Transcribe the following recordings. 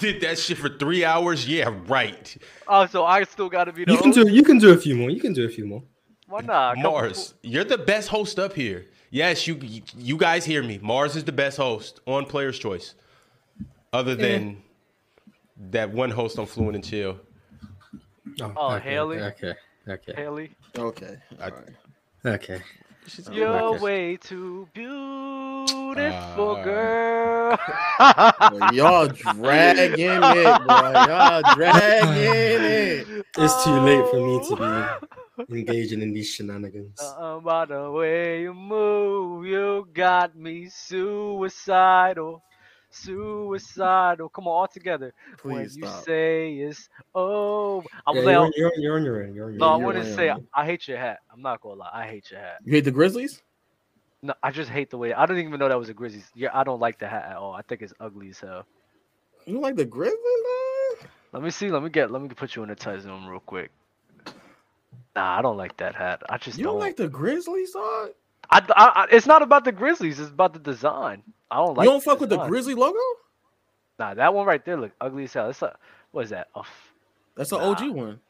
did that shit for three hours. Yeah, right. Oh, so I still got to be the You can host? do you can do a few more. You can do a few more. Why not? Come- Mars, you're the best host up here. Yes, you you guys hear me. Mars is the best host on Player's Choice, other than that one host on Fluent and Chill. Oh, okay, Haley. Okay. Okay. Haley, Okay. I- all right. Okay. you're okay. way too beautiful, Uh, girl. Well, y'all dragging it, boy. Y'all dragging it. It's too late for me to be engaging in these shenanigans. Uh, by the way you move, you got me suicidal, suicidal. Come on, all together. when Please you stop. say it's oh, I'm Yeah, like, you're, you're, you're on your own. You're on your no, I own. you're wouldn't right, say man. I hate your hat. I'm not gonna lie, I hate your hat. You hate the Grizzlies? No, I just hate the way. I don't even know that was a Grizzlies. Yeah, I don't like the hat at all. I think it's ugly as hell. You like the Grizzlies? man? Let me see. Let me get. Let me put you in a tight zone real quick. Nah, I don't like that hat. I just You don't. don't like the Grizzlies, dog? I, I, I- it's not about the Grizzlies. It's about the design. I don't like. you don't fuck with the design. Grizzly logo? Nah, that one right there look ugly as hell. It's a what is that? A f- That's an Nah. OG one.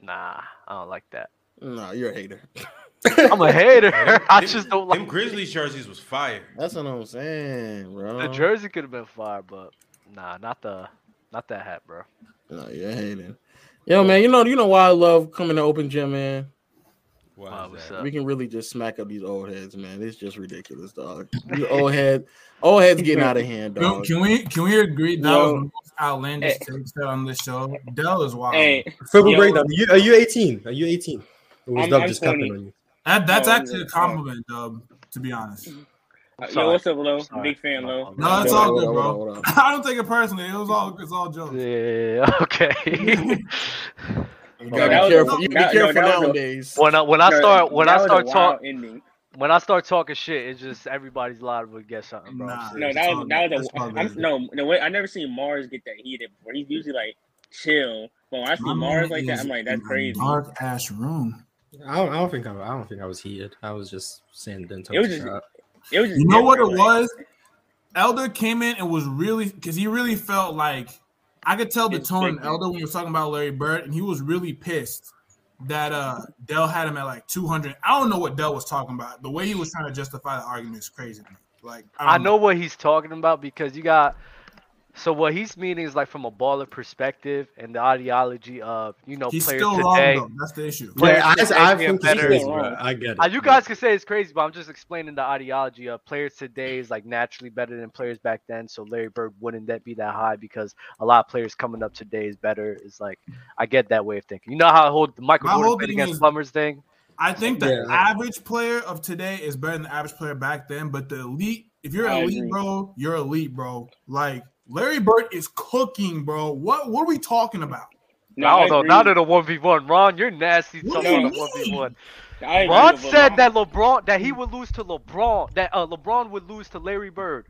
nah, I don't like that. Nah, you're a hater. I'm a hater. I Them- just don't Them like Grizzlies jerseys was fire. That's what I'm saying, bro. the jersey. Could have been fire, but nah, not the not that hat, bro. No, you're hating. Yo, man, you know, you know why I love coming to open gym, man. Wow, Wow, is what's that? up? We can really just smack up these old heads, man. It's just ridiculous, dog. These old head, old heads getting out of hand, Can, dog. can we can we agree that was Yo. the most outlandish Hey. takes on this show? Dell is wild. Hey, Verbal Yo. breakdown. Are you, are you 18? Are you 18? Or was I'm- Dub I'm just capping 20. on you? That, that's Oh, actually yeah. a compliment, Dub. To be honest, yo, Sorry. what's up, Lo? Sorry. Big fan, Lo. No, it's Hold all on, good, hold on, bro. hold on, hold I don't take it personally. It was all it's all jokes. Yeah. Okay. You Yo, that gotta be was- careful. You that- gotta yo, that was be careful a- nowadays. when I when I Yo, start when that I was a start wild talking ending. when I start talking shit, it's just everybody's liable to get something, bro. Nah. No, It's that all- was that was it's a all I'm, good. no no way. I never seen Mars get that heated before. He's usually like chill, but when I see My man Mars like that, is I'm like in that's a crazy. Dark ass room. I don't, I don't think I, I don't think I was heated. I was just saying didn't touch It was the just- shot. It was just You know what it different, like- was? Elder came in and was really because he really felt like I could tell the tone in Expected. Elder when he was talking about Larry Bird, and he was really pissed that uh Dell had him at like 200. I don't know what Dell was talking about. The way he was trying to justify the argument is crazy. to me. Like I don't know what he's talking about because you got. So what he's meaning is like from a baller perspective and the ideology of you know he's players still wrong today. though. That's the issue. Players Yeah, today I, I being think it's better. crazy, bro. I get it. Uh, you guys can say it's crazy, but I'm just explaining the ideology of players today is like naturally better than players back then. So Larry Bird wouldn't that be that high because a lot of players coming up today is better. It's like I get that way of thinking. You know how I hold the Michael My whole Jordan thing thing against is- Plumbers thing. I think the Yeah. average player of today is better than the average player back then, but the elite, if you're I elite, agree. bro, you're elite, bro. Like Larry Bird is cooking, bro. What what are we talking about? No, I I don't know. agree. Not in a one v one, Ron. You're nasty What talking do about a you one v one. I agree Ron with said Lo. that LeBron that he would lose to LeBron that uh, LeBron would lose to Larry Bird.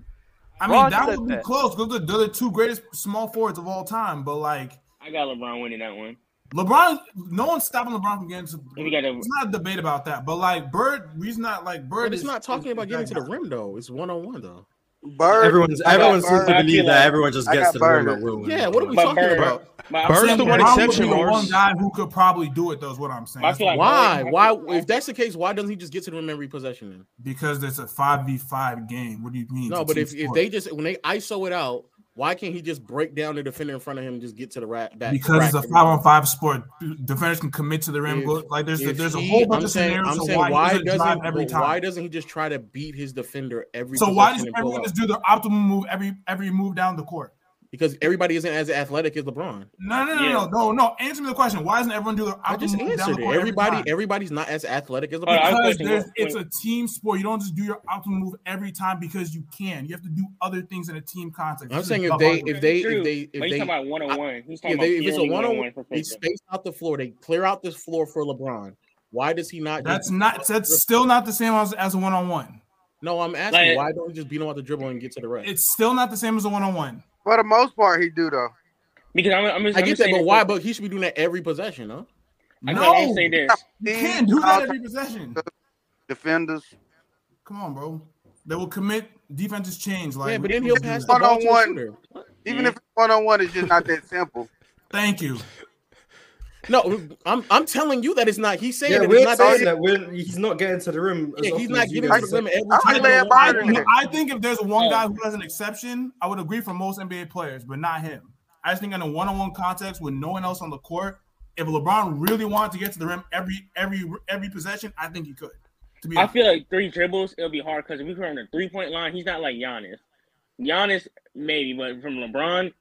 I Ron mean, that said would be that. close. Those are those are the two greatest small forwards of all time. But like I got LeBron winning that one. LeBron, no one's stopping LeBron from getting to. We got to It's not a debate about that. But like Bird, he's not like Bird. But it's is- not talking is- about is getting that to the guy. rim though. It's one on one though. Bird. Everyone's I got everyone seems to burned. I believe feel that like- everyone just I gets got to the rim burned. and will. Yeah, what are we But talking Bird- about? But Bird's I'm Saying the saying, one LeBron would be exception, the one Mars. guy who could probably do it. Though is what I'm saying. I feel like- Why? I- Why? If that's the case, why doesn't he just get to the rim every possession? Then? because it's a five v five game. What do you mean? No, It's a but team if, if sport. they just when they iso it out, why can't he just break down the defender in front of him and just get to the rat back? because it's a rack? five on five sport. Defenders can commit to the rim. If- go, like there's If there's a he- whole bunch I'm of saying, scenarios. I'm so saying why, why doesn't drive doesn't every but time? why doesn't he just try to beat his defender every? so why does possession and pull everyone just up? do the optimal move every every move down the court? Because everybody isn't as athletic as LeBron. No, no, no, Yeah. no, no, no. Answer me the question. Why doesn't everyone do the I just optimal move down answered the it. court every time? Everybody, everybody's not as athletic as All right, I LeBron. was because thinking there's, when- it's a team sport. You don't just do your optimal move every time because you can. You have to do other things in a team context. I'm This is saying if tough they, argument. if they, True. if they, if But he's they, talking about one on one. He's talking yeah, about they- if it's a purely one-on-one, one-on-one for they Clippers. space out the floor. They clear out this floor for LeBron. Why does he not? that's just, not that's still not the same as, as a one on one. no, I'm asking. Like- why don't he just beat him out the dribble and get to the rack? It's still not the same as a one on one. For the most part, he do though. Because I'm, I'm just, I I'm get just that, saying but this- why? But he should be doing that every possession, huh? I No, feel like I'm saying this. you can't do that every possession. Defenders. Come on, bro. They will commit. Defenses change. Like yeah, we but then can't he'll do pass the that. that. ball to a One-on-one. shooter. Even if it's one on one, it's just not that simple. Thank you. No, I'm I'm telling you that it's not. He's saying Yeah, that we're it's not. saying That that we're, he's not getting to the rim. As yeah, he's often not as you giving guys to are. them every I'm time. glad I, Byron did. I think if there's one guy who has an exception, I would agree for most NBA players, but not him. I just think in a one-on-one context with no one else on the court, if LeBron really wanted to get to the rim every every every possession, I think he could. To be I honest. feel like three dribbles, it'll be hard because if we were on the three point line, he's not like Giannis. Giannis, maybe, but from LeBron,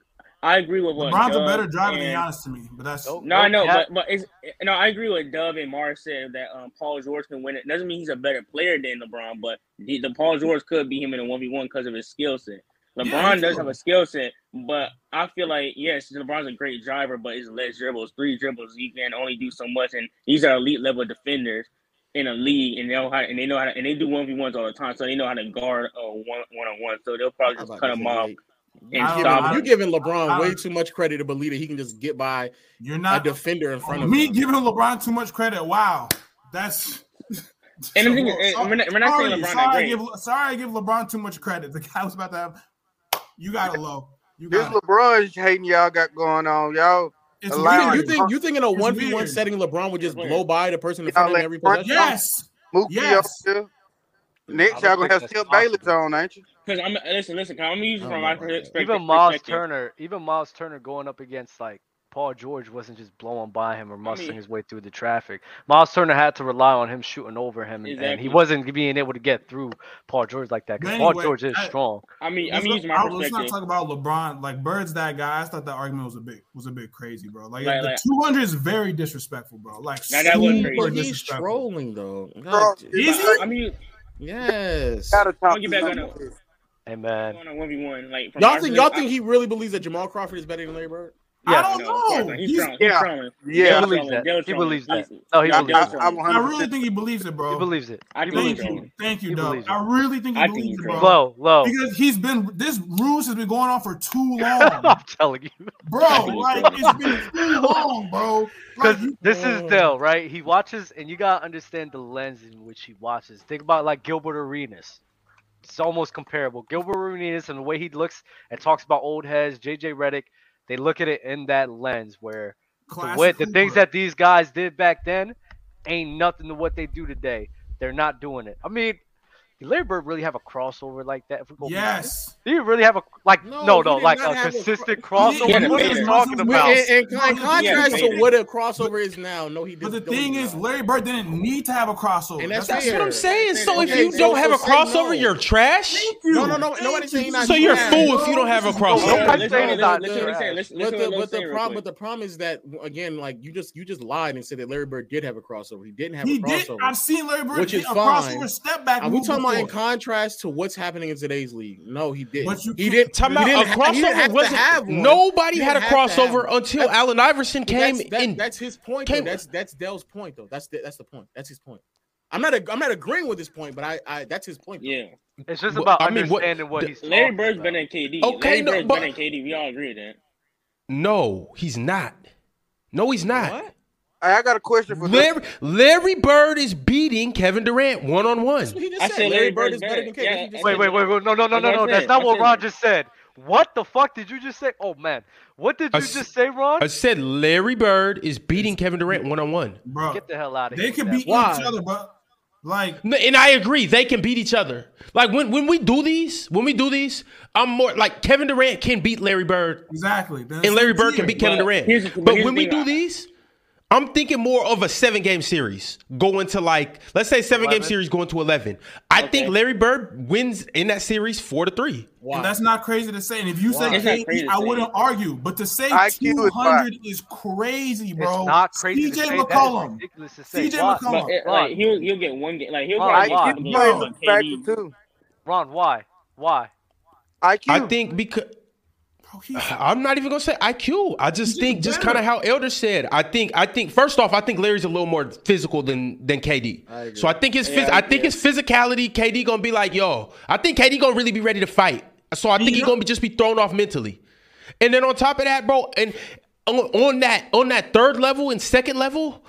I agree with what LeBron's a Dub better driver than and- Giannis to me, but that's Nope. No, I know, Yeah. but but it's no. I agree with Dub and Mars said that um, Paul George can win it. Doesn't mean he's a better player than LeBron, but the, the Paul George could be him in a one v one because of his skill set. LeBron Yeah, does sure. have a skill set, but I feel like yes, LeBron's a great driver, but his less dribbles, three dribbles, he can only do so much. And these are elite level defenders in a league, and they know how and they know how to, and they do one v ones all the time, so they know how to guard a one one on one. So they'll probably I'm just about cut to him say, off like, and I don't stop. know. him. You're giving I- LeBron I- way too much credit to believe that he can just get by you're a not defender in front of me him. giving LeBron too much credit. Wow, that's. And the thing is, and we're not, we're not sorry, saying LeBron not sorry, I great. give, sorry, I give LeBron too much credit. The guy was about to have. You gotta love. You This got. LeBron's hating y'all got going on, y'all. It's You allowing- think, weird. you think you think in a one v one weird. setting, LeBron would just Weird. blow by the person in Y'all front of him let every Bron- possession? yes. Mookie Yes. up there. Next, I don't y'all gonna think have that's Skip Bayless possible. on, ain't you? Because I'm listen, listen. 'cause I'm gonna use it I from don't my know about that. perspective. even Miles perspective. Turner, even Miles Turner going up against like Paul George wasn't just blowing by him or muscling his way through the traffic. Miles Turner had to rely on him shooting over him, and, and Exactly. he wasn't being able to get through Paul George like that because But Paul anyway, George is I- strong. I mean, I'm Let's, using not, my I- let's not perspective. talk about LeBron. Like Bird's that guy. I thought that argument was a bit was a bit crazy, bro. Like, Like- the like- 200 is very disrespectful, bro. Like Now, that was super crazy. But he's disrespectful. trolling though. Bro, God, Is he? I mean, yes. Gotta talk. get back on to that. him. Hey man, going on one v one. Like from Y'all our think y'all think perspective, he really believes that Jamal Crawford is better than Larry Bird? I- I don't no, of course know. not. He's, He's- trolling. He's yeah. trolling. Yeah, He believes trolling. that. Dale He believes trolling. that. No, he I, believes I, that. I'm I 100. really think he believes it, bro. He believes it. I do believe Thank that. you, thank you, He Doug. believes it. I really think he I believes think it, he's bro. wrong. Low, low. Because he's been this ruse has been going on for too long, I'm telling you. bro. he's Like wrong. it's been too long, bro. Like, Because you- this is Dell, right? He watches, and you gotta understand the lens in which he watches. Think about like Gilbert Arenas. It's almost comparable. Gilbert Arenas and the way he looks and talks about old heads, JJ Reddick, they look at it in that lens where the, Classic way, the things Cooper. that these guys did back then ain't nothing to what they do today. They're not doing it. I mean, did Larry Bird really have a crossover like that? If we go back? yes, Did he really have a like? No, No, he no, did like not a have a consistent cro- He crossover. didn't what have are you it. talking Well, about? And, and, No, in he contrast didn't. to what a crossover is now, no, he but the didn't. no, he thing did is, not. Larry Bird didn't need to have a crossover. And that's not- That's what I'm saying. So if Okay, you so- don't have a so say no. crossover, you're trash. Thank you. No, no, no, Thank nobody's you. saying not So you're a trash. fool if you don't have a Nobody's crossover. saying it's not trash. But the, but the problem, but problem. the problem is that again, like you just you just lied and said that Larry Bird did have a crossover. He didn't have He a did. crossover. I've seen Larry Bird Which get is a fine. crossover step back. Are we move talking about in before. contrast to what's happening in today's league? No, he didn't. But you he can't- didn't. Time he out. didn't A ha- he didn't have to crossover wasn't. have one. Nobody You had a didn't have to have crossover one. until That's- Allen Iverson But came that's, that- in. that's his point. came- though. That's that's Dell's point though. That's the, that's the point. That's his point. I'm not i I'm not agreeing with his point, but I, I that's his point. though. Yeah, It's just Well, about I mean, what- understanding what, the- he's talking Larry Bird's about. better than KD. Okay, Larry no, Bird's but- better than KD. We all agree with that. No, he's not. No, he's not. What? Hey, I got a question for this. Larry, Larry Bird is beating Kevin Durant one on That's what one. he just I said. said Larry Larry Bird Bird's is better than better. Yeah, KD. Wait, wait, wait, wait. No, no, no, no, That's what no. I'm That's saying. not what That's what Ron I'm just said. What the fuck did you just say? Oh man, what did I you s- just say, Ron? I said Larry Bird is beating Kevin Durant one on one. bro? Get the hell out of here. They could with beat each Why? other, bro. Like No, And I agree, they can beat each other. Like when, when we do these, when we do these, I'm more like Kevin Durant can beat Larry Bird, exactly. They're the and Larry same Bird can tier. beat Kevin But here's- Durant. but But here's when the we thing, do I- these, I'm thinking more of a seven game series going to like let's say seven game 11? series going to eleven. I Okay. think Larry Bird wins in that series four to three. And that's not crazy to say. And if you Why? say It's not KD, crazy to I say. wouldn't argue. But to say IQ is 200 is crazy, that. bro. It's not crazy to CJ say that. It's McCollum. ridiculous to say. CJ Ron, McCollum. But on, it, Ron. like he'll he'll get one game. Like he'll Ron, probably Ron. get one IQ game. plays a but factor KD. too. Ron, why? Why? IQ. I think because Bro, he's- I'm not even gonna say IQ. I just He's think just better. kind of how Elder said. I think I think first off, I think Larry's a little more phisical than than KD. I agree. so I think his phys- Yeah, I I think his physicality. KD gonna be like yo. I think KD gonna really be ready to fight. So I think you he know- gonna be, just be thrown off mentally. And then on top of that, bro, and on, on that on that third level and second level,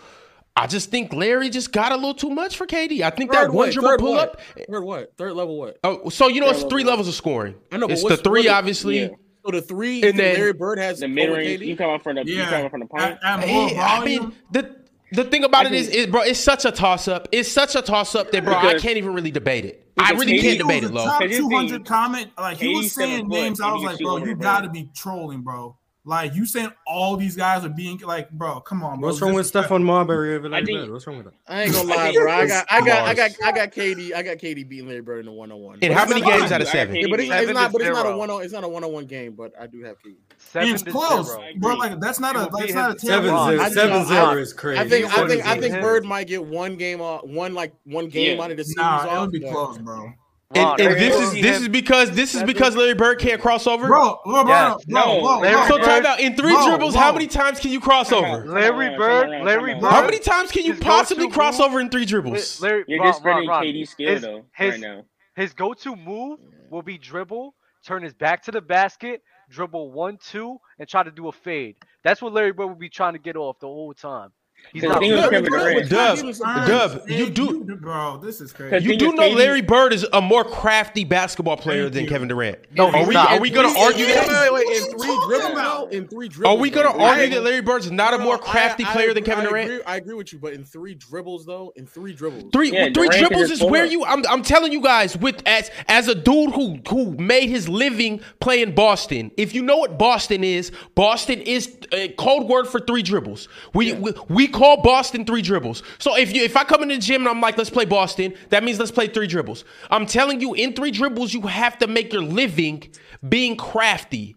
I just think Larry just got a little too much for KD. I think that one what? dribble Third pull what? up. Third what? Third level what? Oh, so you know it's Third three level. levels of scoring. I know, but it's the what's- three, what- obviously. yeah. So the three And and then- Larry Bird has The over mid range. KD? You come out from the you Yeah. come out from the point. At, at more Hey, I volume, mean, the the thing about I it is, mean- is, bro, it's such a toss up. It's such a toss up that, bro, I Because- can't even really debate it. I because really KD can't he was debate was it, a Lo. top Cause his thing- 200 comment. Like he was 87 saying foot, names, I and was he like, shoot bro, over you the rim. gotta be trolling, bro. Like you saying all these guys are being like, bro, come on, bro. What's wrong with Stephon Marbury over I Larry think- Bird? What's wrong with that? I ain't gonna I lie, think bro. I got, I got, I got, it's I got KD. I got KD beating Larry Bird in a one on one. In how many It's not games out of I seven? can't Yeah, but it's, even- it's not, but it's not a Seven one on, it's not a one on one game. But I do have KD. Seven it's to close, zero. bro. Like that's not It a would that's be not a his terrible. Seven Ron, zero. I line. think- Seven I- zero is crazy. I think, I Seven think, I is think it. Bird might get one game off, one like one game Yeah. out of the series. Nah, it off, would be but- close, bro. Ron, And, and Larry this Bird is beat this him. is because this is Seven. because Larry Bird can't cross over. Bro, bro, bro, Yes. bro, No, bro, Larry bro. so Bird- time out. In three Bro, dribbles, bro. how many times can you cross over? Larry Bird- Larry Bird- How many times can you Just go possibly to cross move. over in three dribbles? Larry, You're Ron, Ron, discrediting Ron. KD's skill His- though his- right now. His go-to move will be dribble, turn his back to the basket, dribble one, two, and try to do a fade. That's what Larry Bird will be trying to get off the whole time. He's So not. the thing with Larry Kevin Bird Durant. was trying to give him some- Dub, you Hey, do- bro. This is Cause crazy. You thing do is, know KD Larry Bird is a more crafty basketball player Thank than you. Kevin Durant. No, are he's we not. are we gonna argue Wait, that? wait, wait, What in you three talking dribbles, about? though, in three dribbles. Are we gonna though, I- argue that Larry Bird's not a No, more I- crafty I player than agree- Kevin I Durant? agree- I agree with you, but in three dribbles though, in three dribbles, Three Yeah, three Durant can dribbles just is where pull up. you. I'm, I'm telling you guys, with as as a dude who who made his living playing Boston. If you know what Boston is, Boston is a code word for three dribbles. We we, we call Boston three dribbles. So if you if I come in the gym and I'm like, let's play Boston, that means let's play three dribbles. I'm telling you, in three dribbles, you have to make your living being crafty.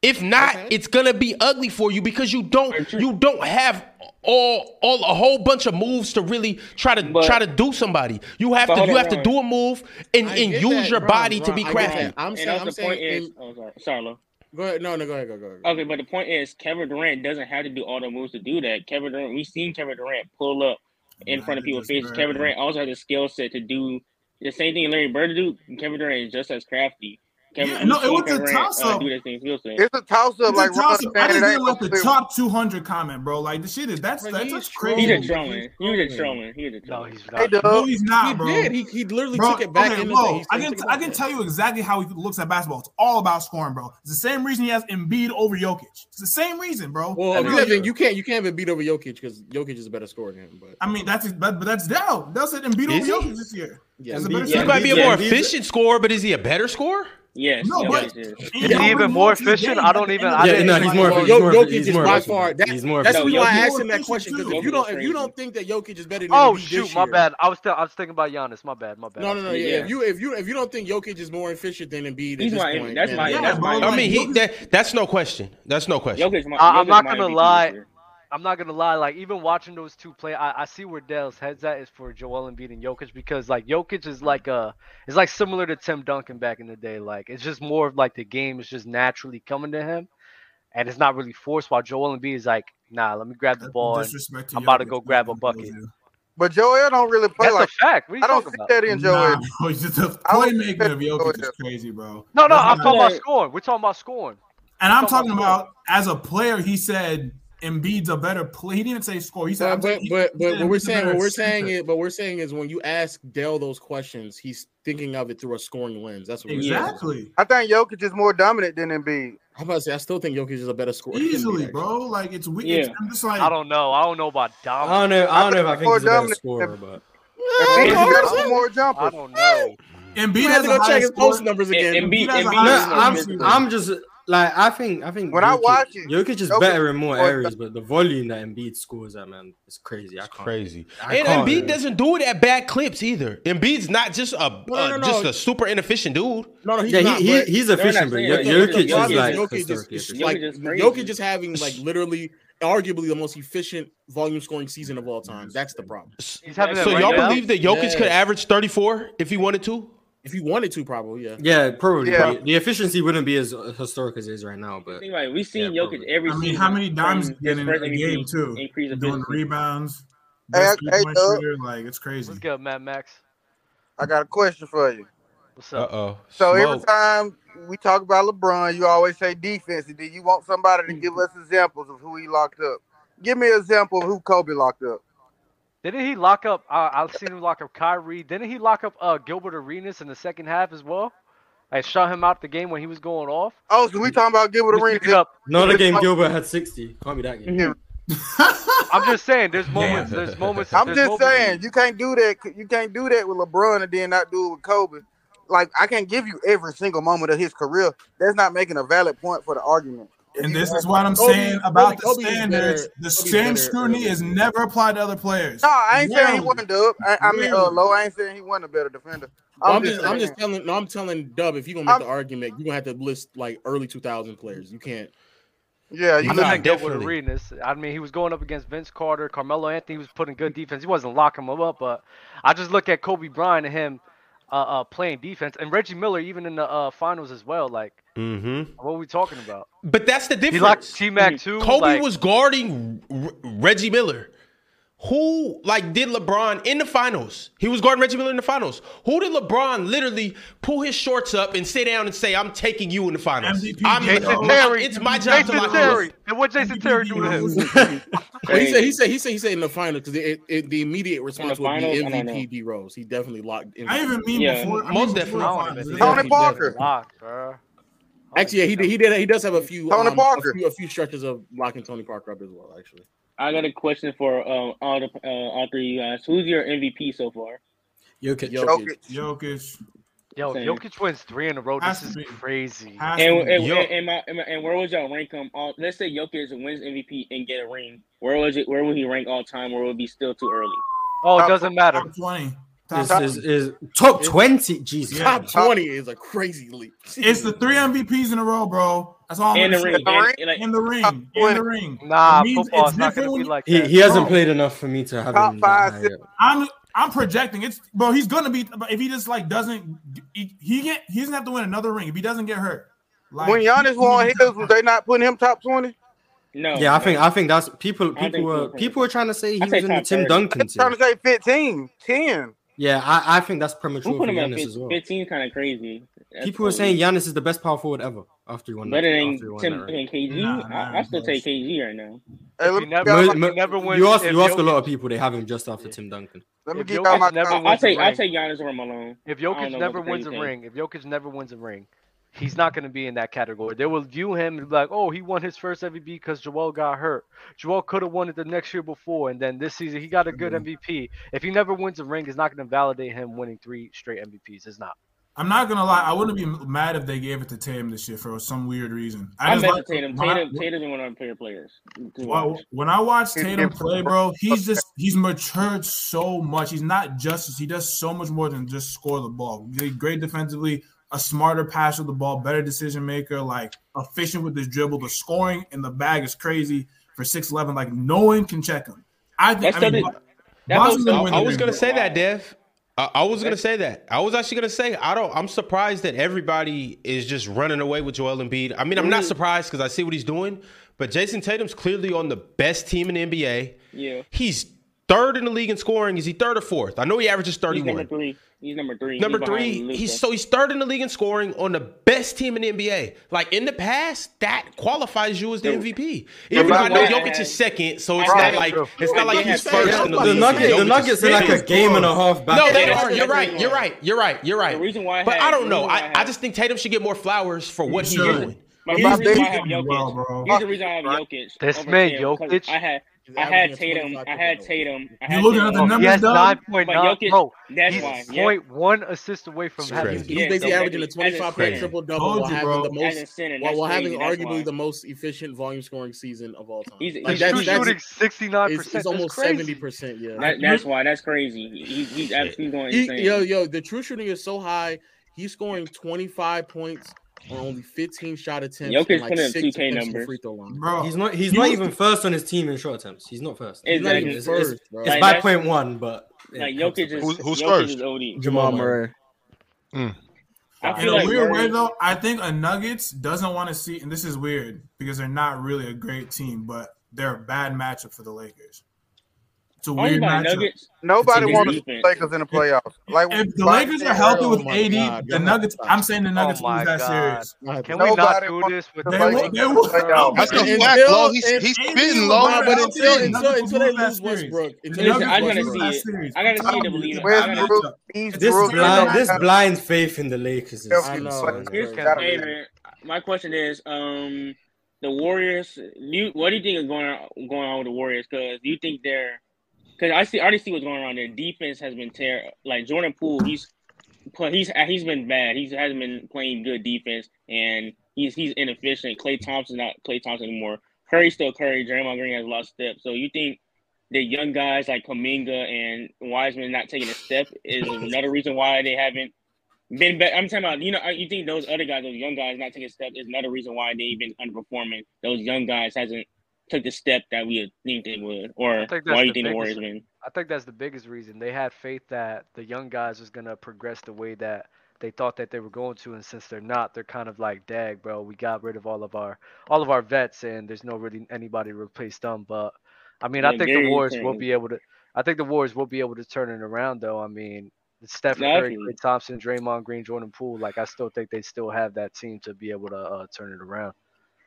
If not, it's gonna be ugly for you because you don't you don't have all all a whole bunch of moves to really try to But- try to do somebody. You have But to hold you on, have to Ron. do a move and, I and get use that, your Ron, body to Ron, be I get crafty. that. I'm And saying, also I'm the point saying, is, in- oh sorry, sorry, Lo. go ahead, no, no, go ahead, go, go, go. Okay, but the point is, Kevin Durant doesn't have to do all the moves to do that. Kevin Durant, we've seen Kevin Durant pull up in front of people's faces. Kevin Durant also has the skill set to do the same thing Larry Bird do. Kevin Durant is just as crafty. Kevin, Yeah, no, we've it seen was a Kevin Durant, uh, toss-up. do that same skill set. It's a toss up, It's like a Ron toss-up. said. I just It didn't ain't like the no top 200 comment, bro. Like the shit is that's Bro, that's, he's that's trolling. He's a crazy. trolling. He was a trolling. He was a No, trolling. he's Hey, not. dub. No, he's He not, bro. did. He, he literally Bro, took it back okay, in the Lo, thing. I can I can tell you exactly how he looks at basketball. It's all about scoring, bro. It's the same reason he has Embiid over Jokic. It's the same reason, bro. Well, Bro, Kevin, you can't you can't even beat over Jokic because Jokic is a better scorer than him. But I mean that's but, but that's Dell. Dell said Embiid Is over he? Jokic this year. yeah, It's a better He Yeah, might be a yeah, more he's- efficient scorer, but is he a better scorer? Yes. No, yes, but- yes, yes. And Yeah, Jokic even more won two efficient? games I don't at the even- end I of Yeah, the no, day. he's more- Like, Yo- more- Jokic is more by efficient. far- that- He's more that's No, the reason why I Jokic- asked him that Jokic question because too. if you don't if you don't think that Jokic is better than Oh Embiid this shoot, my year- bad. I was still I was thinking about Giannis. My bad, my bad. No, no, no. Yeah. Yeah. If you if you if you don't think Jokic is more efficient than Embiid, at He's this my- point, that's man, my- yeah, that's bro. my- I mean, he, Jokic- that that's no question. That's no question. Jokic, my, I- Uh, I'm Jokic not might gonna be lie. this I'm not gonna lie. Like even watching those two play, I, I see where Dell's heads at is for Joel Embiid and Jokic because like Jokic is like uh it's like similar to Tim Duncan back in the day. Like it's just more of like the game is just naturally coming to him, and it's not really forced. While Joel Embiid is like, nah, let me grab the ball. And Uh, Disrespect to I'm about to Jokic, go grab a man, that goes bucket. in. But Joel don't really play that's like. a fact. What are you I don't talking see about? that in Joel. Nah, bro, he's just the I playmaking was of expecting Jokic is Joel. crazy, bro. No, no, That's I'm not- talking about like- scoring. We're talking about scoring. And I'm That's all talking I'm about as a player, he said Embiid's a better player. He didn't say score. He said, But I'm- but he- but, he but said what Embiid's we're a saying better what we're saying shooter. is but we're saying is when you ask Dell those questions, he's thinking of it through a scoring lens. That's what we're saying. exactly I think Jokic is more dominant than Embiid. I'm about to say I still think Jokic is a better scorer. than Embiid, easily, actually. bro. Like it's weird. Yeah. I'm just like I don't know. I don't know about I dominant. don't know. I don't know if I think he's a better Dominant. scorer, but Embiid I got don't know. more I jumpers. don't know. We Embiid have has to a go check higher his score. post numbers year. again. And Embiid Embiid, has a Embiid high no, is more score. I'm physical. I'm just like I think I think When I Jokic- watch it, Jokic is Jokic better in more scores areas, but the volume that Embiid scores at man, it's crazy. I It's can't. crazy. I And can't, Embiid man. doesn't do it at bad clips either. Embiid's not just a no, uh, no, no. just a super inefficient dude. No, no, he's yeah, not, he, but- he, he's efficient, but saying Jo- Yeah, that. yeah, Jokic is but Jokic like is- Jokic is, historically is efficient. Jokic like is crazy. Jokic just having like literally, arguably the most efficient volume scoring season of all time. That's the problem. He's having that So right y'all now? believe that Jokic could Yeah. average 34 if he wanted to? If he wanted to, probably yeah. Yeah, probably. Yeah. The efficienty wouldn't be as historic as it is right now, but Think about it. We've seen Yeah, Jokic probably. every I mean, season how many dimes from he get in his a first game MVP too? Increase of Doing efficiency. rebounds, Hey, best hey, three-point Doug. shooter, like it's crazy. What's good, Matt Max? I got a question for you. What's Uh up? oh. So every time we talk about LeBron, you always say defense. And then you want somebody Hmm. to give us examples of who he locked up. Give me an example of who Kobe locked up. Didn't he lock up? Uh, I've seen him lock up Kyrie. Didn't he lock up uh, Gilbert Arenas in the second half as well? and shut him out the game when he was going off. Oh, so we talking about Gilbert Just Arenas? pick it up. Another game Gilbert had 60. Call me that game. I'm just saying, there's moments. There's moments. I'm there's just moments- saying you can't do that. You can't do that with LeBron and then not do it with Kobe. Like I can't give you every single moment of his career. That's not making a valid point for the argument. And this is what I'm saying about the standards. the same scrutiny is never applied to other players. No, I ain't saying he Rarely. wasn't dub. I, I mean, uh, Rarely. low. I ain't saying he wasn't a better defender. Well, I'm just, I'm saying. just telling, no, I'm telling Dub. If you're gonna make I'm- the argument, you're gonna have to list like early 2000 players. You can't. yeah, you I Nah, don't think know, that would definitely. have reading this. I mean, he was going up against Vince Carter, Carmelo Anthony was putting good defense. He wasn't locking him up, but I just look at Kobe Bryant and him uh, uh, playing defense, and Reggie Miller even in the uh, finals as well. Like, Mm-hmm. what are we talking about? But that's the He locked difference. T Mac too. Kobe like, was guarding R- Reggie Miller. Who like did LeBron in the finals? He was guarding Reggie Miller in the finals. Who did LeBron literally pull his shorts up and sit down and say, "I'm taking you in the finals"? MVP, I'm, Jason I'm- Terry. It's my job to Jason lock you Terry. up. And what Jason Terry do to him? Well, he said, he said, he said, he said in the final because it, it, the immediate response would finals? be I don't know. MVP D Rose. He definitely locked. in. I even mean Yeah, before. I mean most before the definitely. I don't finals. even Tony think Parker. Locked, bro. Actually, yeah, he did. He did. He does have a few. Tony um, Parker. A few, a few stretches of locking Tony Parker up as well. Actually, I got a question for um, all the uh, all three of you guys. Who's your MVP so far? Jokic. Jokic. Jokic. Yo, Same. Jokic wins three in a row. Has This to is be. crazy. Has And to be. and, Yo. and, my, and my- and where would y'all rank him? All let's say Jokic wins MVP and get a ring. Where was it? Where would he rank all time? Where would it be still too early? Oh, Top- it doesn't matter. Top 20. This Top Top- top. is- This is, is top 20. Jesus. Yeah. Top 20 is a crazy leap. It's the three MVPs in a row, bro. That's all I'm And the gonna ring. say. And, and like, In the ring. Top In 20. the ring. Oh, Nah, It means Ah, football's it's not different gonna when be you- like He, that. he hasn't Bro. played enough for me to have Top him. that five, high six. up. I'm I'm projecting. It's bro. He's gonna be if he just like doesn't he, he get he doesn't have to win another ring if he doesn't get hurt. Like, when Giannis won his, was they not putting him top twenty? no. Yeah, I think I think that's people I think people were so. people were trying to say he I was say in the top Tim 30. Duncan Trying team. to say 15, 10. Yeah, I, I think that's who premature for put him at Giannis as well. 15? Kind of crazy. That's People were saying crazy. Giannis is the best power forward ever after he won. better that- than after he won Tim that ring. and KG. Nah, I, nah, I still bro. take KG right now. Hey, If let he me, never- get Mo- out my, mo- never wins you ask if you ask a Jokic- lot of people, they have him just after Tim Duncan. let me if get Jokic out my never top- I wins the take I ring. take Giannis over Malone. If don't know Jokic what never the wins a crazy thing. ring, if Jokic never wins a ring, he's not going to be in that category. They will view him and be like, "Oh, he won his first MVP because Joel got hurt. Joel could have won it the next year before, and then this season he got a Mm-hmm. good MVP." If he never wins a ring, it's not going to validate him winning three straight MVPs. It's not. I'm not gonna lie, I wouldn't be mad if they gave it to Tatum this year for some weird reason. I I'm just better like- Tatum. when I- Tatum Tatum's one of our favorite players. to Well, watch. when I watch He's Tatum different. play, bro, he's just he's matured so much. He's not just he does so much more than just score the ball. He's Great defensively, a smarter passer of the ball, better decision maker, like efficient with his dribble. The scoring in the bag is crazy for six eleven. Like no one can check him. I think. That's I mean, something- Bo- That Boston's whole- gonna win I the was ring. gonna say that, Wow. Dev. I, I was gonna say that. I was actually gonna say I don't. I'm surprised that everybody is just running away with Joel Embiid. I mean, I'm Mm-hmm. not surprised because I see what he's doing. But Jason Tatum's clearly on the best team in the NBA. Yeah. He's third in the league in scoring. Is he third or fourth? I know he averages He's 31. number three. He's number three. Number he's behind three, Luka. he's so he's third in the league in scoring on the best team in the NBA. Like in the past, that qualifies you as the MVP. Even though I know Right. Jokic is second, so it's Right. not like it's not like he's Right. first in the Yeah, league. The Nuggets, the Jokic is Nuggets are like a fifth. game and a half back. No, they Yeah, are. You're that's right. the You're one. right. You're right. You're right. The reason why I But had- I the don't reason know. why I I, I had- just think Tatum should get more flowers for what he's should. doing. My He's reason why I have doing Jokic. well, bro. Here's the reason I have Jokic. This over man, Tatum, 'cause Jokic. I had He's I averaging had a Tatum. 25% I had over. Tatum. I You had looking Tatum at the over- numbers? He has dog? nine point But nine. Jokic- Bro, That's he's why. Yeah. point one assist away from It's having. crazy. He's Yeah, basically so averaging a that is- 25 point crazy. triple double Told while you, having bro. the That's most insane. and while, That's while crazy. having That's arguably why. the most efficient volume scoring season of all time. He's- he's like He's that's, true that's, shooting sixty nine it's, percent. it's almost crazy. 70%. Yeah. That- that's why. That's crazy. He, he's absolutely going He- insane. yo, yo, the true shooting is so high. He's scoring 25 points on only 15 shot attempts. Jokic and, put in six 2K attempts from the numbers. Free throw line. Bro, He's not. He's You- not even first on his team in shot attempts. He's not first. He's not Exactly. even- He's It's, not even it's, first, bro. it's Like, by that's- point one, but yeah, Like it helps. Jokic is Who- who's Jokic first? Is OD. Jamal Murray. I In feel a like weird Murray- way, though, I think a Nuggets doesn't want to see, and this is weird because they're not really a great team, but they're a bad matchup for the Lakers. a Only weird by matchup. Nuggets. Nobody It's a wants to see defense. the Lakers in the playoffs. Like If the like- Lakers are healthy with Oh my AD, God, the y'all Nuggets. are I'm saying the Nuggets my lose that God. series. Can we not Nobody do wants this with to the play Lakers? they will- playoffs? That's And the fact, still- Lo. He's, and he's AD spitting, was Lo, bad but but out he's until, there, spitting. the until, Nuggets until they lose that lose series. Westbrook, The until Listen, they Nuggets I will gotta lose see that it. series. I gotta see it to believe it. I gotta- Westbrook needs This Brooke. blind, this blind faith in the Lakers is I I know. concerning. Here's Can- hey, man, my question is, um, the Warriors. do You, what do you think is going on, going on with the Warriors? Because you think they're, because I see, I already see what's going on. Their defense has been terrible. Like Jordan Poole, he's play- he's he's been bad. He hasn't been playing good defense, and he's he's inefficient. Clay Thompson's not Clay Thompson anymore. Curry's still Curry. Draymond Green has a lot of steps. So you think the young guys like Kaminga and Wiseman not taking a step is another reason why they haven't been better. I'm talking about you know you think those other guys, those young guys, not taking a step is another reason why they've been underperforming. Those young guys hasn't took the step that we had think they would, or I think that's why you the think the biggest- Warriors been. I think that's the biggest reason. They had faith that the young guys was gonna progress the way that they thought that they were going to, and since they're not, they're kind of like, "Dag, bro, we got rid of all of our all of our vets, and there's no really anybody to replace them." But I mean, I Yeah, think the Gary Warriors will Payton. be able to. I think the Warriors will be able to turn it around, though. I mean, Stephen Curry, Definitely. Klay Thompson, Draymond Green, Jordan Poole. Like, I still think they still have that team to be able to uh, turn it around.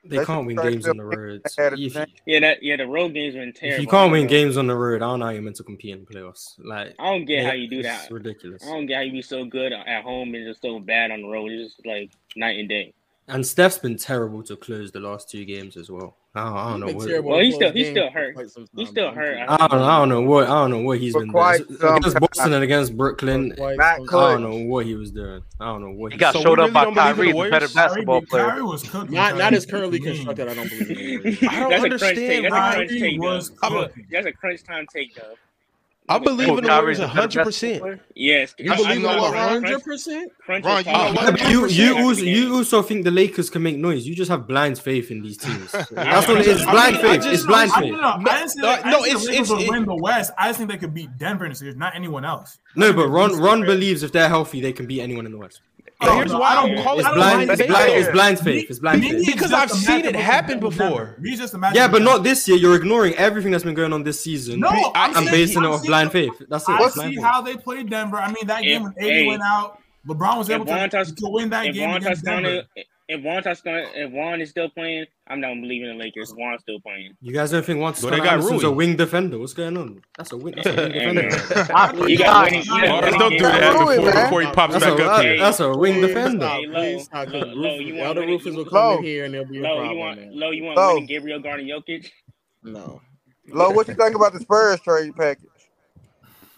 They can't win games on the road. So if, Yeah, that yeah, the road game's been terrible. if you can't win games on the road, I don't know how you're meant to compete in the playoffs. Like, I don't get how you do It's that. ridiculous. I don't get how you be so good at home and just so bad on the road. It's just like night and day. And Steph's been terrible to close the last two games as well. I don't, I don't know what. Well, he's still- he's still hurt. He's still hurt. I don't, know- I don't know what. I don't know what he's For been doing. quite It's- some Against time. Boston and against Brooklyn, Matt I don't Clutch. know what he was doing. I don't know what He he got So we showed really up by don't believe in Kyrie, the the better Warriors? basketball player. Kyrie was cooking. Not, not Kyrie as currently was cooking. constructed. I don't believe. in it. I don't that's A crunch understand take. That's why a crunch he take, was though. I'm a- cooking. That's a crunch time take, though. I believe in the Kyrie's Warriors the better 100. basketball percent player? Yes, You I- believe in I know, one right? hundred percent? crunch Ron, is you know possible. what? Ah, You you 100% also you again. also think the Lakers can make noise. You just have blind faith in these teams. That's what it is. It's blind I mean, I faith. just- It's blind I, faith. no, no, no. I didn't say No, that. I no, didn't it's- say the Lakers it's- would it- win the West. I just think they could beat Denver in the series, not anyone else. No, but Ron Ron believes if they're healthy, they can beat anyone in the West. Oh, Here's no, why I I don't don't- call it It's I don't blind. like It's that. blind. It's faith. blind faith. It's blind Maybe faith. it's Because just I've a seen it matchup happen with Denver. before. He's just a Yeah, matchup but with not this year. You're ignoring everything that's been going on this season. No, Be- I'm, I'm saying- basing it I'm off saying- blind faith. That's it. I It's see blind faith. how they played Denver. I mean, that game If- when AD hey, went out, LeBron was if able to, Juan Tosc- to win that If game Juan against Toscano, Denver. if Juan Toscano, if Juan is still playing, I'm not believing in the Lakers. Juan's still playing. You guys don't think once But Scott they got Anderson's Rui. a wing defender? What's going on? That's a wing. That's a wing And, defender. uh, You you got got winning. You got Warriors winning don't do games. that Don't do it, before, man. before he pops That's back a, up uh, here. that's a wing defender. Stop, please. Low, Stop, 'cause low, low, you Rufus- want Elder winning. Roofers will Low. come in here and there'll be a Low, you problem. want man. low, you want Low. winning Gabriel Garden Jokic. No, Lo, what you think about the Spurs trade package?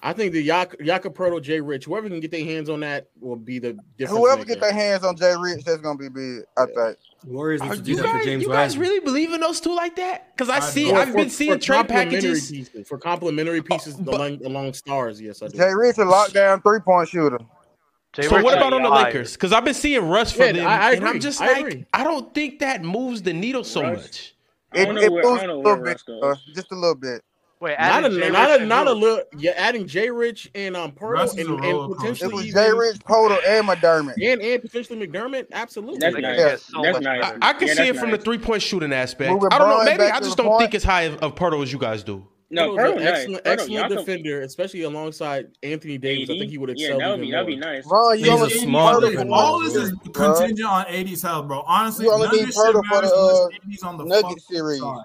I think the Yak- Yakuproto, Jay Rich, whoever can get their hands on that will be the difference. Whoever maker. get their hands on Jay Rich, that's gonna be big. I think. Warriors need Are to do you that for guys, James you guys Wiseman. really believe in those two like that? Because I I see, do. I've For- been for- seeing for trade complimentary packages. Oh, pieces, for complimentary pieces but- along, along stars. Yes, I do. Jay Rich a lockdown three point shooter. Jay So Rich what is about on the fire. Lakers? Because I've been seeing Russ for Yeah, them, I- I and I'm agree. just I like, agree. I don't think that moves the needle so Russ? much. I It, don't it know where. I moves don't know a where little Russ bit, goes. uh, just a little bit. Wait, Not a, adding Jay not Rich a, and not a who? little. You're adding Jay Rich and um Pearl Russ and, is a roller and coaster. It potentially was even, Jay Rich, Poto, and McDermott. and and potentially McDermott. Absolutely. That's They nice. Yeah. get so That's much nice. better. I, I can Yeah, see that's it from nice. the three point shooting aspect. Moving I don't know. Bron Maybe back I to just the don't point. think as high of, of Purtle as you guys do. No, Pearl's Pearl, an nice. excellent, Pearl, excellent y'all can- defender, especially alongside Anthony Davis. I AD? think he would Yeah, excel that would be even that'd be more. nice. Bro, He's you a only need small Purtle defender. for All this is bro. contingent on 80's health, bro. Honestly, You only none of need this Purtle shit for matters the, unless uh, 80's on the Nugget fucking series. side.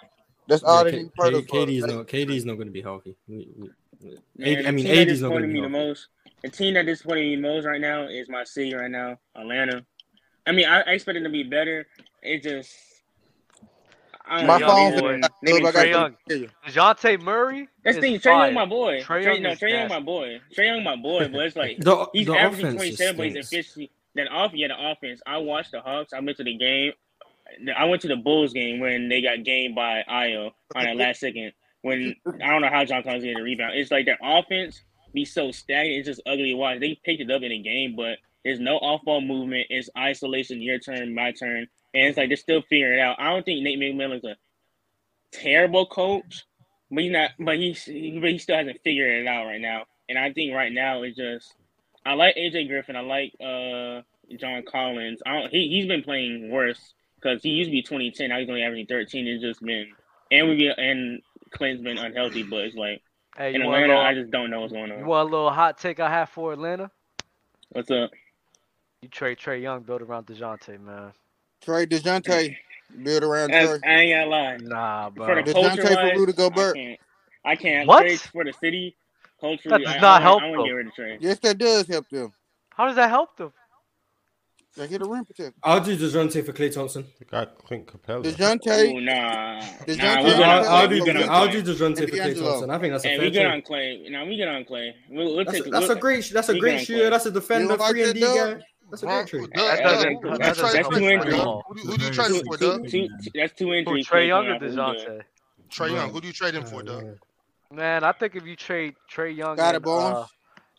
That's Yeah, all they K- need K- Purtle for. KD's not KD's not going to be healthy. We- we- Man, AD I mean, the team AD's that not going disappointed to be me the healthy. most. The team that disappointed me the most right now is my city right now, Atlanta. I mean, I, I expect them to be better. It just, I don't My know. phone's They've been- boy. they've been I Trae trading- got Young. to kill you. Dejounte Murray. That's is the thing. Trey Young, fire. my boy. Trae Trey, Young no, is Trey Young, nasty. my boy. Trey Young, my boy. But it's like The, he's the averaging offense just 27, but he's stinks. efficient. That off, yeah, the offense. I watched the Hawks. I went to the game. I went to the Bulls game when they got gamed by Io on that last second. When I don't know how John Collins getting the rebound. It's like their offense be so stagnant. It's just ugly to watch. They picked it up in the game, but there's no off ball movement. It's isolation. Your turn, my turn, and it's like they're still figuring it out. I don't think Nate McMillan's a terrible coach, but he's not. But he's but he still hasn't figured it out right now. And I think right now it's just I like AJ Griffin. I like uh John Collins. I don't. He he's been playing worse because he used to be twenty ten. Now he's only averaging thirteen. It's just been and we be and Clint's been unhealthy, but it's like Hey, In you want, a Atlanta, I little, just don't know what's going you on. want a little hot take I have for Atlanta? What's up? You trade Trey Young, build around Dejounte, man. Trey DeJounte, build around That's- Trey. I ain't gotta lie. Nah, For bro. the Dejounte culture wise, Faluta Gobert. I can't. I can't. What? Trade for the city culture. That does not I, help, I though. want to get rid of trade. Yes, that does help them. How does that help them? They get a rim protector. I'll do Dejounte for Clay Thompson. Got Clint Capella. Oh DeJounte, nah, Dejounte nah. We I'll, good on Faluta- I'll Clay. do, We good Faluta- I'll on do Clay. Dejounte for Clay D'Angelo. Thompson. I think that's a Hey, fair we good on trade. Clay. Nah, we good on Clay. We'll, we'll That's a, take. that's a we'll- great that's a we great got shooter. Clay. That's a defender, like three and D that, guy. That's a Huh? great trade. Duh, That duh, doesn't- who- that who you doesn't trading help for, at Trey all. Young? Who do- Who do you That's trading very Two, for, two, Doug? specific. two, two, that's two Who, injuries. Trey Clay Young Thompson, or we good. Dejounte? Trey Young, who do you trading for, Doug? Man, I think if you trade Trey Young, Got it, and, Bones. uh,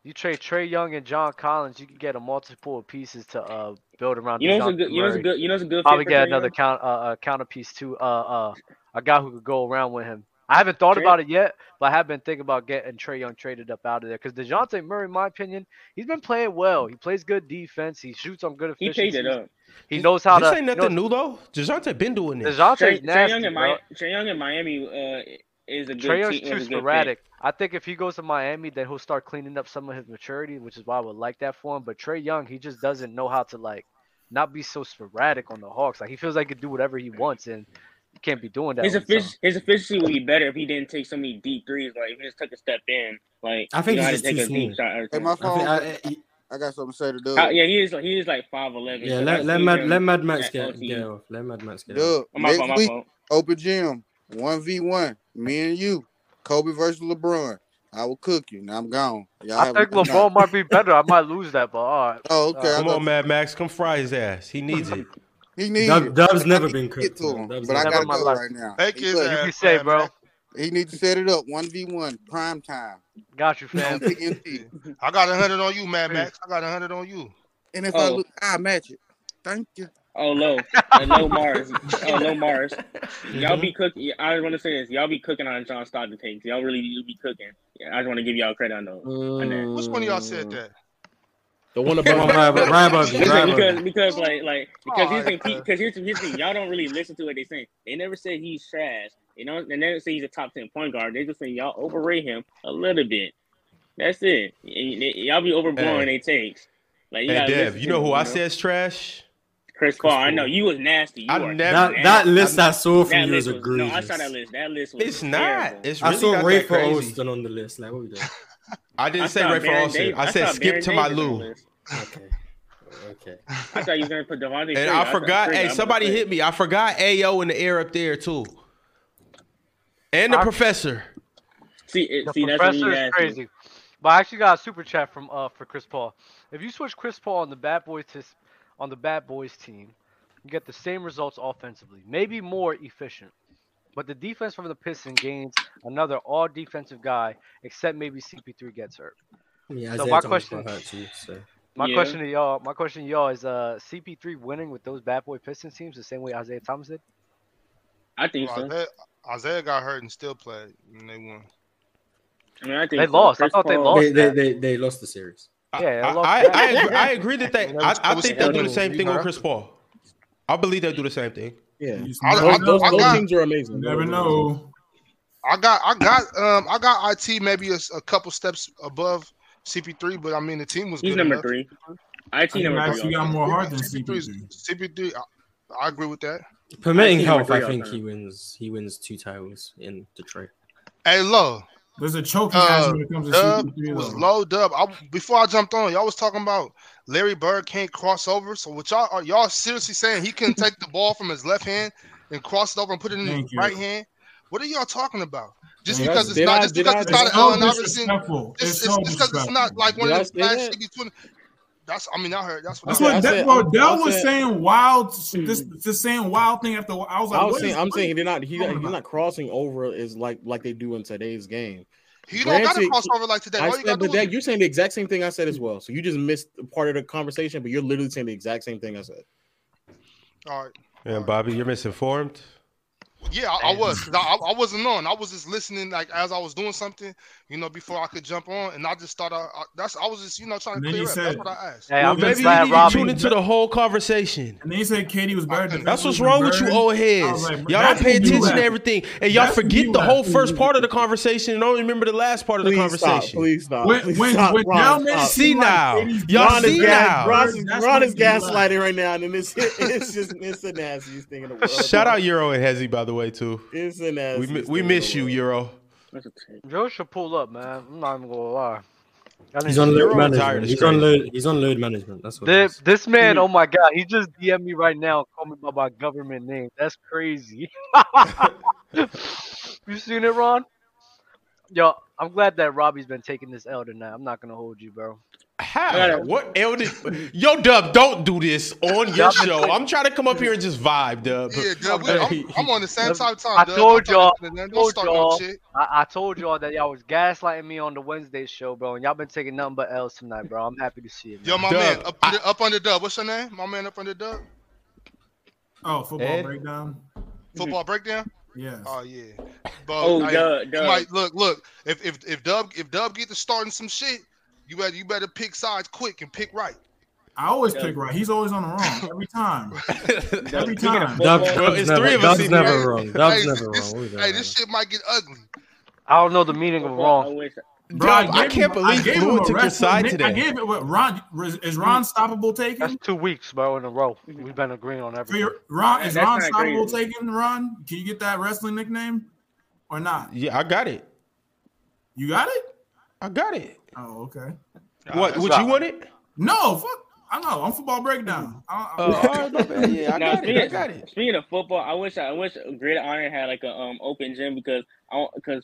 you trade Trey Young and John Collins, you can get a multiple of pieces to uh, build around. You know what's DeJounte a good. You know what's a Murray. good. You know what's a good. Probably fit for get Trae Young? another count, uh, uh, counterpiece too. Uh, uh, a guy who could go around with him. I haven't thought Trey- about it yet, but I have been thinking about getting Trey Young traded up out of there because Dejounte Murray, in my opinion, he's been playing well. He plays good defense. He shoots on good He efficiency. paid it up. He knows how this to. ain't he nothing knows- new though. Dejounte been doing this. Dejounte's Trey, Trey nasty, Young in bro. Miami. Trey Young in Miami uh, is a good. Trey Young's team, is a too good fit. sporadic. I think if he goes to Miami, then he'll start cleaning up some of his maturity, which is why I would like that for him. But Trey Young, he just doesn't know how to like not be so sporadic on the Hawks. Like he feels like he can do whatever he wants, and he can't be doing that. His all the time. efficiency, his efficiency would be better if he didn't take so many deep threes. Like if he just took a step in, like I think you know he's how to just take too a deep small. shot. every Hey, time. my I phone. think, I, I, I, got something to say to Doug. How- yeah, he is. He is like five eleven. yeah, let, let, Mad, let Mad Max get, LT. get off. Let Mad Max get off. Doug, My fault. next My week, fault. open gym, one v one, me and you, Kobe versus LeBron. I will cook you. Now I'm gone. Y'all I have a think good LeBron night. might be better. I might lose that, but all right. Oh, okay. I Come got- on, Mad Max, come fry his ass. He needs it. He needs Dub- it. Dub's never I need been to get cooked, to man. him, Dub's but I never gotta been go cooked. right now. Take He his cooked. ass. You say, man, bro. man. He needs to set it up. One v one, prime time Got you, on fam. TNT. I got a hundred on you, Mad Max. I got a hundred on you. And if I Oh. look, I match it. Thank you. Oh low, Uh, low Mars, oh low Mars. Mm-hmm. Y'all be cooking. I just want to say this. Y'all be cooking on John Stockton takes. Y'all really do be cooking. Yeah, I just want to give y'all credit on those. Mm. Which one of y'all said that? The one Come on, about right, right above you, right Because, above because, you. because like, like, because here's the thing. Alright. Because here's the here's the thing. Y'all don't really listen to what they say. They never said he's trash. You know, they never say he's a top ten point guard. They just say y'all overrate him a little bit. That's it. And they- y'all be overblowing Hey. they takes. Like, you Hey gotta Dev, listen you to know them, who I said's trash? Chris Paul. I know you was nasty. You I are never- That nasty. that list I saw from That you list is was no. I saw that egregious. list. That list was It's not. terrible. It's really I saw got that Rafe crazy. Olston on the list. Like, what we doing? I I didn't say saw Ray for Baron Austin. Dav- I said saw skip Baron to my Davis on the Lou. list. Okay. Okay. I thought you were gonna put Devontae. Frazier. And thought I Frazier- forgot. I'm Hey, gonna somebody say- hit me. I forgot AO in the air up there too. And the I- professor. See, it, The see, that's what he professor is asked. crazy. But I actually got a super chat from uh for Chris Paul. If you switch Chris Paul on the Bad Boys to, s- on the Bad Boys team, you get the same results offensively, maybe more efficient. But the defense from the Pistons gains another all defensive guy, except maybe CP3 gets hurt. Yeah, So Isaiah my Thomas question- got hurt too, so. My Yeah. question to y'all, my question to y'all is uh CP3 winning with those Bad Boy Pistons teams the same way Isaiah Thomas did? I think so. Isaiah, Isaiah got hurt and still played, and they won. I mean, I think They so. lost. I Chris thought they Paul- lost. They, they, they, they lost the series. I- Yeah, I, I love I, that. I, agree, I agree that they. I, That I was think they'll do the terrible. same thing with Chris Paul. I believe they'll do the same thing. yeah. I- I- Those, those, I those got- teams are amazing. Never know. I got, I got, um, I got it maybe a, s- a couple steps above CP3, but I mean the team was He's good number enough. three. I I see think number Max, you three. got also. more heart than CP3, is- CP3. CP3, I, I agree with that. Permitting I see health, I Montreal think now. he wins. He wins two titles in Detroit. Hey, low, There's a choking Uh, hazard when it comes to Dub CP3. was though. low dub. I, before I jumped on, y'all was talking about Larry Bird can't cross over. So what y'all are y'all seriously saying he couldn't take the ball from his left hand and cross it over and put it in Thank his you. right hand? What are y'all talking about? Just Did I- because it's did not I- just did because I- it's did not It's an so Allen Robinson. disrespectful. It's It's, so it's just because it's disrespectful. not like one Did I of the say flags that? should be twenty. That's I mean I heard that's what That's I Okay, heard. what I Deb said- Modell I was said- Hmm. saying. Wild, this this saying wild thing after. I was like, I was what saying, is- I'm what saying is- they're not. He, talking he's about? not crossing over is like like they do in today's game. He don't got to Granted, cross over like today. All I you said, got to but do is that you're saying the exact same thing I said as well. So you just missed part of the conversation, but you're literally saying the exact same thing I said. all right. And Bobby, you're misinformed. Yeah, I, I was. 'cause I, I wasn't on. I was just listening, like as I was doing something, you know, before I could jump on, and I just thought, I, I that's I was just, you know, trying And to then he clear up. said- that's what I asked. Hey, Well, I'm maybe just you glad need to Robbie. Tune into the whole conversation. And then he said Katie was better. than That's what's Fleetwood wrong with you Bird. old I heads. was like, y'all don't that's pay what you attention to at. everything, and y'all That's what forget you the at. whole first part of the conversation and don't remember the last part of the Please stop. conversation. Please stop. When- please when- stop. when Ron, y'all made it stop. seem See like now, Katie's y'all Ron is, see gas, now. Ron, is, That's Ron what is you at. gaslighting right now, and it's it's just it's the nastiest thing in the world. Shout out Euro and Hezzy, by the way, too. It's the We nastiest. mi- thing we in the miss you, world. Euro. That's a tip. Joe should pull up, man. I'm not even gonna lie. I He's didn't- on You're load all management. tired of He's on straight. load. He's on load management. That's what. it This, is. this man, oh my god, he just DM me right now, call me by my government name. That's crazy. you seen it, Ron? Yo, I'm glad that Robbie's been taking this L tonight. I'm not gonna hold you, bro. How? What elder? Yo, Dub, don't do this on your Y'all been show. playing- I'm trying to come up here and just vibe, Dub. Yeah, Dub, we- Hey. I'm, I'm on the same type of time. I Dub. told Don't talk y'all- about told nothing. Don't start y'all. no shit. I, I told y'all that y'all was gaslighting me on the Wednesday show, bro, and y'all been taking nothing but L's tonight, bro. I'm happy to see it. Man. Yo, my Dub, man, up under, up under Dub. What's your name? My man, up under Dub. Mm-hmm. Oh, football Ed? breakdown. Football breakdown. Yeah. Oh yeah. But, Oh, I- Dub, You Dub. might look, look. If if if Dub if Dub get to starting some shit, you better you better pick sides quick and pick right. I always pick right. He's always on the wrong every time. Every Speaking of time. Dub, football- Well, Dub's it's never, three of us Dub's in never here. wrong. Dub's hey, never this, Oh, wrong. hey, this shit might get ugly. I don't know the meaning of Football, I wrong. wish- Bro, Dub, gave I can't him- believe gave Blue him a took your rest. side Nick, I today. gave it what Ron is Ron stoppable That's taken? two weeks, bro, in a row. We've been agreeing on For everything. your Ron is That's Ron not stoppable crazy. taken? Ron, can you get that wrestling nickname or not? Yeah, I got it. You got it? I got it. Oh, okay. What? Would you want it? No, fuck. I know. I'm football breakdown. I, I, Uh, all right, my bad. Yeah, I Now, got it. I got it. Speaking of football, I wish I wish Greater Iron had like a um open gym because I because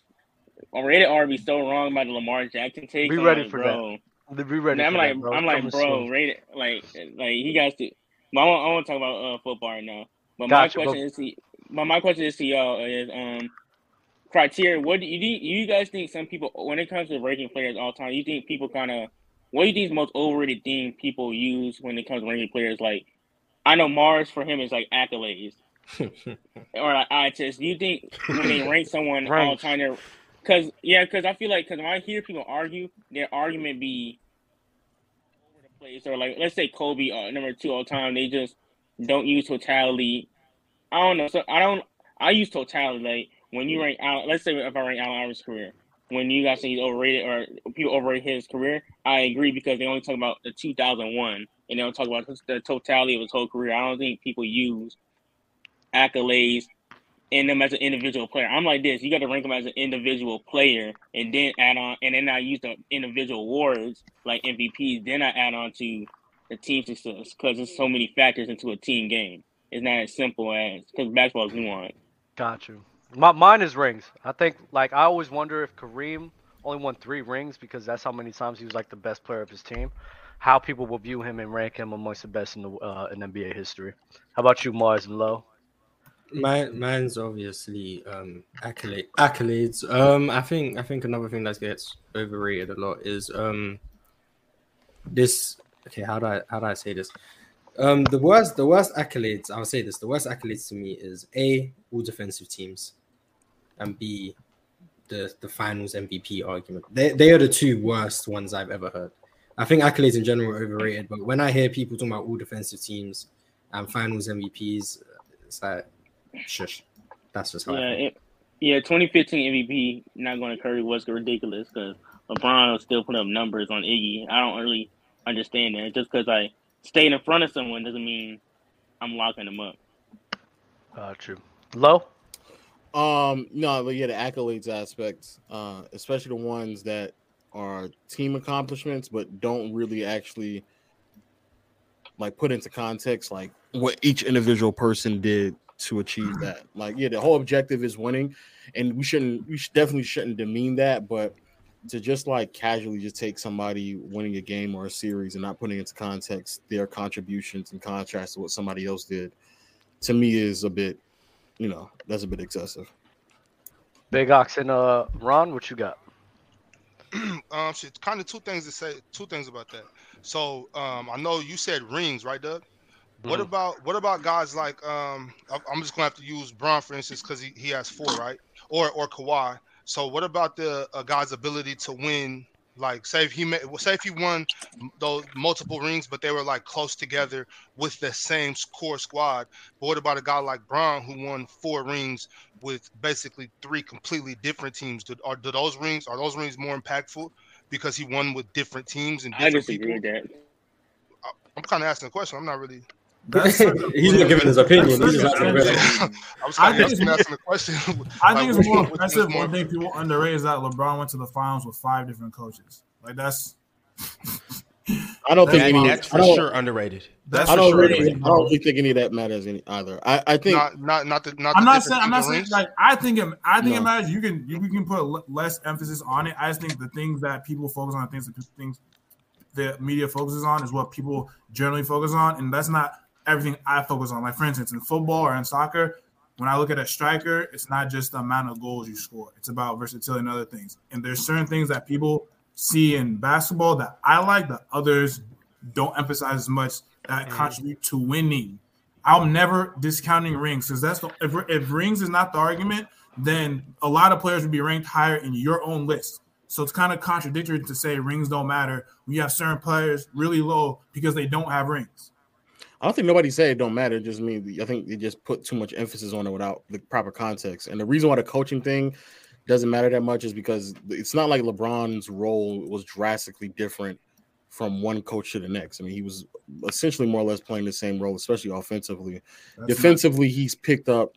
rated R be so wrong about the Lamar Jackson take. Be I'm ready like, for bro. that. Be ready. I'm for like that, bro. I'm Coming like bro, soon. rated like like he got to. But I won't, I won't talk about uh, football right now. But Gotcha, my question but- is, to, but my question is to y'all is um criteria. What do you do? You guys think some people when it comes to ranking players all time, you think people kind of what do you think is the most overrated thing people use when it comes to ranking players? Like I know Mars for him is like accolades or like eye test. Do you think when they rank someone all Ranks. time, they're because yeah, because I feel like because when I hear people argue, their argument be over the place or like let's say Kobe uh, number two all time, they just don't use totality. I don't know. So I don't. I use totality. Like when you rank Allen, let's say if I rank Allen Iverson's career, when you guys say he's overrated or people overrate his career, I agree because they only talk about the 2001 and they don't talk about the totality of his whole career. I don't think people use accolades and them as an individual player. I'm like this. You got to rank them as an individual player, and then add on, and then I use the individual awards like MVPs. Then I add on to the team success because there's so many factors into a team game. It's not as simple as because basketball is nuanced. Got you. My mine is rings. I think like I always wonder if Kareem only won three rings because that's how many times he was like the best player of his team. How people will view him and rank him amongst the best in the uh, in NBA history. How about you, Mars and Low? My mine's obviously um accolade accolades. Um I think I think another thing that gets overrated a lot is um this okay, how do I how do I say this? Um the worst the worst accolades, I'll say this, the worst accolades to me is A, all defensive teams, and B the the finals MVP argument. They they are the two worst ones I've ever heard. I think accolades in general are overrated, but when I hear people talking about all defensive teams and finals MVPs, it's like Shush. That's just how Yeah, I feel. it, yeah. 2015 MVP not going to Curry was ridiculous because LeBron was still putting up numbers on Iggy. I don't really understand that. Just because I stayed in front of someone doesn't mean I'm locking them up. Got you. Low? Um, no, but yeah, the accolades aspects, uh, especially the ones that are team accomplishments, but don't really actually like put into context like what each individual person did to achieve that. Like, yeah, the whole objective is winning, and we shouldn't, we should definitely shouldn't demean that, but to just like casually just take somebody winning a game or a series and not putting into context their contributions in contrast to what somebody else did, to me is a bit, you know, that's a bit excessive. Big Ox and uh Ron, what you got? um, shit, kind of two things to say, two things about that. So, um, I know you said rings, right, Doug? What about what about guys like um? I- I'm just gonna have to use Bron for instance because he, he has four right or or Kawhi. So what about the a guy's ability to win? Like say if he ma- say if he won those multiple rings, but they were like close together with the same core squad. But what about a guy like Bron who won four rings with basically three completely different teams? Do, are do those rings are those rings more impactful because he won with different teams and I different disagree people? with that. I'm kind of asking a question. I'm not really. That's such a- He's not giving his opinion. He's just asking a question. I was I kind of think- asking, asking the question. I think it's Like, more which one- which one's impressive. more One thing people underrate is that LeBron went to the finals with five different coaches. Like that's I don't That's think Hey, That- any, that's I for don't- sure underrated. that's I for don't sure. really, I don't really think any of that matters any either. I, I think Not, not, not the, not I'm the not difference saying I'm in not the saying rings? like I think it, I think it No. matters. You can you, we can put le- less emphasis on it. I just think the things that people focus on, the things that people- things the media focuses on, is what people generally focus on, and that's not everything I focus on. Like for instance, in football or in soccer, when I look at a striker, it's not just the amount of goals you score; it's about versatility and other things. And there's certain things that people see in basketball that I like that others don't emphasize as much that contribute to winning. I'm never discounting rings because that's the if, if rings is not the argument, then a lot of players would be ranked higher in your own list. So it's kind of contradictory to say rings don't matter. We have certain players really low because they don't have rings. I don't think nobody said it don't matter. It just means I think they just put too much emphasis on it without the proper context. And the reason why the coaching thing doesn't matter that much is because it's not like LeBron's role was drastically different from one coach to the next. I mean, he was essentially more or less playing the same role, especially offensively. That's Defensively, he's picked up.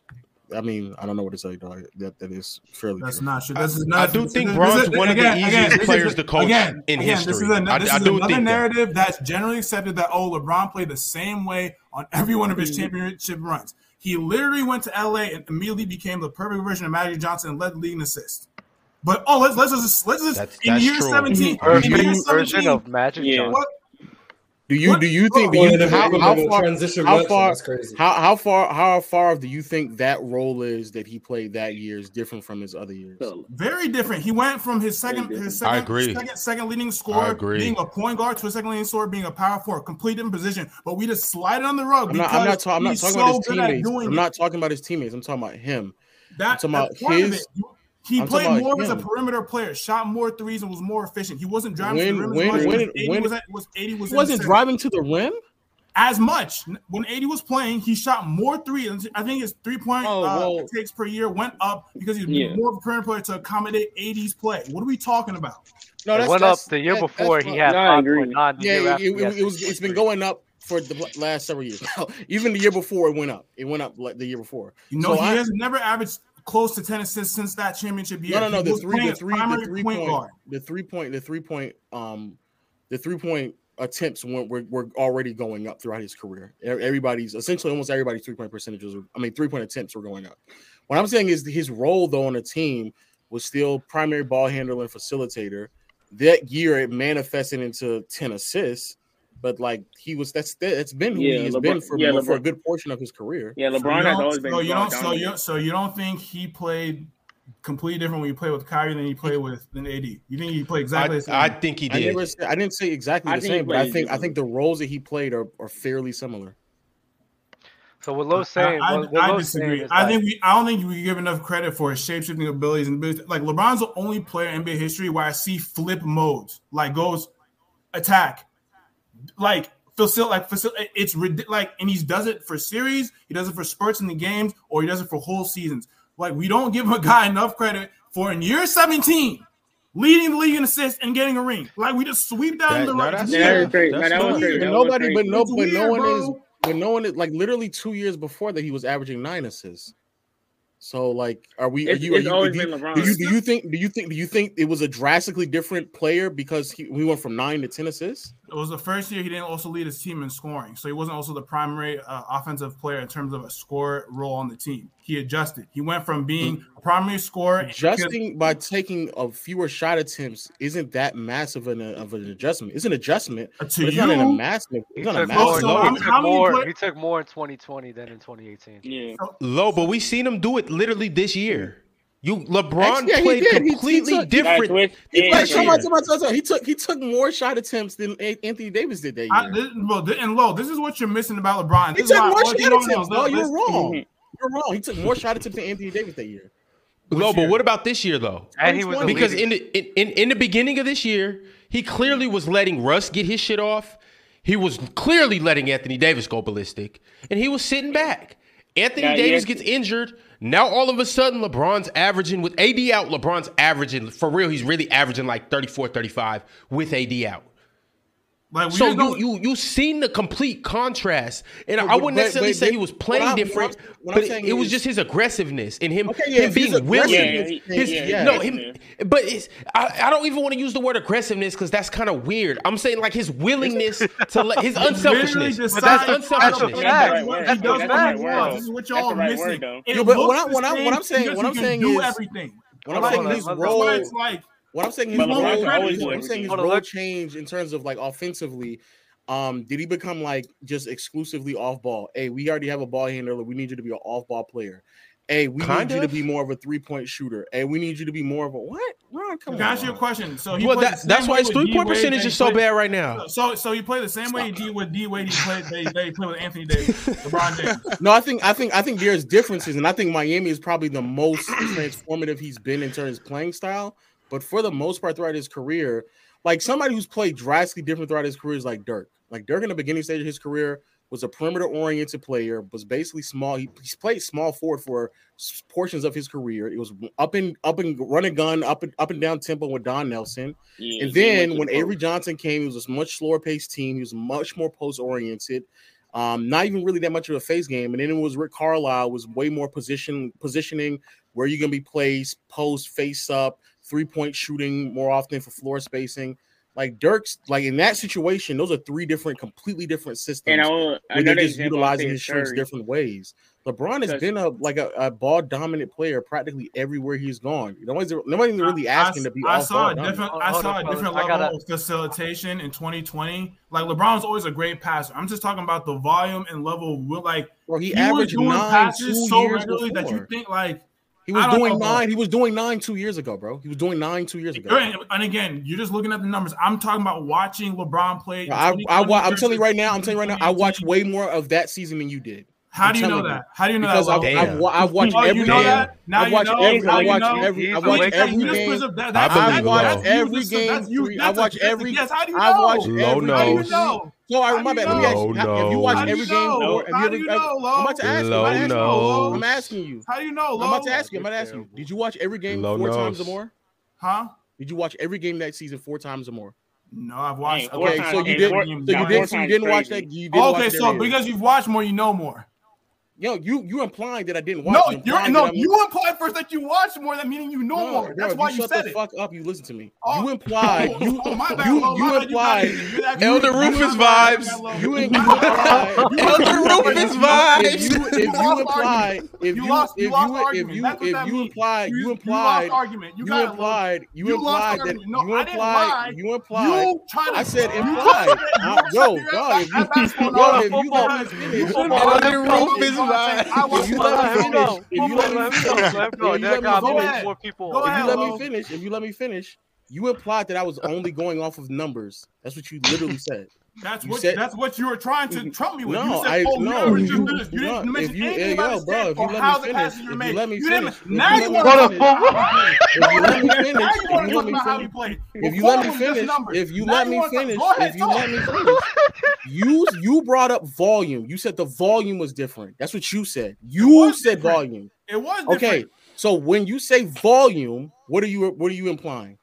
I mean, I don't know what to say, dog. That that is fairly Not, that's true. not shit. This is I not, do this think is- Bron's this is- one of the easiest this is- players to coach in This history. is, an- I- this I is do another think that. narrative that's generally accepted that oh, LeBron played the same way on every one of his Mm-hmm. championship runs. He literally went to LA and immediately became the perfect version of Magic Johnson and led the league in assists. But oh, let's let's just let's just That's- in that's year true. seventeen, Version- in year Mm-hmm. version seventeen, of Magic Yeah. Johnson. what Do you do you think do Well, you Even if how, it- even how if it far transition how works, far- that's crazy. How how far how far do you think that role is that he played that year is different from his other years? Very different. He went from his second, his second, I agree. second, second leading scorer, agree. being a point guard to a second leading scorer, being a power forward, complete in position. But we just slide it on the rug I'm because not, I'm not, ta- I'm not he's talking so about his good at teammates. doing I'm it. not talking about his teammates. I'm talking about him. that, I'm talking about that's part of his- it. He I'm talking played about more as a him. perimeter player, shot more threes, and was more efficient. He wasn't driving to the When- rim when- as much. when- 80 when- was, at, was 80 was He in wasn't the center. driving to the rim. as much. When 80 was playing, he shot more three. I think his three point Oh, uh, well- takes per year went up because he's Yeah. more of a perimeter player to accommodate 80's play. What are we talking about? No, it went up the year that- that's before. He fine. had No, I five agree. point nine. The Yeah, year it, after it, he had it was. It's been 6.3. going up for the last several years. Even the year before, it went up. It went up like the year before. You know, So he I- has never averaged close to 10 assists since that championship year. No, no, no. He The was three, playing the three, primary the three point point, guard. the three point, the three point, um, the three point attempts were, were, were already going up throughout his career. E- Everybody's essentially almost everybody's three point percentages. Were, I mean, three point attempts were going up. What I'm saying is his role though on the team was still primary ball handler and facilitator. That year, it manifested into ten assists. But like he was, that's that's been who Yeah, he has LeBron- been for, yeah, for a LeBron. good portion of his career. Yeah, So LeBron you has don't- always been. So you ball don't. So dominant. you. So you don't think he played completely different when you played with Kyrie than he played with than AD. You think he played exactly the same? I, I think he I did. never, said, I didn't say exactly I the think he same, but I played think I think the roles that he played are, are fairly similar. So what Lo's saying, I, I- what, what I Lo's saying disagree. is I like- think we. I don't think we give enough credit for his shapeshifting abilities and abilities. Like LeBron's the only player in NBA history where I see flip modes. Like goes attack, like facil like facil- It's rid- like and he does it for series. He does it for spurts in the games, or he does it for whole seasons. Like we don't give a guy enough credit for in year seventeen. Leading the league in assists and getting a ring, like we just sweep down That- the no, rug. that's Yeah. Yeah, that fair. was great. That's Man, that was fair. great. But That was nobody, great. but no, It's but weird, no one bro. is, but no one is like literally two years before that he was averaging nine assists. So like, are we? Are It's- you? Are it's you? always do, you been LeBron. do you? Do you think? Do you think? Do you think it was a drastically different player because he we went from nine to ten assists? It was the first year he didn't also lead his team in scoring, so he wasn't also the primary uh, offensive player in terms of a scorer role on the team. He adjusted. He went from being a primary scorer. Adjusting by taking a fewer shot attempts isn't that massive an, uh, of an adjustment. It's an adjustment, because- to but it's you. not an amassment. He It's not a took massive. Also, more, I'm- he, took how many more play- he took more in 2020 than in 2018. Yeah. Low, but we seen him do it literally this year. You LeBron Actually, yeah, he played did. He- he completely took- different. Like, It's Like, like- come on, come on, come on. He took he took more shot attempts than A- Anthony Davis did that year. I, this, well, th- and low, this is what you're missing about LeBron. he This is took why- more well, shot you don't know. attempts. No, Look, you're this- wrong. Mhm. You're wrong. He took more shot attempts than Anthony Davis that year. No, but what about this year though? And he was the because leading- in the in, in, in the beginning of this year, he clearly was letting Russ get his shit off. He was clearly letting Anthony Davis go ballistic, and he was sitting back. Anthony Now, Davis yes. gets injured. Now all of a sudden, LeBron's averaging with AD out. LeBron's averaging for real. He's really averaging like 34, 35 with AD out. Like, we So just you don't- you you seen the complete contrast, and But- I wouldn't but- necessarily but say this- he was what playing I'm- what I'm- different, what I'm but it, saying it was is- just his aggressiveness and him Okay, yeah, him if he's being willing. yeah, he- His, yeah, yeah. no, him, aggressiveness. but it's I, I don't even want to use the word aggressiveness because that's kind of weird. I'm saying like his willingness to let his Literally unselfishness. decided that's to unselfishness. fuck That's up the what right he word. does That's when the he right wants. word. This is what That's y'all the right missing. word, though. It Yeah, but what looks I- the what I'm- what same I'm saying- because what he I'm can saying do is- everything. What I'm Hold saying on, his hold on, That's why role it's like What I'm saying, his But role, LeBron can always do I'm saying his everything. Hold on, role let- change in terms of like offensively. Um, did he become like just exclusively off ball? Hey, we already have a ball handler. We need you to be an off ball player. Hey, we Kind need you to of. be more of a three point shooter. Hey, we need you to be more of a what? Ron, come to answer your on. Ron. question. So he Well, played that, the that's same why way his with three point D-Wade percentage that is he so played- bad right now. So so he played the same way D with D Wade he played they they played with Anthony Davis, LeBron James. No, I think I think I think there's differences, and I think Miami is probably the most transformative he's been in terms of playing style. But for the most part, throughout his career, like somebody who's played drastically different throughout his career is like Dirk. Like Dirk in the beginning stage of his career was a perimeter oriented player, was basically small. He, he's played small forward for s- portions of his career. It was up and up and run and gun, up and up and down tempo with Don Nelson. Yeah, he And went then to when the Avery post. Johnson came, he was a much slower paced team. He was much more post oriented. Um, not even really that much of a face game. And then it was Rick Carlisle was way more position positioning where you're gonna be placed, post, face up, three point shooting more often for floor spacing. Like Dirk's like in that situation, those are three different, completely different systems. and I will, where they're another just example I'll say utilizing is his strengths Curry. different ways. LeBron has Because- been a like a, a ball dominant player practically everywhere he's gone. Nobody's nobody's really I- I, asking to be. I off saw a ball dominant. different Hold- I hold saw up, a different fellas. I level gotta- of facilitation in 2020. Like LeBron's always a great passer. I'm just talking about the volume and level of will- like Bro, he, he, was averaged doing nine two passes so years regularly that you before. think like he I was don't know, doing bro. nine. He was doing nine two years ago, bro. He was doing nine two years ago. and and again, you're just looking at the numbers. I'm talking about watching LeBron play. in I, I, 2020 wa- I'm telling you right now. I'm telling you right now. I versus watched way more of that season than you did How I'm do you know telling you. that? How do you know because that? I've, level? Damn. I've, wa- I've watched oh, every you know Damn. game. that? Now I've you watched know. every. Now I you watched know. every. He's I a watched wake up every call. game. That, I that's- believe that's- LeBron. that's you Every just- game that's you- three. that's I watch a- that's a every- guess. How do you know? I watch every. Low How do you nose. know? So I How do remember. you Let me ask know? you. ha- If you How Low watch do every you game, know? or if How you do you ever- know, I'm Lo? about to ask you. I'm Low about to ask you. nose. I'm asking you. How do you know, I'm Lo? about to ask you. I'm about to ask you. Terrible. Did you watch every game Low four times or nose. more? Huh? Did you watch every game that season four times or more? No, I've watched. Hey, I've four watched Okay, times- so all you hey, the did. four- not games. So you nah, did. four So you times didn't watch crazy. that. You didn't watch Okay, that so either. because you've watched more, you know more. Yo, you you implying that I didn't watch. No, it, you're implying that no. I'm- You implied first that you watched more, that meaning you know No, more. bro, That's if why you, you shut said the it. fuck up. You listen to me. Oh. you implied you Oh, my bad, you, Lo. you My bad, you got implied it. You're that- Elder you're Rufus that- vibes. you're that you low. implied Elder Rufus if you vibes. if You lost you imply argument. if You you lost- you if lost you if argument. you That's what that if you means. implied You you you implied lost argument. You, you got it, Lo. implied you You lost implied that argument. No, you I didn't lie. implied you implied. You trying to? I said you implied. I- Yo, trying to- dog, Oh, if you That's basketball, yo, no, if you football. let me finish, Football. Let him Elder go. Rufus I vibes. watched if you football. let Let him go. Let him go. Let him go. That guy made more people. finish- Go me finish, if you let me finish, if you let me if you ahead, let Lo. me finish, if you let me finish, you implied that I was only going off of numbers. That's what you literally said. That's You what said- Mm-hmm. that's what you were trying to trump me with. No, you said, I- oh, no, you, you- you, you no, didn't mention if you- anything eh, about yo, the bro, stats if you or let me how the finish, passes if were you made. let me didn't. finish, if Now you you let want me to finish, talk If you let about- me Now finish, you if want to talk you let me about how you finish, played. if you Before let me it was just finish, numbers. if you Now let me wanna talk- finish, Go ahead, if you talk. let me finish, you you brought up volume. You said the volume was different. That's what you said. You was said different. volume. It was different. Okay, so when you say volume, what are you what are you implying?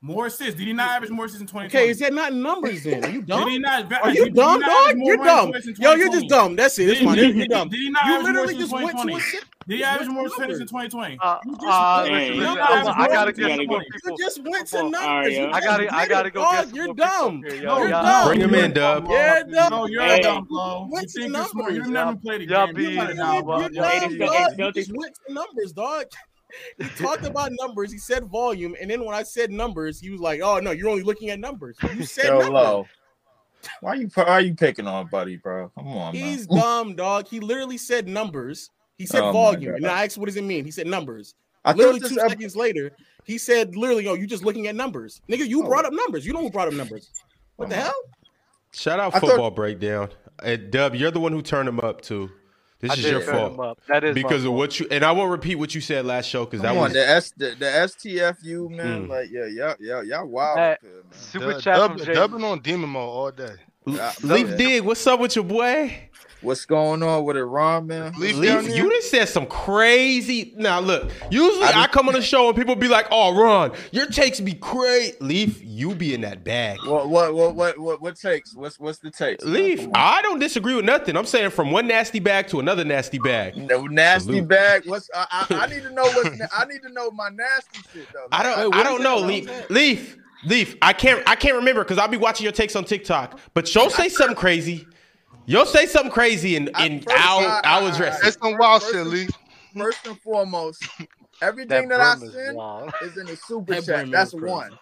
More assists. Did he not average more assists in 2020? Okay, is that not numbers then? Are you Did he dumb? not? Are did you he dumb, not dog? average more You're runs dumb. more assists in Yo, you're just 2020? dumb. That's it. That's Did fine. he- You're dumb. Did he not You average more literally assists just in went to a 2020? sit. Did he you average went more to assists in numbers. 2020? Uh, You just- uh, you listen, just listen, averaged hold on. I more gotta assists get in some more 2020. You people. just went to Football. numbers. All right, yo. You I just gotta, did I it, gotta go get dog. some You're more people up dumb. here, yo. No, You're no, Y'all- dumb. Bring him in, Dub. Yeah, dumb. No, you're Hey. dumb, Lo. You What's the think you're smart. You've numbers? never played a Y'all game. be- You You're let it dumb. now, bro. You're Yo, hey, dumb, this- dog. hey, You Celtics- just went to numbers, dog. You talked about numbers. He said volume, and then when I said numbers, he was like, "Oh no, you're only looking at numbers." You said Yo, numbers. low. Why you why you picking on buddy, bro? Come on, man. He's dumb, dog. He literally said numbers. He said Oh my volume, God. and I asked, "What does it mean?" He said numbers. I literally thought this two ep- seconds later, he said, "Literally, oh, you just looking at numbers, nigga. Oh. You brought up numbers. You know who brought up numbers? What the hell? Shout out I thought- football breakdown. Uh, Dub, you're the one who turned him up too. This I is did your turn him fault up. That is my because of fault. what you and I won't repeat what you said last show because that Come on, was the S the, the STFU man, Mm. like yeah, yeah, yeah, y'all wild That- up here, man. Super Dub- chat dub- from Jay. Dubbing on demon mode all day. Yeah, I love Leaf it. Dig. What's up with your boy? What's going on with Iran, man? Leaf, down Leaf, there. you done said some crazy. Now look, usually I be- I, come on the show and people be like, "Oh, Ron, your takes be crazy." Leaf, you be in that bag. What what what what what, what takes? What's what's the takes? man? Leaf, Come on. I don't disagree with nothing. I'm saying from one nasty bag to another nasty bag. No nasty Salute. bag. What's I, I, I need to know what's na- I need to know my nasty shit though. I man. don't. I don't know. Leaf. Leaf. Leaf. I can't. I can't remember because I'll be watching your takes on TikTok. But you'll say something crazy. You'll say something crazy, and I- and first I'll I- I'll I- address That's it. some wild First shit, and- Leaf. First and foremost, everything That that, I brim is send wild. is in the super That brim chat. is That's crazy. one.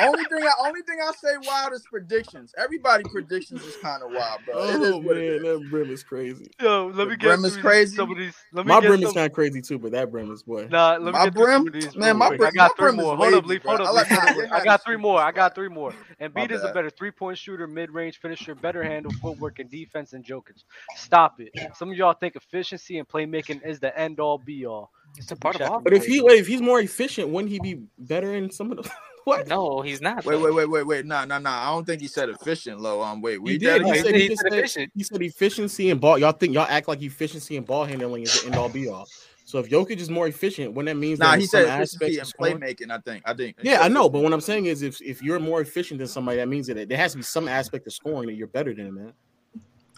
only thing I only thing I say wild is predictions. Everybody predictions is kind of wild, bro. it is Oh what it man, is. that brim is crazy. Yo, let me The get brim is through crazy. some of these. Let me My get brim some, is kind of crazy too, but that brim is boy. Nah, let me My get through some brim? of these Man, real my quick. brim- I got my three brim is more. Hold up, wavy, Leaf. bro. Hold I up, like Leaf. how Hold your up. I hand got is three super more. I got flat. three more. And My beat is a bad. better three-point shooter, mid-range finisher, better handle, footwork, and defense and jokers. Stop it. Some of y'all think efficiency and playmaking is the end-all, be-all. It's a part of Check offense. me. But if he wait, if he's more efficient, wouldn't he be better in some of the what? No, he's not. Wait, though. wait, wait, wait, wait. Nah, nah, nah. I don't think he said efficient, low. Um, wait, we He did. No, He he said, said he, he's just said, inefficient. he said efficiency and ball. Y'all think y'all act like efficiency and ball handling is the end all be all. So if Jokic is more efficient, when that means Nah, that he in some said aspects efficiency of and scoring- playmaking. I think. I think. Yeah, I know, but what I'm saying is, if if you're more efficient than somebody, that means that it, there has to be some aspect of scoring that you're better than, man.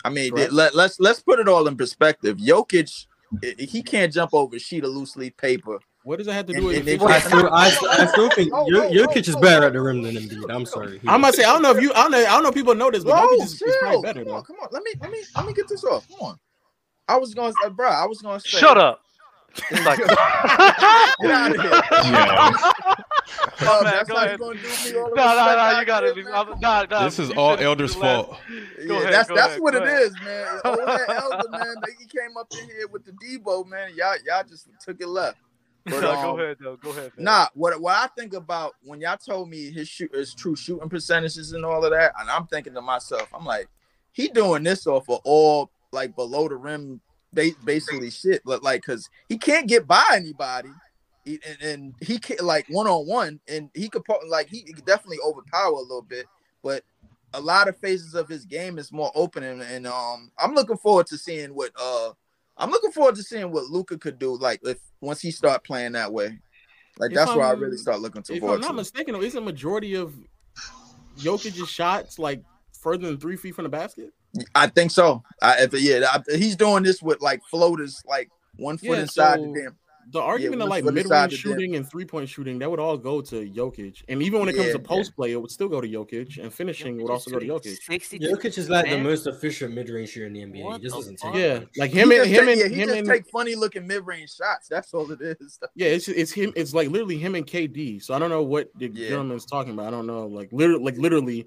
I mean, Correct. let, let's let's put it all in perspective. Jokic, i- he can't jump over a sheet of loose leaf paper. What does that have to And- do with and they efficiency? I still, I, I still think Oh, Yo- oh, Jokic is oh, better oh. at the rim than Embiid. I'm sorry. He I'm is. gonna say I don't know if you I don't know, I don't know if people know this, but Bro, Jokic is, is probably chill. better Come though. on, come on. Let me let me let me get this off. Come on. I was gonna, uh, bro. I was gonna say. Shut up. It's like, Get out of here. Go Dub, ahead, that's go how you ahead. gonna do me all of a No, no, sudden no, out you got here, it. Leaf. man? I'm- Come on. Nah, nah, This is you all should've Elder's did the last- fault. Go yeah, ahead, that's go that's ahead, what go it ahead. is, man. Old that elder man, they, he came up in here with the Debo man. Y'all y'all just took it left. But, Nah, um, go ahead though. Go ahead. man. Nah, what what I think about when y'all told me his shoot his true shooting percentages and all of that, and I'm thinking to myself, I'm like, he doing this off of all like below the rim, ba- basically shit, but like, cause he can't get by anybody, He- and, and he can like one on one, and he could pro- like he could definitely overpower a little bit, but a lot of phases of his game is more open, and, and um, I'm looking forward to seeing what uh, I'm looking forward to seeing what Luca could do, like if once he start playing that way. Like If that's where I I'm- really start looking to If I'm forward not to. mistaken, though, isn't majority of Jokic's shots like further than three feet from the basket? I think so. I, if yeah, I, he's doing this with like floaters, like one foot Yeah, inside so- the damn. The argument one of like foot mid inside range the shooting and three point shooting that would all go to Jokic, and even when it comes Yeah, to post play, it would still go to Jokic, and finishing would also go to Jokic. Sixty. Jokic is like the Man. most efficient mid-range shooter in the NBA. What he just the doesn't take. fuck? Yeah, much. like He him and just him and take, yeah, he him just and take funny looking mid range shots. That's all it is. yeah, it's it's him. It's like literally him and KD. So I don't know what the Yeah. gentleman's talking about. I don't know, like literally, like literally,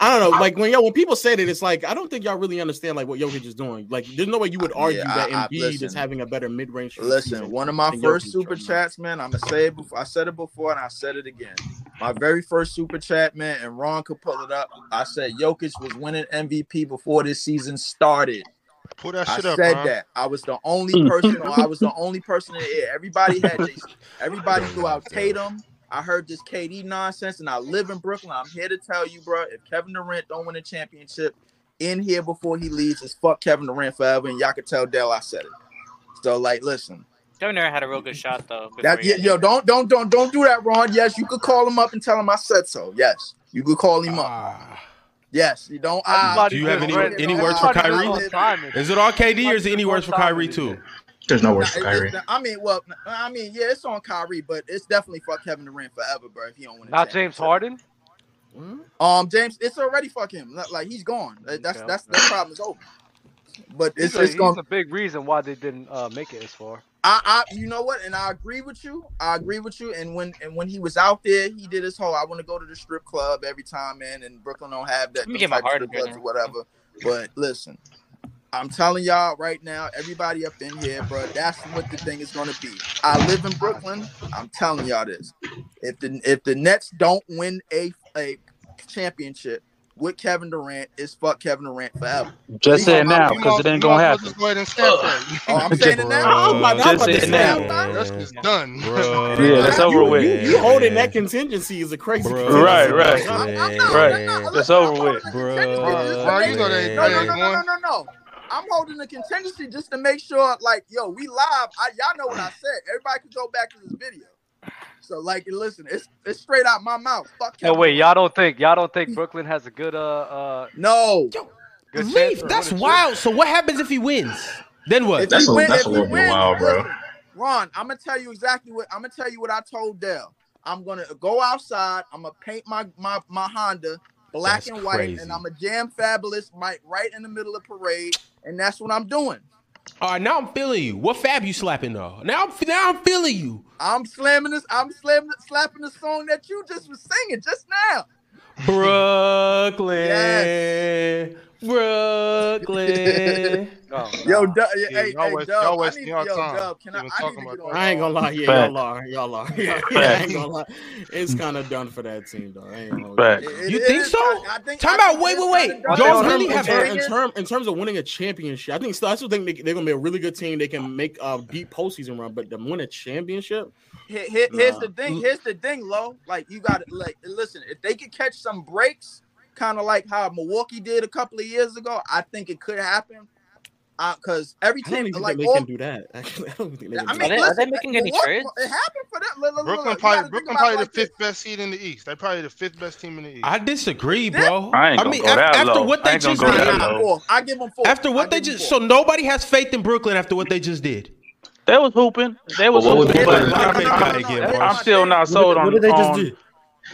I don't know. Like when y'all when people say that, it's like I don't think y'all really understand like what Jokic is doing. Like there's no way you would Yeah, argue I- that I- Embiid is listen. having a better mid range. Listen, one of my And first Jokic super right now. chats, man. I'm gonna say it before. I said it before, and I said it again. My very first super chat, man, and Ron could pull it up. I said Jokic was winning MVP before this season started. Pull that I shit said up, bro. that. I was the only person, or I was the only person in here. Everybody had Jason. Everybody threw out Tatum. I heard this KD nonsense, and I live in Brooklyn. I'm here to tell you, bro, if Kevin Durant don't win a championship in here before he leaves, it's fuck Kevin Durant forever. And y'all can tell Dell I said it. So, like, listen, Kevin Durant had a real good shot though. before that he yeah, got yo, don't don't don't don't do that, Ron. Yes, you could call him up and tell him I said so. Yes, you could call him up. Ah. Yes, you don't. I Ah, just Do you bought have his any- bread. any I just words for bought his Kyrie? little diamond. Is it all KD or is it Like, any words for one time Kyrie it too? There's no words Nah, for it- Kyrie. it's not- I mean, well, I mean, yeah, it's on Kyrie, but it's definitely fuck Kevin Durant forever, bro. If he don't win, a Not James championship. Harden. Um, James, it's already fuck him. Like- Like he's gone. Like, That's Okay. that's that problem's over. But He's, it's a, it's he's gonna. a big reason why they didn't uh, make it as far. I, I you know what? And I agree with you. I agree with you. And when and when he was out there, he did his whole. I want to go to the strip club every time, man. And Brooklyn don't have that Let me those get my type of Harden strip clubs jersey. or whatever. But listen, I'm telling y'all right now, everybody up in here, bro, that's what the thing is going to be. I live in Brooklyn. I'm telling y'all this. If the if the Nets don't win a a championship with Kevin Durant, it's fuck Kevin Durant forever. Just say it now, You 'cause it ain't gonna happen. Go ahead and step that. Oh, I'm saying it now. I'm about- I'm Just about say to it say now. That's just done. Yeah, that's over You, you, with. you holding that contingency is a crazy. contingency, Right, bro. right. I'm, I'm not. I'm not. Right. Listen, That's I'm over holding with. the contingency just to Bro, you make- know they- No, no, they no, no, no, won. no, no. I'm holding the contingency just to make sure, like, yo, we live. I, y'all know what I said. Everybody can go back to this video. So, like, listen, it's it's straight out my mouth. Fuck No, Kevin wait, y'all don't think y'all don't think Brooklyn has a good uh uh No. good chance Leaf, for that's winning? wild. So what happens if he wins? Then If what? we That's a- win, that's if a we little bit win, wild, bro. listen, Ron, I'm gonna tell you exactly what I'm gonna tell you what I told Dell. I'm gonna go outside. I'm gonna paint my my my Honda black That's and white, crazy. and I'm a jam fabulous right right in the middle of parade, and that's what I'm doing. All right, now I'm feeling you. What fab you slapping though? Now I'm now I'm feeling you. I'm slamming this. I'm slamming slapping the song that you just was singing just now. Brooklyn. Brooklyn. Oh, Yo, nah. Dub, Yeah, hey, y'all hey, wasting- Dub, y'all I wasting need, y'all yo, time Dub, can even I, I need talking to about get on. that. I ain't gonna lie, yeah, Fact. y'all are, y'all are, yeah, yeah, I ain't Fact. gonna lie. It's Mm. kind of done for that team, though. I ain't gonna hold Fact. It- it- You it think is so? kinda- I think- Time I out, think wait, it is wait, kinda wait. done. Y'all in, They term, really in, have ter- her. Thing in, is- term, in terms of winning a championship, I think still, I still think they, they're gonna be a really good team. They can make a deep postseason run, but to win a championship, Here, here- here's Nah. the thing. Mm. Here's the thing, Lo. Like you got to like listen. If they could catch some breaks, kind of like how Milwaukee did a couple of years ago, I think it could happen. Because every I don't team, even like think they all, can do that. Actually, I don't think they I can. mean, do Are they- that. are they listen, making any Milwaukee- trades? It happened for them. Look, look, look, Brooklyn look, you gotta probably think Brooklyn about it probably the like this. fifth best seed in the East. They probably the fifth best team in the East. I disagree, bro. I ain't gonna mean, go af- that after low. what I they ain't gonna just go Nah, that did, low. nah, four. I give them four. after I what they give 'em just, four. so nobody has faith in Brooklyn after what they just did. They was hooping. They was But what would hooping, they Yeah, play but no, in no, the no, Not no, every no, I'm, no, guy I'm, no. again, That's bro. I'm my still thing. not What sold did, what on did they just on do?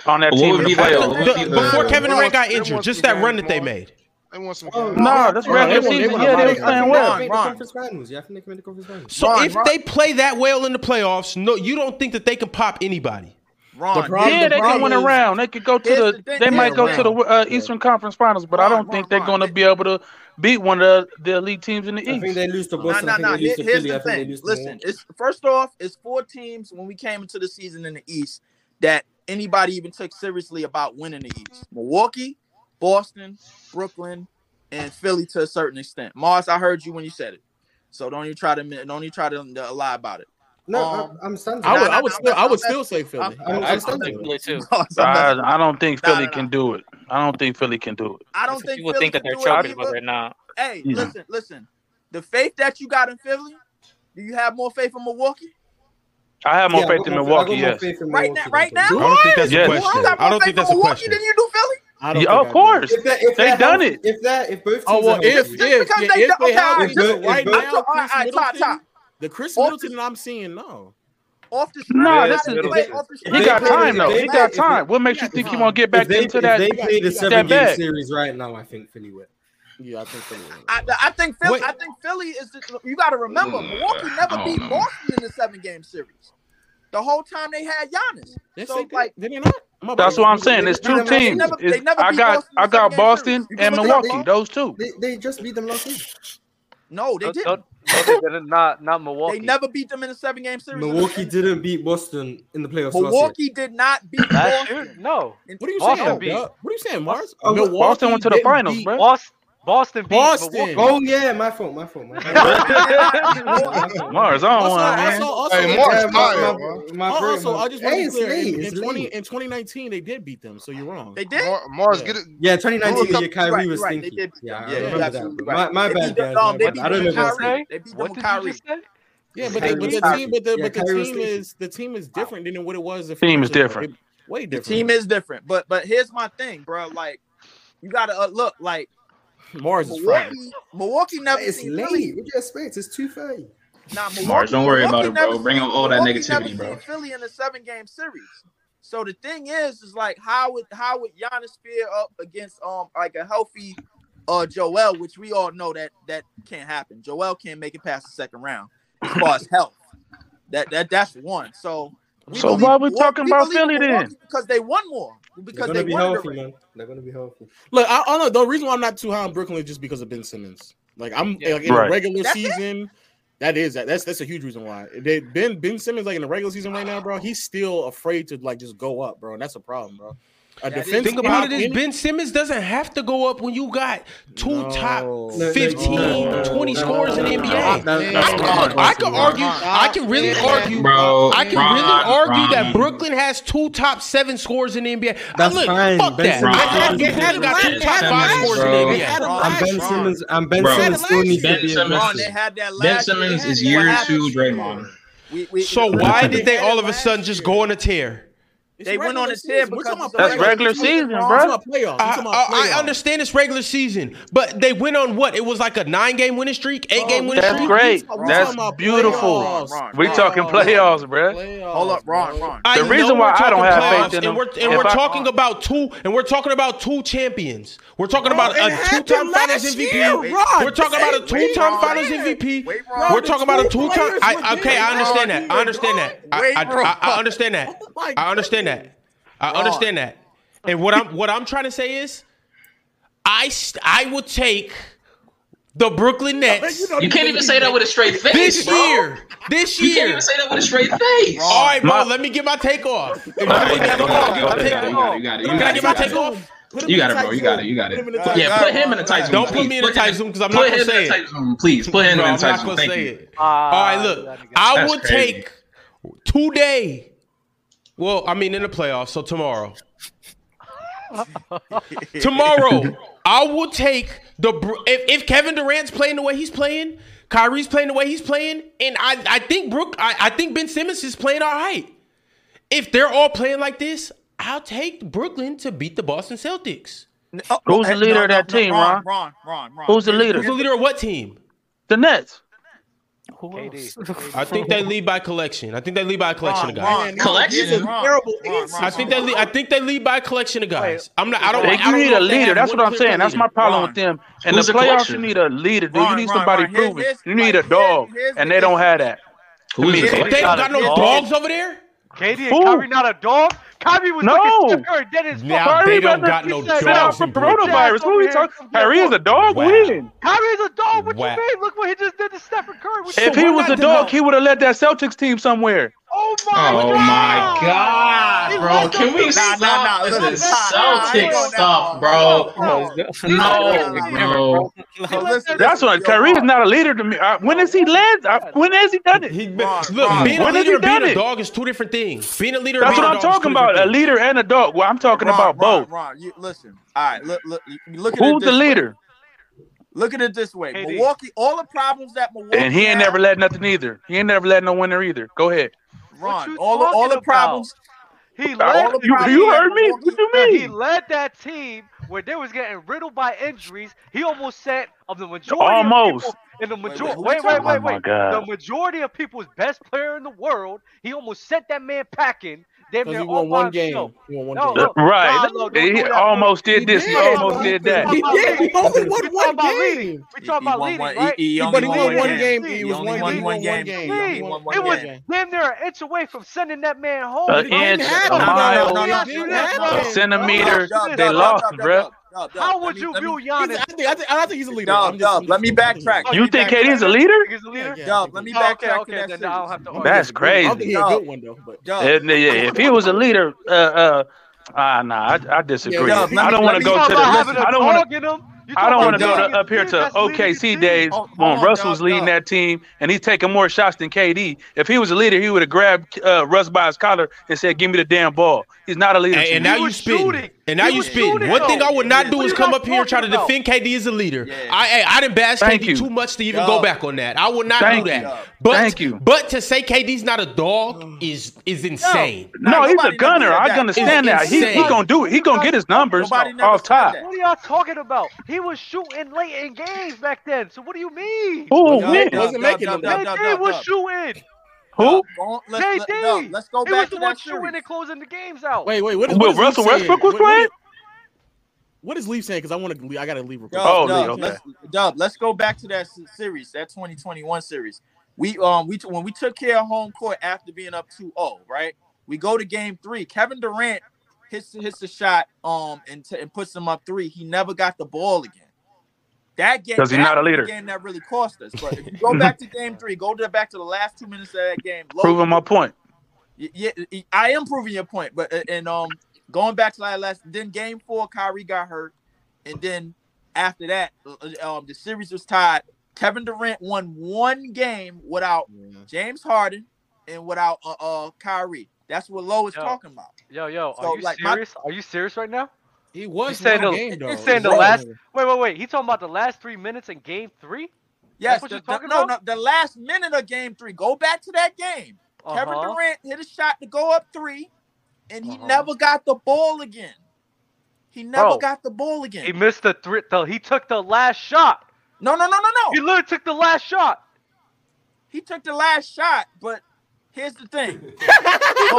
on that What team would in they the play playoffs. on? The, What the- before was the They Kevin Durant won- got they injured, won just some that run games, that they Mark. made. They won some Oh, games. no, I Nah, think- this no, regular they won. They season, won a yeah, lot they of was playing games. I think they well. made the conference finals. Yeah, I think they made the conference finals. So Ron, if Ron, they play that well in the playoffs, no, you don't think that they can pop anybody. Ron. The problem- Yeah, they can problem win is- around. They could go to Here's the. the thing. They Here's might Yeah, go to the around. uh, Yeah. Eastern Conference Finals, but I Ron, don't Ron, think they're Ron. going to be able to beat one of the, the elite teams in the I think East. they lose to No, Boston. I no, think no. they lose Here- to here's Philly. the I think they thing. lose to Listen, Milwaukee. it's first off, it's four teams when we came into the season in the East that anybody even took seriously about winning the East. Milwaukee, Boston, Brooklyn, and Philly to a certain extent. Mars, I heard you when you said it, so don't even try to admit- don't even try to uh, lie about it. No, Um, I, I'm standing. I nah, would, nah, I nah, would I'm still, messing, I would I'm messing, still say Philly. I'm, I'm, I'm I'm messing I standing. think with Philly it. too. Mars, I'm I messing with I don't think Nah, Philly nah, nah. can do it. I don't think Philly can do it. I I don't think think people Philly think that can they're do it chokers, but either. they're not. Hey, Yeah. listen, listen. The faith that you got in Philly, do you have more faith in Milwaukee? I have more Yeah, I faith got in more, fa- I Milwaukee. got more Yes. faith in Right Milwaukee now, than right now, Philly. I don't think that's a Yes. you question. I got more don't think think from that's a Milwaukee question. than you do Philly? I don't Yeah, think of I do. course. If they if They they're done healthy, it. if they if both teams Oh are well, if healthy, Just if because yeah, they if don't, they're okay, all healthy, right, if but both if right I'm both now talking, all right, Chris all right, top, top. Middleton, the Chris Off the, Middleton that I'm seeing, no. off the strength Nah, of that's how Chris they it. play, Middleton. off He the if strength got of they how play they time if though. play they He play got last if year. time. What He makes you got think he gonna time. get if back they into if that they He play got the he got that seven game bag? series right now, I think Philly would. yeah, I think Philly will win I, that. I think Philly, Wait, I think Philly is. The, you got to remember, Mm, Milwaukee never I don't beat know. Boston in the seven-game series. The whole time they had Giannis, Yes, they so did. like Did they not? I'm about That's to what I'm look. saying. They It's just beat two them they, last they teams. week. never they It's never I beat got Boston in I the got seven-game series. Boston You can and look it up. Milwaukee. They, Those two. they they just beat them last week. No, they No, didn't. no, no, they didn't. Not not They Milwaukee. never beat them in a seven-game series. In the, Milwaukee didn't beat Boston in the playoffs last year. Milwaukee did not beat Last year, Boston. no. In- What are you Boston saying? no, beat Doug? What are you saying, Mars? uh, Oh, what- Boston Milwaukee went to the didn't finals, beat bro. Boston. Boston beat Boston. Milwaukee. Oh yeah, my fault, my fault, my fault. Milwaukee did not beat Boston. Yeah, Mars, I don't Also, want also, man. also, Hey, in Mark's twenty, my, uh, tired, my, bro. my, al- brain- also, my I just want Hey, to be it's clear. In, late, in it's twenty, late. in twenty nineteen, they did beat them. So you're wrong. They did. Mar- Mars, Yeah. get it. Yeah, Brew 2019, us yeah, up. yeah, You're Kyrie right. You're was right. They stinky. did beat Yeah, them. I Yeah, remember you're that. absolutely Bro. right. My, my They beat bad, them. guys. Um, My they What bad. beat did I you them don't with just know what's stinky. Kyrie. say? They beat them What with did you Kyrie. just say? Yeah, but they, Kyrie but was the stinky. team, but the Yeah, but the Kyrie was team stinky. is the team is Wow. different than what it was a few Team is years ago. different. It, way The different. team is different, but but here's my thing, bro. Like you gotta uh, look like Mars is fried. Milwaukee. Milwaukee never It's seen Philly. late. What do you expect? It's two thirty. Now Mars, Milwaukee, don't worry about Milwaukee it, never bro. seen Bring on all that Milwaukee never negativity, seen bro. Philly in a seven game series. So the thing is, is like how would how would Giannis fare up against um like a healthy uh Joel, which we all know that that can't happen. Joel can't make it past the second round as far as health. That that that's one. So we So believe why we Milwaukee, talking we about believe in Philly Milwaukee then? because they won more They're because gonna they be won it healthy, already. man. They're gonna be healthy. Look, I, I don't know. The reason why I'm not too high on Brooklyn is just because of Ben Simmons. Like I'm Yeah. like in Right. a regular That's it? season. That is that. That's that's a huge reason why. They, ben Ben Simmons like in the regular season right now, bro. He's still afraid to like just go up, bro, and that's a problem, bro. A defense Think about it is Ben Simmons doesn't have to go up when you got two top 15, 20 scores in the NBA. no, no, I can no, argue, no, I can no, argue, no. I can really Yeah. argue, Bro, I can Ron, really argue that Ron. Brooklyn has two top seven scores in the NBA. That's Look, fine. fuck Ben that. Simmons- I think They Brooklyn had him got two last top year, five bro. scores in the They had him NBA. last year. Ben Simmons- and Ben Simmons still needs to be invested. Ben Simmons is year two Draymond. So why did they all of a sudden just go on a tear? They went on a tear because That's regular season, bro. I, I- I understand it's regular season, but they went on what? It was like a nine-game winning streak, eight-game winning That's streak. great. We That's talking about beautiful. playoffs. We talking playoffs, bro. Hold up, Ron, Ron. I The know reason we're why I talking don't have faith playoffs, in them. and we're, and if we're I- talking about two, and we're talking about two champions. We're talking about it a happened two-time Finals last MVP. year, Ron. we're talking about a Wait, wait, two-time Ron. Finals MVP. we're talking about a two-time. I, okay, I understand that. I understand that. I, I, I, I understand that. Oh I understand that. I understand that. And what I'm what I'm trying to say is, I st- I would take the Brooklyn Nets. You can't even say that with a straight face. This bro. year, this year. You can't even say that with a straight face. All right, bro. let me get my take off. If you really got the ball, get my take off. You got it. Can I get my take You off? got it, bro. You got it. You got it. tight Yeah, zone. put him in a tight zone. Don't put me in a Please. tight zone because I'm Put not him gonna in say a tight it. zone, Please put him Bro, in I'm a tight not zone. gonna Thank say you. it. All right, look. I That's would crazy. take today. Well, I mean, in the playoffs, so tomorrow. tomorrow, I will take the Bru- if, if Kevin Durant's playing the way he's playing, Kyrie's playing the way he's playing, and I I think Brook I, I think Ben Simmons is playing all right. If they're all playing like this, I'll take Brooklyn to beat the Boston Celtics. Who's the leader of that team, Ron? Ron, Ron, Ron, Ron. Who's the leader? Who's the leader of what team? The Nets. I think they lead by collection. I think they lead by a collection of guys. Ron, Collection. Ron, Ron, terrible Ron, answer. I think they lead, I think they lead by a collection of guys. I'm not. I don't. They, I you don't need know a if they leader. have That's one what I'm clear saying. That's leader. my problem Ron. with them. In Who's the a playoffs, collection? you need a leader, dude. You Ron, need Ron, somebody Ron. Here's- proven. here's- You need a like, dog, here's- here's and the they don't issue. have that. Who is They- it? they- They don't got no Oh. dogs over there. KD Who? and Kyrie not a dog. Kyrie was No. looking Steph Curry dead as fuck. Now Kyrie they don't better got no be set dogs. Sit out for in Brooklyn. coronavirus. Who we talking? Harry is a dog. Wow. Win. Kyrie's a dog. What Whack. you mean? Look what he just did to Stephen Curry. What you If he why was not a the dog, dog? he would have led that Celtics team somewhere. Oh my Oh god! my He God, let bro! them Can do we that. stop nah, nah, this nah, nah, Celtics nah, nah, stuff, nah, bro? nah, No, nah, bro. He let listen, them- That's what Kyrie is not a leader to me. Uh, When has he led? Uh, When has he done it? He, been, Ron, look, Ron. being a When has leader he and being done a it? dog is two different things. Being a leader and That's being what a I'm dog is two talking about. A different things. leader and a dog. Well, I'm talking Ron, about Ron, both. Ron, you, listen. All right, look, look, look at it Who's this the way. leader? Look at it this way. KD. Milwaukee, all the problems that Milwaukee And he ain't had, never led nothing either. He ain't never led no winner either. Go ahead. What Ron, you all the, all the talking problems. He led All You, the you problems that heard me? Milwaukee- What you No, mean? he led that team where they was getting riddled by injuries. He almost said of the majority Almost. of people in the wait, majority who wait, you wait, talking wait, about? Oh my wait. God. The majority of people's best player in the world, he almost sent that man packing. Damn Because near he all won by one game. himself. He won one No, game. no. Right. Nah, look, don't do He that, almost did this. He We talking almost about- did we that. talking about Yeah, he leading. only won We one talking about game. leading. We He- talking he about won leading, one- he- right? But he he only won won one one game. game. He He was only one. won He one won one game. game. He Lead. won It one was game. damn near an inch away from sending that man home. An He inch, didn't a have to. mile, Let me no, ask you no, this, no, bro. no. A centimeter. Dub, dub, They dub, lost, dub, dub, bruh. dub, dub, dub. How Let would me- you let me- view He's- Giannis? I think, I, think, I think he's a leader. Dub, I'm just- dub, let me backtrack. You think KD's a leader? He's a Yeah, leader. yeah, Dub, I let think me he- Oh, backtrack okay, to okay, that then series. I'll have to argue. I think That's he's a good- I think he's a crazy. good one though. But Dub, And, uh, yeah, if he was a leader, uh, uh, ah, nah, I, I disagree. Yeah, yeah. I don't want to Let me- go let to me the. talk about I don't want to. to. I don't want to about go dog. to up here to OKC days Hold- hold when on, Russell's dog, leading dog. that team and he's taking more shots than KD. If he was a leader, he would have grabbed uh, Russ by his collar and said, "Give me the damn ball." He's not a leader. And, to and me. now you was spitting. shooting. And now He you was spitting. shooting, One thing though. I would not do What is you come guys up here and try to talking about? defend KD as a leader. Yeah. I I, I didn't bash Thank KD you. too much to even Yo. go back on that. I would not Thank do you. that. But Thank you. but to say KD's not a dog is is insane. no, Nah, he's a nobody gunner. never said I that. can understand It's that. He, he insane. gonna do it. He gonna get his numbers Nobody never off said top. that. What are y'all talking about? He was shooting late in games back then. So what do you mean? Who will Dub, win? dub, Wasn't dub, making dub, them. KD dub, dub, dub, was dub. shooting. Who? Dub, go on, let's- KD. let- dub, Let's go he was back the to one that shooting series. and closing the games out. wait, wait, what is Will what is Leaf Russell saying? Westbrook was What- what playing? is- What is Leaf saying? Because I want to. I gotta leave. real quick. Dub, Oh, dub, Lee, okay. let's, dub, let's go back to that s- series, that 2021 series. We um we t- when we took care of home court after being up 2-0, right? We go to game three. Kevin Durant hits hits a shot um and, t- and puts them up three. He never got the ball again. That game, 'Cause he's that not a was the leader. Game that really cost us. But if you go back to game three, go to, back to the last two minutes of that game. Logan- Proving my point. Y- Yeah, y- I am proving your point, but and um, going back to that last, then game four, Kyrie got hurt, and then after that, uh, um, the series was tied. Kevin Durant won one game without James Harden and without uh, uh Kyrie. That's what Lo is Yo. talking about. Yo, yo, So, are you like, my- serious? Are you serious right now? He was saying one the, game, though. He's saying the Right. last. Wait, wait, wait. He's talking about the last three minutes in game three. Yes, That's what the, you're talking the- no, about. no, the last minute of game three. Go back to that game. Kevin Uh-huh. Durant hit a shot to go up three, and he never got the ball again. He never Bro. got the ball again. He missed the three. The, he took the last shot. No, no, no, no, no. He literally took the last shot. He took the last shot, but here's the thing.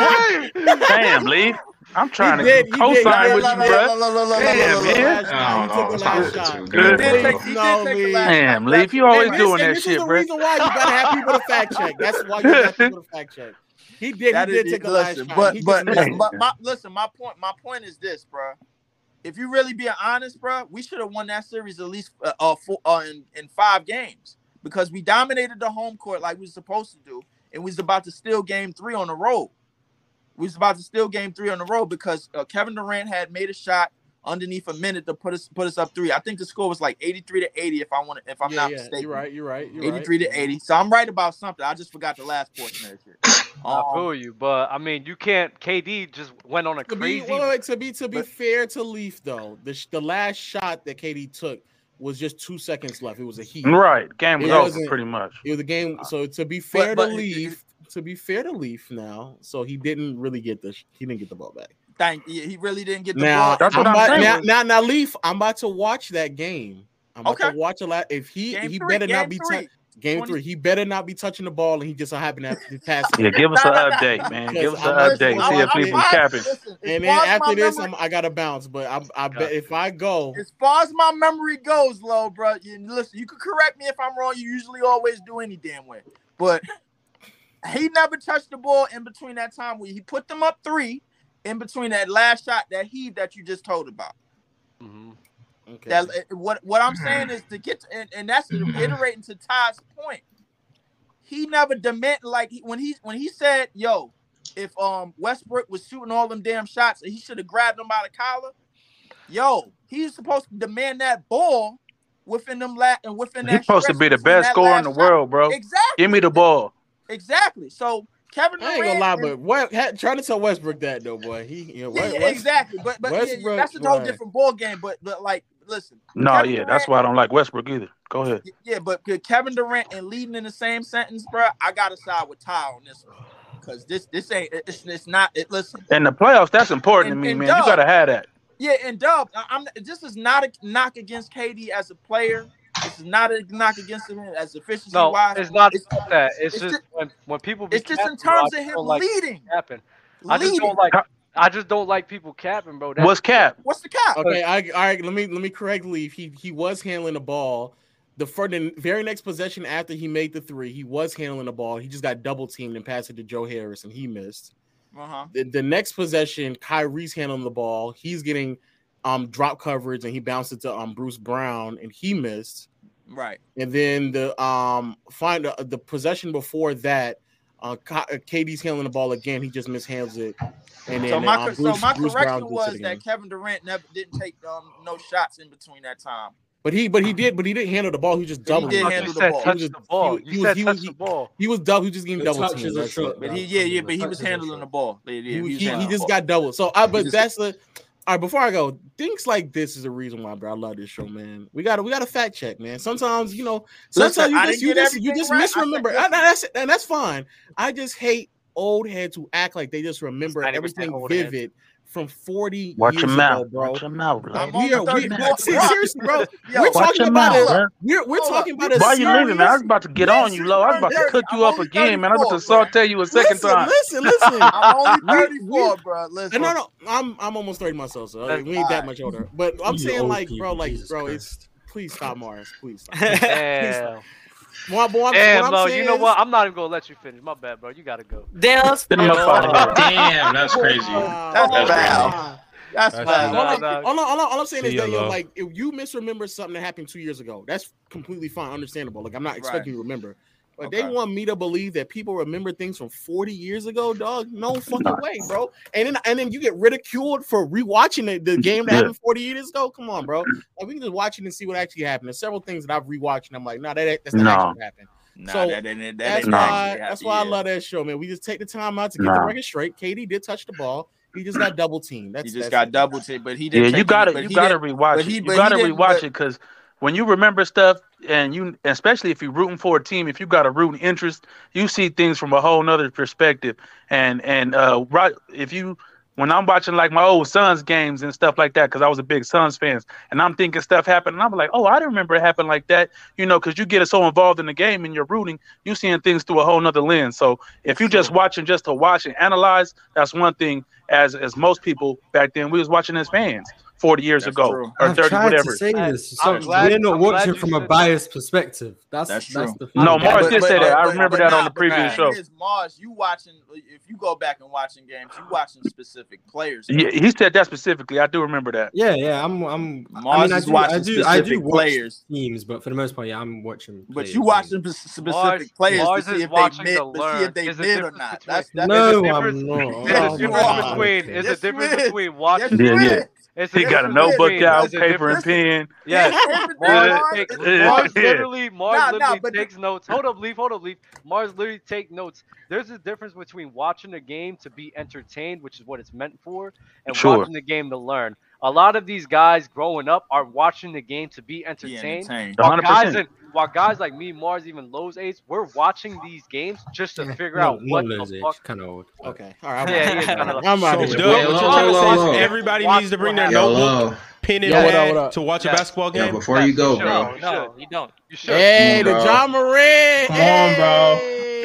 Damn, Lee. I'm trying He to did, he did. co-sign Yeah, with la, you, la, la, la, la, bro. la, la, Damn, la, la, man. la, No, no, stop. It's too Good, good. bro. Damn, Leaf, you always doing that shit, the bro. reason why you gotta have people to fact check. That's why you have people to fact check. He did. That he is- did take a last listen, shot. but He but, just missed but it. my, listen, my point my point is this, bro. If you really being honest, bro, we should have won that series at least uh, uh, four, uh in, in five games because we dominated the home court like we was supposed to do, and we was about to steal game three on the road. We was about to steal game three on the road because uh, Kevin Durant had made a shot underneath a minute to put us put us up three. I think the score was like eighty three to eighty. If I want, if I'm Yeah, not yeah, mistaken, you're right. You're right. You're right. 83 to 80. So I'm right about something. I just forgot the last portion of that shit. I feel you, but I mean, you can't. KD just went on a To be, crazy. wait, wait, to be to be fair to Leaf though, the sh- the last shot that KD took was just two seconds left. It was a heat. Right. Game was It over wasn't- pretty much. It was a game. So to be fair but- to Leaf, to be fair to Leaf now, so he didn't really get the sh- he didn't get the ball back. Thank yeah, He really didn't get the Now, ball. I'm I'm about, saying. now, now, now, Leaf, I'm about to watch that game. I'm about to watch a lot. If he Game he three, better game not be tou- three. game 20 three, he better not be touching the ball, and he just so happened to have to pass. it. Yeah, give us an update, man. Give us Because an I'm update. not supposed See to if watch Leaf was it. capping. Listen, And as then far as my after this, memory- I'm, I gotta bounce. But I, I bet if I go, as far as my memory goes, low, bro. You, listen, you can correct me if I'm wrong. You usually always do any damn way, but he never touched the ball in between that time where he put them up three. In between that last shot, that heave that you just told about. okay. That eh, what what I'm saying is to get and, and that's Mm-hmm. iterating to Todd's point. He never demand like he, when he when he said, "Yo, if um Westbrook was shooting all them damn shots, he should have grabbed him by the collar." Yo, he's supposed to demand that ball within them la- and within He's that. supposed to stretch be the between best that scorer in last the shot. world, bro. Exactly, Give me the ball. exactly. So Kevin I ain't Durant, gonna lie, and- but what, ha, trying to tell Westbrook that though, boy, he you know, yeah, Wes- yeah, Wes- exactly. But but yeah, yeah, Westbrook, that's a whole right. different ball game. But but like, listen, No, Kevin yeah, that's why I don't like Westbrook either. Go ahead. Yeah, but could Kevin Durant and leading in the same sentence, bro, I gotta side with Ty on this one because this this ain't it's, it's not it. Listen, And the playoffs, that's important And- to me, and man. Doug- you gotta have that. yeah, and Dub, I- I'm this is not a knock against KD as a player. This is not a knock against him as efficiency No, wise. it's not about that. It's, just ju- when, when people. Be it's just in capping, bro, I terms of just him don't like leading. Capping. I just Leading. don't like. I just don't like people capping, bro. That's- What's cap? What's the cap? Okay, I, all right. Let me let me correctly. He he was handling the ball. The first, the very next possession after he made the three, he was handling the ball. He just got double teamed and passed it to Joe Harris, and he missed. Uh-huh. The, the next possession, Kyrie's handling the ball. He's getting um drop coverage, and he bounced it to um Bruce Brown, and he missed. Right. And then the um find uh, the possession before that, uh, Ki- uh, KD's handling the ball again. He just mishandles it. And then so my um, cor- Bruce, so my Bruce Brown correction gets it was again. that Kevin Durant never didn't take um no shots in between that time. But he, but he did, but he didn't handle the ball. He just doubled. did him. handle the He was just- ball. Touch he was- the ball. he You was- said he touch was- the ball. He was double. He was just getting The double touch is teamed. a that's shot, it. But he yeah yeah but he was handling the ball. Yeah, yeah, He, was he, he handling the just ball. got doubled. So I, He but just- that's the. All right, before I go, things like this is the reason why, bro. I love this show, man. We got to we got to fact check, man. Sometimes you know, sometimes Listen, you I just didn't you get just, you everything just right. I said misremember, I, that's and that's fine. I just hate old heads who act like they just remember everything vivid from forty Watch years your mouth. ago, bro. Watch your mouth, bro. We are, we, minutes. se- seriously, bro. Yo, we're watch talking your about mouth, it. bro. We're, we're talking about a Why you leaving, man? I was about to get on you, Listen, low. I was about to I'm cook you up only again, man. I was about to 34, saute you a second listen, time. Listen, listen. I'm only We- we- 34, bro. Listen. No, no, I'm I'm almost thirty myself, so That's we ain't that fine. much older. But I'm You saying, old like, bro, people, like, Jesus bro, it's please stop, Mars, please stop. Please Damn. stop. Well, but what I'm- Damn, what I'm bro. saying You know is- what? I'm not even gonna let you finish. My bad, bro. You gotta go. Damn, Get him up out of here. Damn, that's crazy. That's crazy. foul. That's All fine. I'm- all, I- all I- all I'm saying See is ya, that yo, love. like, if you misremember something that happened two years ago, that's completely fine, understandable. Like, I'm not expecting you to remember. But they Okay. want me to believe that people remember things from 40 years ago, dog. No fucking way, bro. And then and then you get ridiculed for rewatching the, the game that Yeah. happened 40 years ago. Come on, bro. Like, we can just watch it and see what actually happened. There's several things that I've rewatched, and I'm like, nah, that, that's not No. actually what happened. Nah, so that ain't- that that's ain't why actually that's happened, why I yeah. love that show, man. We just take the time out to get the Nah. record straight. KD did touch the ball. He just got double teamed. That's He that's just got it. double teamed, but he didn't. Yeah, you take gotta any- but you he gotta rewatch didn't- but it. he- You but he gotta didn't- rewatch but- it because when you remember stuff and you especially if you're rooting for a team, if you got a rooting interest, you see things from a whole nother perspective. And and uh right if you when I'm watching like my old Suns games and stuff like that, because I was a big Suns fan, and I'm thinking stuff happened, and I'm like, oh, I didn't remember it happened like that, you know, because you get so involved in the game and you're rooting, you're seeing things through a whole nother lens. So if you're just watching just to watch and analyze, that's one thing. As as most people back then, we was watching as fans 40 years ago or I've 30, tried whatever. to say this. So I'm glad- we're not I'm glad watching you from a biased perspective. That's That's that's, true. the No, fact. Morris did say that. I remember that on nah, the previous but show. Is Mars, you watching? If you go back and watching games, you watching specific players. Yeah, he said that specifically. I do remember that. Yeah, yeah. I'm. I'm. I Mars mean, I is do. I watching do. I do specific watch players. teams, but for the most part, yeah, I'm watching. But Players. you watching p- specific Mars- players Mars to is see if they watching mid, to to see if learn. they There's a mid or difference not. between- That's, that's No, there's a I'm difference- not. there's a Oh, difference my between- God. There's Yes, a difference there is. between watching. Yeah, yeah. It's He got a difference notebook between- out, there's a paper and difference- pen. Yes. Yeah. Mars, take, Yeah. Mars literally, Mars Nah, nah, literally but the- takes notes. Hold up, Leaf. Hold up, Leaf. Mars literally take notes. There's a difference between watching a game to be entertained, which is what it's meant for, and Sure. watching the game to learn. A lot of these guys growing up are watching the game to be entertained. entertained. While guys, 100%. in, while guys like me, Mars, even Lowe's age, we're watching these games just to figure No, out no, what Lowe's the age, fuck. kinda old. Okay. All right. Yeah, yeah, I'm out. yeah. I'm out. So, here. Doug, what you're trying to say Yo, is everybody needs to bring their notebook, pen, and Yo, what up, pad what up? to watch a Yes. basketball Yo, game. before you go, bro. No, no, you don't. You should. Hey, Come on, the bro. John Moran. Come on, bro.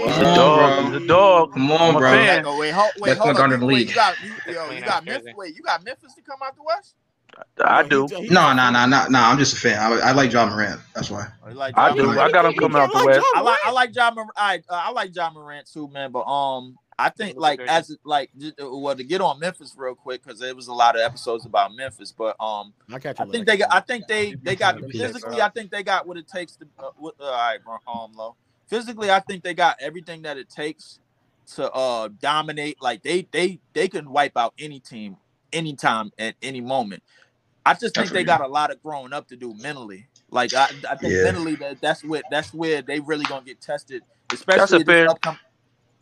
He's Come a on, dog. bro. He's a dog. Come on, I'm a bro. fan. Oh, wait, hold, wait, Let's hold not up. garner the wait, league. you got, you, yo, you clean got out Memphis, jersey. wait, you got Memphis to come out the West? I do. No, no, no, no, no. I'm just a fan. I, I like John Morant. That's why. Oh, Or Like I Ja do. Morant? I got him coming out the West. I like I like John Morant. I, uh, I like John Morant too, man. But um, I think like as like j- uh, well to get on Memphis real quick because there was a lot of episodes about Memphis. But um, I got I you. think they got. I think they they got Peace. physically. I think they got what it takes to. Uh, what, all right, bro, um, low. Physically, I think they got everything that it takes to uh dominate. Like they they they can wipe out any team, anytime, at any moment. I just think they Definitely. got a lot of growing up to do mentally. Like I, I think Yeah. mentally that that's where that's where they really gonna get tested, That's a especially fair. this, upcom-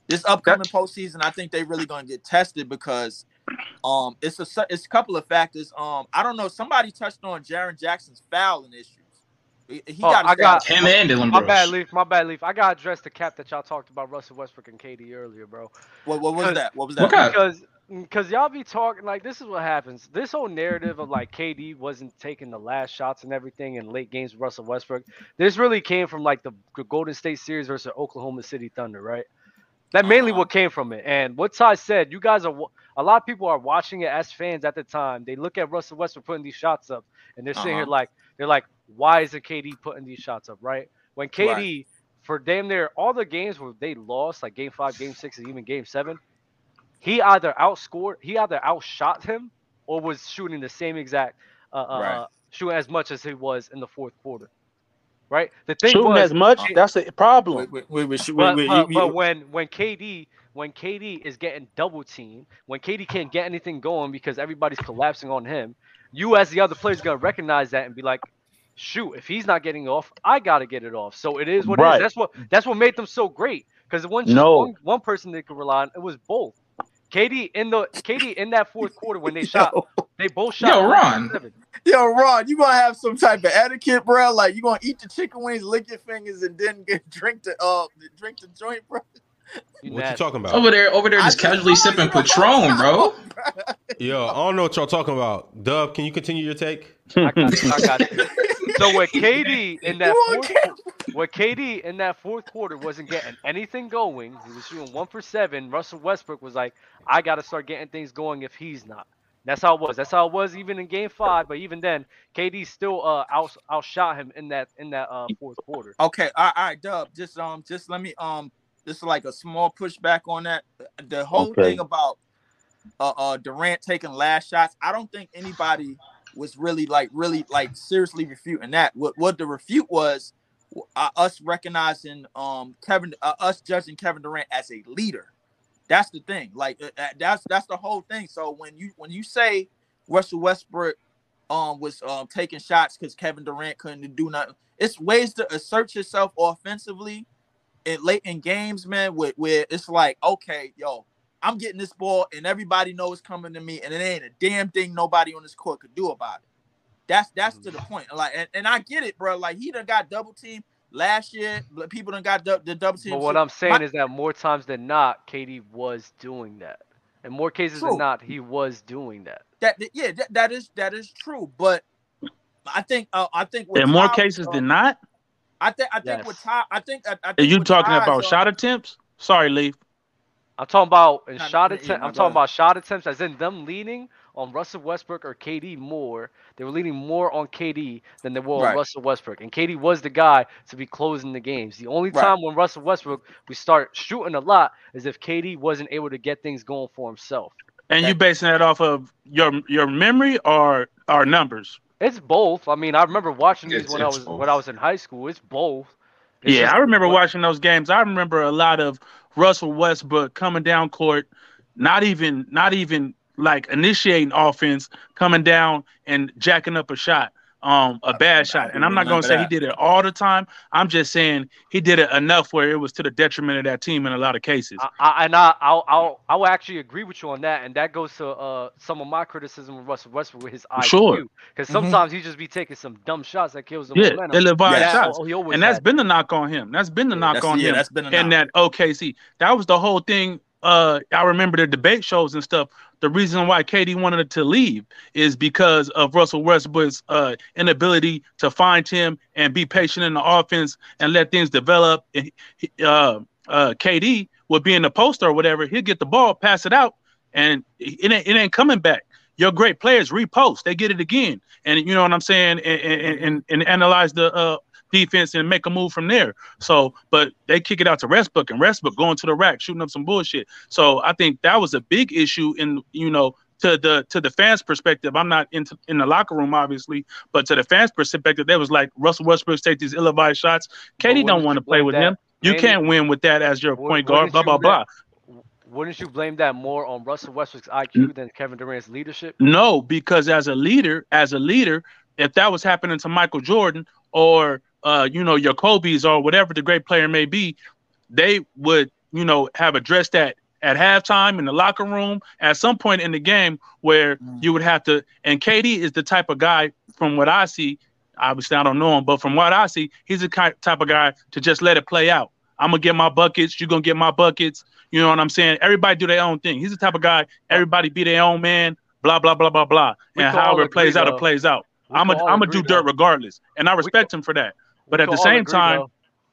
this upcoming postseason. I think they really gonna get tested because um it's a su- it's a couple of factors. Um I don't know. Somebody touched on Jaron Jackson's fouling issues. He, he Oh, gotta I stay- got Him and Dylan My Brooks. bad, Leaf. My bad, Leaf. I got to address the cap that y'all talked about Russell Westbrook and KD earlier, bro. What, what was Because- that? What was that? What kind? Because because y'all be talking like this is what happens. This whole narrative of like KD wasn't taking the last shots and everything in late games with Russell Westbrook. This really came from like the, the Golden State series versus Oklahoma City Thunder, right? That mainly Uh-huh. what came from it. And what Ty said, you guys are wa- a lot of people are watching it as fans at the time. They look at Russell Westbrook putting these shots up, and they're sitting here Uh-huh. like they're like, why isn't KD putting these shots up, right? When KD Right. for damn near all the games where they lost, like game five, game six, and even game seven, he either outscored, he either outshot him, or was shooting the same exact, uh, uh, Right. uh, shooting as much as he was in the fourth quarter, right? The thing Shooting was, as much, that's the problem. Wait, wait, wait, wait, sh- but, wait, wait, but, you- but you- when when KD when KD is getting double teamed, when KD can't get anything going because everybody's collapsing on him, you as the other player's gonna recognize that and be like, shoot, if he's not getting off, I gotta get it off. So it is what it Right. is. That's what that's what made them so great. Because it wasn't just No. one, one person they could rely on, it was both. KD in the KD in that fourth quarter when they shot, they both shot. Yo, 47. Ron. Yo, Ron, you gonna have some type of etiquette, bro? Like you gonna eat the chicken wings, lick your fingers, and then get drink the uh drink the joint, bro? What you talking about? Over there, over there, just casually sipping Patron, bro. Yo, I don't know what y'all talking about. Dub, can you continue your take? I got you. I got you. So with KD in that fourth, qu- with KD in that fourth quarter wasn't getting anything going. He was shooting one for seven. Russell Westbrook was like, I got to start getting things going if he's not. That's how it was. That's how it was even in Game Five. But even then, KD still uh out outshot him in that in that uh fourth quarter. Okay, all right, all right, Dub. Just um, just let me um, this is like a small pushback on that. The whole Okay. thing about uh, uh Durant taking last shots. I don't think anybody was really like really like seriously refuting that. What what the refute was uh, us recognizing um Kevin uh, us judging Kevin Durant as a leader. That's the thing. Like uh, that- that's that's the whole thing. So when you when you say Russell Westbrook um was um taking shots because Kevin Durant couldn't do nothing, it's ways to assert yourself offensively in late in games, man, where, where it's like, okay, yo, I'm getting this ball and everybody knows it's coming to me, and it ain't a damn thing nobody on this court could do about it. That's that's to Mm-hmm. the point. Like, and, and I get it, bro. Like he done got double team last year. but People done got dou- the double team. But what I'm saying is that more times than not, KD was doing that. In more cases True. than not, he was doing that. that, that- yeah, that, that is that is true. But I think uh, I think what In more Ty- cases uh, than not. I think I think Yes. what Ty, I think I, I Are think you what talking Ty's about on- shot attempts? Sorry, Lee. I'm talking about in Not- shot yeah, attempt. my I'm talking bad. about shot attempts, as in them leaning on Russell Westbrook or KD more. They were leaning more on KD than they were on Right. Russell Westbrook, and KD was the guy to be closing the games. The only Right. time when Russell Westbrook we start shooting a lot is if KD wasn't able to get things going for himself. And you basing that off of your your memory or our numbers? It's both. I mean, I remember watching these It's- when I it's was when I was in high school. It's both. It's yeah, just- I remember watching those games. I remember a lot of Russell Westbrook coming down court, not even not even like initiating offense, coming down and jacking up a shot, um, a bad shot. And I'm not gonna remember say that. he did it all the time. I'm just saying he did it enough where it was to the detriment of that team in a lot of cases. I, and I, I'll, I'll, I will actually agree with you on that, and that goes to uh, some of my criticism of Russell Westbrook with his IQ. Sure. Because Mhm. sometimes he just be taking some dumb shots that kills the yeah, momentum. they live by That- shots, oh, he always and that's had been the knock on him. That's been the knock that's- on yeah, him. that's been a and that OKC. That was the whole thing. Uh, I remember the debate shows and stuff. The reason why Katie wanted to leave is because of Russell Westbrook's uh, inability to find him and be patient in the offense and let things develop. And he- Uh, uh, KD would be in the post or whatever. He'll get the ball, pass it out, and it ain't, it ain't coming back. Your great players repost; they get it again, and you know what I'm saying. And and, and, and analyze the uh, defense and make a move from there. So, but they kick it out to Westbrook, and Westbrook going to the rack, shooting up some bullshit. So I think that was a big issue in you know to the to the fans' perspective. I'm not in in the locker room, obviously, but to the fans' perspective, they was like Russell Westbrook take these ill-advised shots. Katie wouldn't don't want to you play blame with that? him. You Maybe. can't win with that as your Wou- point wouldn't guard. Blah you blah blame- blah. Wouldn't you blame that more on Russell Westbrook's Mm. IQ than Kevin Durant's leadership? No, because as a leader, as a leader, if that was happening to Michael Jordan or uh, you know, your Kobe's or whatever the great player may be, they would, you know, have addressed that at halftime in the locker room at some point in the game where Mm. you would have to and KD is the type of guy from what I see, obviously I don't know him, but from what I see, he's the ki- type of guy to just let it play out. I'm gonna get my buckets. You're gonna get my buckets. You know what I'm saying? Everybody do their own thing. He's the type of guy. Everybody be their own man. Blah blah blah blah blah. We and can all however it agree, plays out, though. it plays out. We I'm can gonna all I'm gonna agree, do dirt though. regardless, and I respect him for that. But we at can the all same agree, time, though.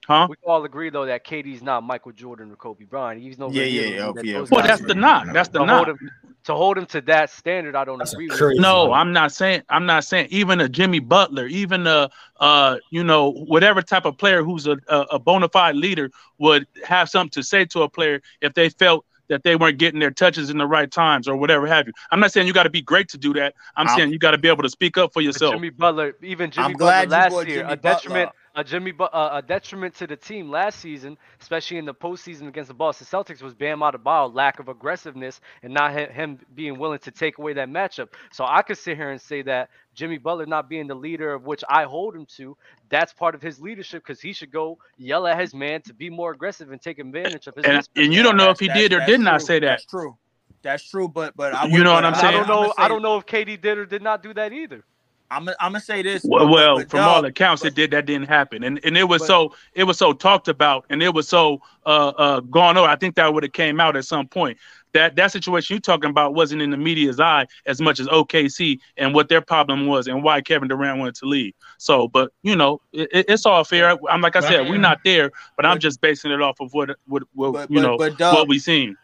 huh? We can all agree though that KD's not Michael Jordan or Kobe Bryant. He's no Yeah, yeah, yeah, yeah, of Well, that's the knock. That's the to knock. Hold him, to hold him to that standard, I don't agree with. No, I'm not saying. I'm not saying. Even a Jimmy Butler, even a uh, you know, whatever type of player who's a, a a bona fide leader would have something to say to a player if they felt that they weren't getting their touches in the right times or whatever have you. I'm not saying you got to be great to do that. I'm I'm- saying you got to be able to speak up for But yourself. Jimmy Butler, even Jimmy glad Butler you last brought year, Jimmy a detriment, a Jimmy, Bu- uh, a detriment to the team last season, especially in the postseason against the Boston Celtics, was Bam Adebayo lack of aggressiveness and not hi- him being willing to take away that matchup. So I could sit here and say that Jimmy Butler not being the leader of which I hold him to, that's part of his leadership because he should go yell at his man to be more aggressive and take advantage of his. And mismatch. and you don't know if he That's- did or that's did not true. say that. That's true. That's true. But but I You would- know what but I'm I- saying? I don't know. I'ma I say- don't know if KD did or did not do that either. I'm I'm gonna say this. Well, but- well but from Dub, all accounts, it did that didn't happen, and and it was But- so it was so talked about, and it was so uh, uh gone over. I think that would have came out at some point. That that situation you talking about wasn't in the media's eye as much as OKC and what their problem was and why Kevin Durant wanted to leave. So, but you know, it, it- it's all fair. I'm like I said, we're not there, but I'm just basing it off of what what, what But- you but- know but, Dub- what we seen.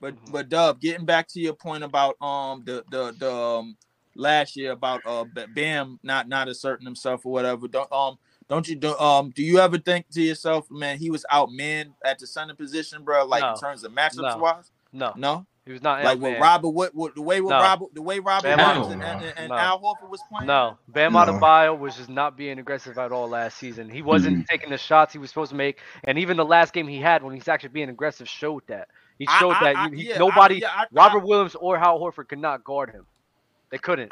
But but Dub, getting back to your point about um the the the um, last year about uh B- Bam not not asserting himself or whatever. Don't um don't you do um do you ever think to yourself, man, he was outmanned at the center position, bro? Like No. in terms of No. matchups wise. No. No. He was not like Ant-Man. what Robert what, what the way what No. Robert the way Robert Bam Williams Adebayo. and, and, and No. Al Horford was playing. No, Bam No. Adebayo was just not being aggressive at all last season. He wasn't taking the shots he was supposed to make, and even the last game he had when he's actually being aggressive showed that. He I- showed I- that I- you- he- yeah, I- nobody, yeah, I- Robert Williams or Hal Horford, could not guard him. They couldn't.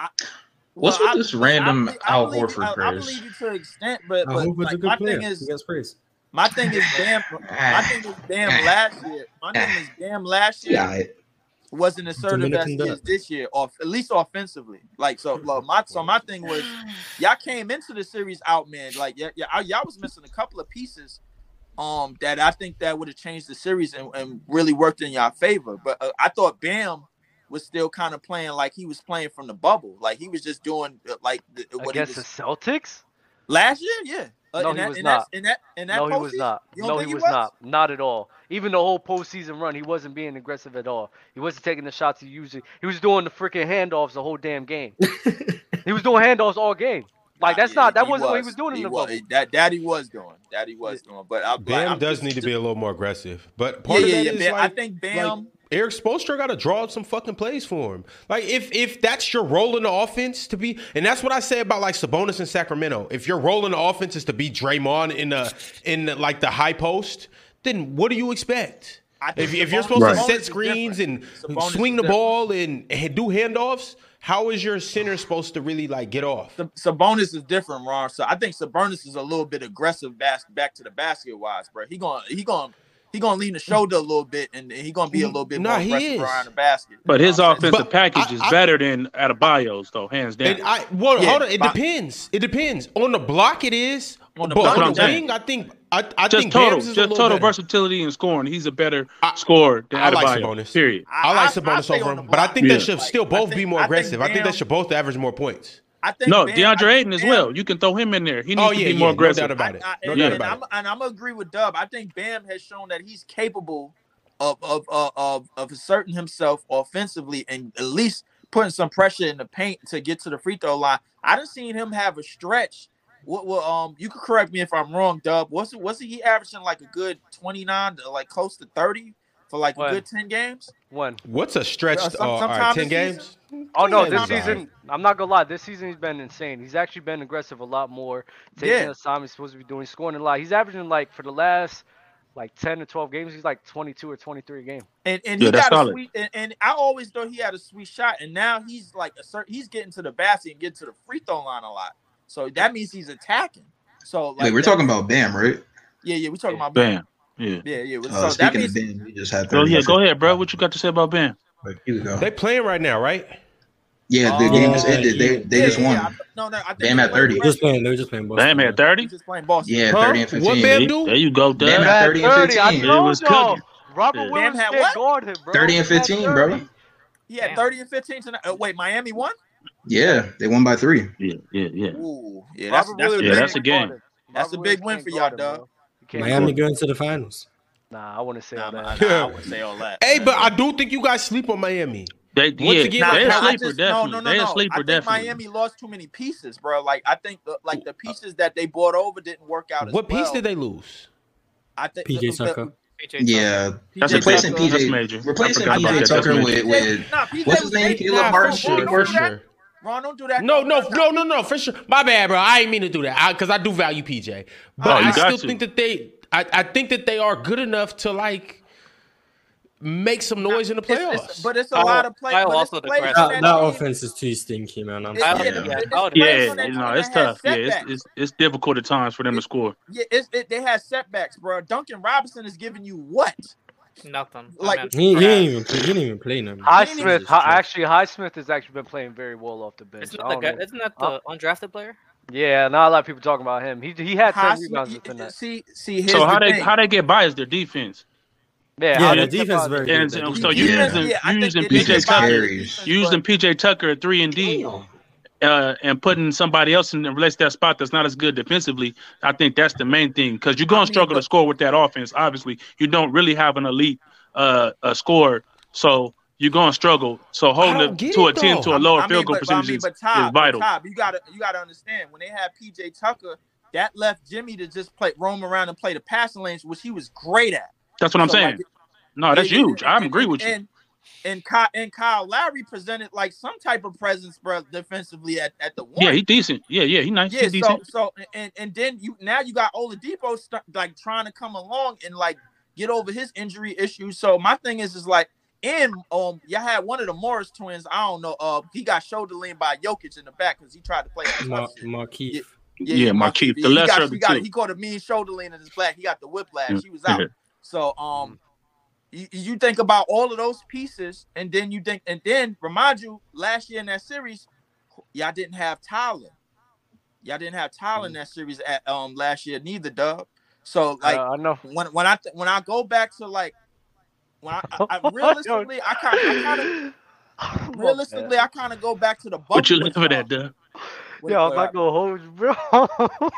What's Well, with I- this random believe- I Al believe- I- Horford I praise? believe you to an extent, but, Al but Horford's a like, good my player. thing is He gets praise. My thing is damn. My thing is damn. Last year, my thing is damn. Last year, Yeah, I- wasn't assertive as he Dominican is this year, or at least offensively. Like so, look, my so my thing was, y'all came into the series outman. Like yeah, yeah, y'all was missing a couple of pieces, um, that I think that would have changed the series and, and really worked in y'all favor. But uh, I thought Bam was still kind of playing like he was playing from the bubble, like he was just doing uh, like the, what Against he was the Celtics last year. Yeah, Uh, no, in he that- was in that- not. in that- in that no, he was postseason? not. You don't No, think he he was was? not. Not at all. Even the whole postseason run, he wasn't being aggressive at all. He wasn't taking the shots he usually. He was doing the freaking handoffs the whole damn game. he was doing handoffs all game. Like that's not. That he wasn't what he was doing in the was, bubble. That that he was doing. That he was doing. But I, Bam like, I'm does just- need to be a little more aggressive, but Yeah, part yeah, of yeah, that is Bam- I like, think Bam- like, Eric Spoelstra got to draw up some fucking plays for him. Like if if that's your role in the offense to be, and that's what I say about like Sabonis in Sacramento. If your role in the offense is to be Draymond in the in the, like the high post, then what do you expect? I think If, if you're Sabonis- supposed Right. to Sabonis set is screens and different. Sabonis swing is the different. ball and and do handoffs, how is your center supposed to really like get off? Sabonis is different, Ron. So I think Sabonis is a little bit aggressive back, back to the basket wise, bro. He gonna he gonna he gonna lean the shoulder a little bit, and he gonna be a little bit Nah, more he aggressive is. around the basket. But his offensive But package is I- I- better than Adebayo's, though, hands down. And I well, Yeah, hold on. It but- depends. It depends on the block. It is, On the but block, on I'm the saying. wing, I think I, I just think total, Bams is a just little total better. versatility and scoring. He's a better scorer than I like Adebayo. Sabonis. period. I, like Sabonis over him, but I think Yeah. they should still both be more I think aggressive. I think they Bam- should both average more points. I think No, Bam- DeAndre Ayton as well. You can throw him in there. He needs Oh, to yeah, be yeah, more no aggressive. doubt about it. I- No and, doubt and about I'm, and I'm gonna agree with Dub. I think Bam has shown that he's capable of of of of, of asserting himself offensively and at least putting some pressure in the paint to get to the free throw line. I done seen him have a stretch. What, what um you could correct me if I'm wrong, Dub. Was it wasn't he averaging like a good 29 to like close to 30 for like When? a good 10 games? One. What's a stretched Well, uh, some- all right, sometime ten this games? Oh no, Yeah, this that's all right. season I'm not gonna lie, this season he's been insane. He's actually been aggressive a lot more, taking Yeah. assignments supposed to be doing, scoring a lot. He's averaging like for the last like ten to twelve games, he's like twenty two or twenty three a game. And and he got a sweet and, and I always thought he had a sweet shot, and now he's like a cert, he's getting to the basket and getting to the free throw line a lot. So that means he's attacking. So like Wait, we're that- talking about Bam, right? yeah, yeah, we're talking about Bam. Yeah. Yeah, yeah. so Uh, that speaking means of Bam, we just had. Go 30 yeah, go ahead, bro. What you got to say about Bam? Here we go. They playing right now, right? Yeah, the Oh, game just ended. yeah. They they just won. no, no, I think Bam at thirty. Just playing. They were just playing. Boston, Bam had 30? just playing Boston. Yeah, Huh? thirty and fifteen. What Bam do? There you go, Doug. Bam had thirty and fifteen. It was cooking. Robert Yeah. Williams had can't what? guard him, bro. Thirty and He had fifteen, 30. bro. he had thirty and fifteen tonight. Oh, wait, Miami won. Yeah, they won by three. Yeah, yeah, yeah. Ooh, yeah, that's, Robert that's Williams yeah, a that's a big, game. that's a big win for y'all, Doug. Miami going to the finals. Nah, I wouldn't say all that. Nah, I wouldn't say all that. Hey, but I do think you guys sleep on Miami. They, Once yeah, again, Nah, they're a nah, I sleeper, just- definitely. No, no, no, they're a no. sleeper, I think definitely. uh, Miami lost too many pieces, bro. Like I think the, like the pieces that they bought over didn't work out. As What piece well. did they lose? I think PJ Tucker. Yeah, That's a replacing big- that's PJ. major. I Replacing forgot about PJ that. That's Tucker major. with, with Nah, PJ what's was his name? big. Caleb Nah, Martin. for sure, shit. for sure. Ron, don't do that. No, no, no, no, no, for sure. My bad, bro. I ain't mean to do that because I, do value PJ, but Oh, you I got still to. think that they, I, I think that they are good enough to like make some noise in the It's- playoffs. it's- but it's a Kyle- lot of play- Kyle but it's also plays. depressed. that That, that team- offense is too stinky, man. I'm It's- sorry. it's- Yeah. it's Yeah. players Yeah, on that you team know, that it's had tough. Yeah, it's, setbacks. it's it's difficult at times for them to score. Yeah, it's, it, they had setbacks, bro. Duncan Robinson is giving you what? Nothing. Like- I'm in. He, he didn't even play. He didn't even play them. Highsmith, hi, actually, Highsmith has actually been playing very well off the bench. Isn't I that, the don't guy, know. isn't that Uh, the undrafted player? Yeah, not a lot of people talking about him. He he had ten Highsmith- rebounds y- within that. See, see, here's So how the they thing. how they get by is their defense. Yeah, Yeah, how the did Kevon- defense is very And good. so Their so defense- you Yeah. using Yeah, I you think using it is PJ about Tucker, their Carries. defense, you using PJ Tucker at three and D, uh, and putting somebody else in the place that spot that's not as good defensively. I think that's the main thing because you're gonna struggle to score with that offense. Obviously, you don't really have an elite uh, uh scorer, so you're gonna struggle. So I holding don't it get to a it, team though. to a lower field goal but, I percentage mean, is, but Todd, is vital. But Todd, you gotta you gotta understand when they had PJ Tucker, that left Jimmy to just play roam around and play the passing lanes, which he was great at. That's what I'm So, like, saying. No, that's Yeah, yeah, huge. yeah, I and- agree with you. and, and Kyle, and Kyle Lowry presented like some type of presence, bro, defensively at, at the one. Yeah, he decent. Yeah, yeah, he nice. Yeah, he so decent. so and and then you now you got Oladipo st- like trying to come along and like get over his injury issue. So my thing is is like and um y'all had one of the Morris twins. I don't know. Uh, he got shoulder leaned by Jokic in the back because he tried to play. that Mar- Markeith. Yeah, Markeith, the he lesser got, of the he, got, two. he caught a mean shoulder lean in his back. He got the whiplash. Yeah, He was out. yeah. So um, you, you think about all of those pieces, and then you think, and then remind you, last year in that series, y'all didn't have Tyler. Y'all didn't have Tyler in Mm. that series at um last year neither, Dub. So like, Uh, I know when when I th- when I go back to like when I, I, I realistically I kind of I kind of realistically I kind of go back to the bubble. What you with looking for y'all. that, duh? With Yo, I'm y'all. not gonna hold you, bro.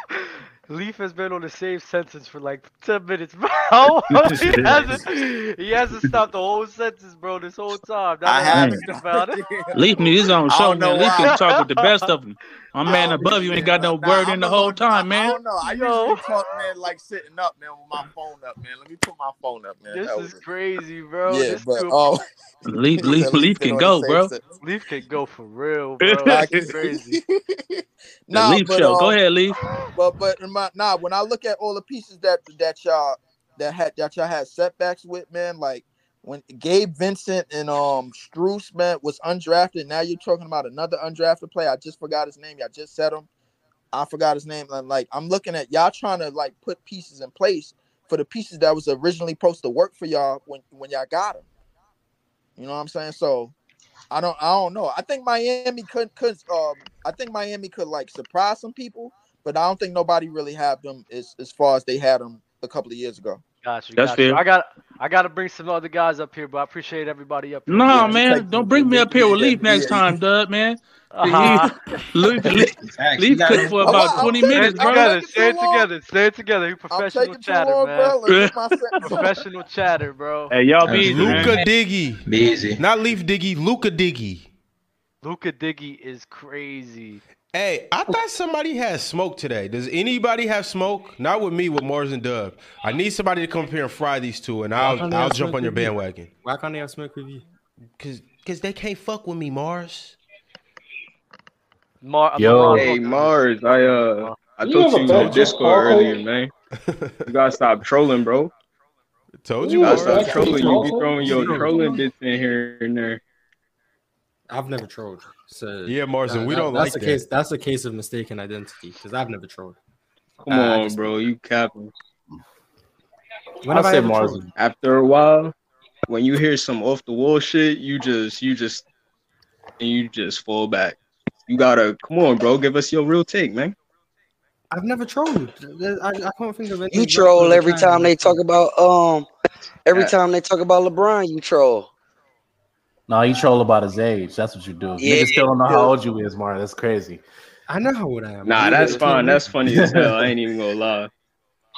Leaf has been on the same sentence for like ten minutes, bro. he, hasn't, he hasn't stopped the whole sentence, bro, this whole time. Now that I I'm haven't. thinking about it. Leaf me his own I show, don't know man. Leaf why. can talk with the best of them. My man above you ain't got no Oh, Nah, word I'm in the a whole time, I man. don't know. I Yo. usually talk man like sitting up man with my phone up man. Let me put my phone up man. This That is was- crazy, bro. yeah, this but dude- oh, Leaf, Leaf, Leaf can go, bro. Leaf can go for real, bro. This is crazy. The Nah, Leaf but, show. Go um, ahead, Leaf. But but in my, nah, when I look at all the pieces that that y'all that had that y'all had setbacks with, man, like when Gabe Vincent and um Struess, man, was undrafted. Now you're talking about another undrafted player. I just forgot his name. Y'all just said him. I forgot his name. And like I'm looking at y'all trying to like put pieces in place for the pieces that was originally supposed to work for y'all when when y'all got them. You know what I'm saying? So I don't I don't know. I think Miami could could um I think Miami could like surprise some people, but I don't think nobody really had them as as far as they had them a couple of years ago. Gotcha, That's gotcha. fair. I got I gotta bring some other guys up here, but I appreciate everybody up here. No, Yeah, man. take- Don't bring me up here with Leaf next yeah. time, Dub, man. Uh-huh. Leaf, Leaf, Facts. You Leaf gotta- cooked for I'm about not- 20 I'm minutes, taking- I'm bro. together, taking too stay long. together, stay together. You I'm professional taking too chatter, long, man. bro. Let's get my sentence. Professional chatter, bro. Hey, y'all be That's easy, Luka man. Luca Diggy, Be easy. not Leaf Diggy, Luca Diggy. Luca Diggy is crazy. Hey, I thought somebody had smoke today. Does anybody have smoke? Not with me, with Mars and Dub. I need somebody to come up here and fry these two, and I don't I'll know, I'll it's jump not on your with me. bandwagon. Why can't they have smoke with you? Cause, cause they can't fuck with me, Mars. Mar- Yo, Mar- hey Mars, I uh, I You told have a you in the belt, Discord Marco? earlier, man. You gotta stop trolling, bro. Told You you, gotta Mars. stop that's trolling. You be Marco? throwing your trolling bits in here and there. I've never trolled. So Yeah, Morrison, we don't that's like a that. case. That's a case of mistaken identity because I've never trolled. Come Uh, on, bro. You capping. When I have I said ever Mars. trolled? After a while, when you hear some off the wall shit, you just you just and you just fall back. You gotta come on, bro. Give us your real take, man. I've never trolled. I, I can't think of any. You troll every time they talk about um every Yeah. time they talk about LeBron, you troll. No, you troll about his age. That's what you do. Yeah, Niggas still don't know yeah. how old you is, Mar. That's crazy. I know how old I am. Nah, You that's know, fine. tell me. That's funny as hell. I ain't even gonna lie.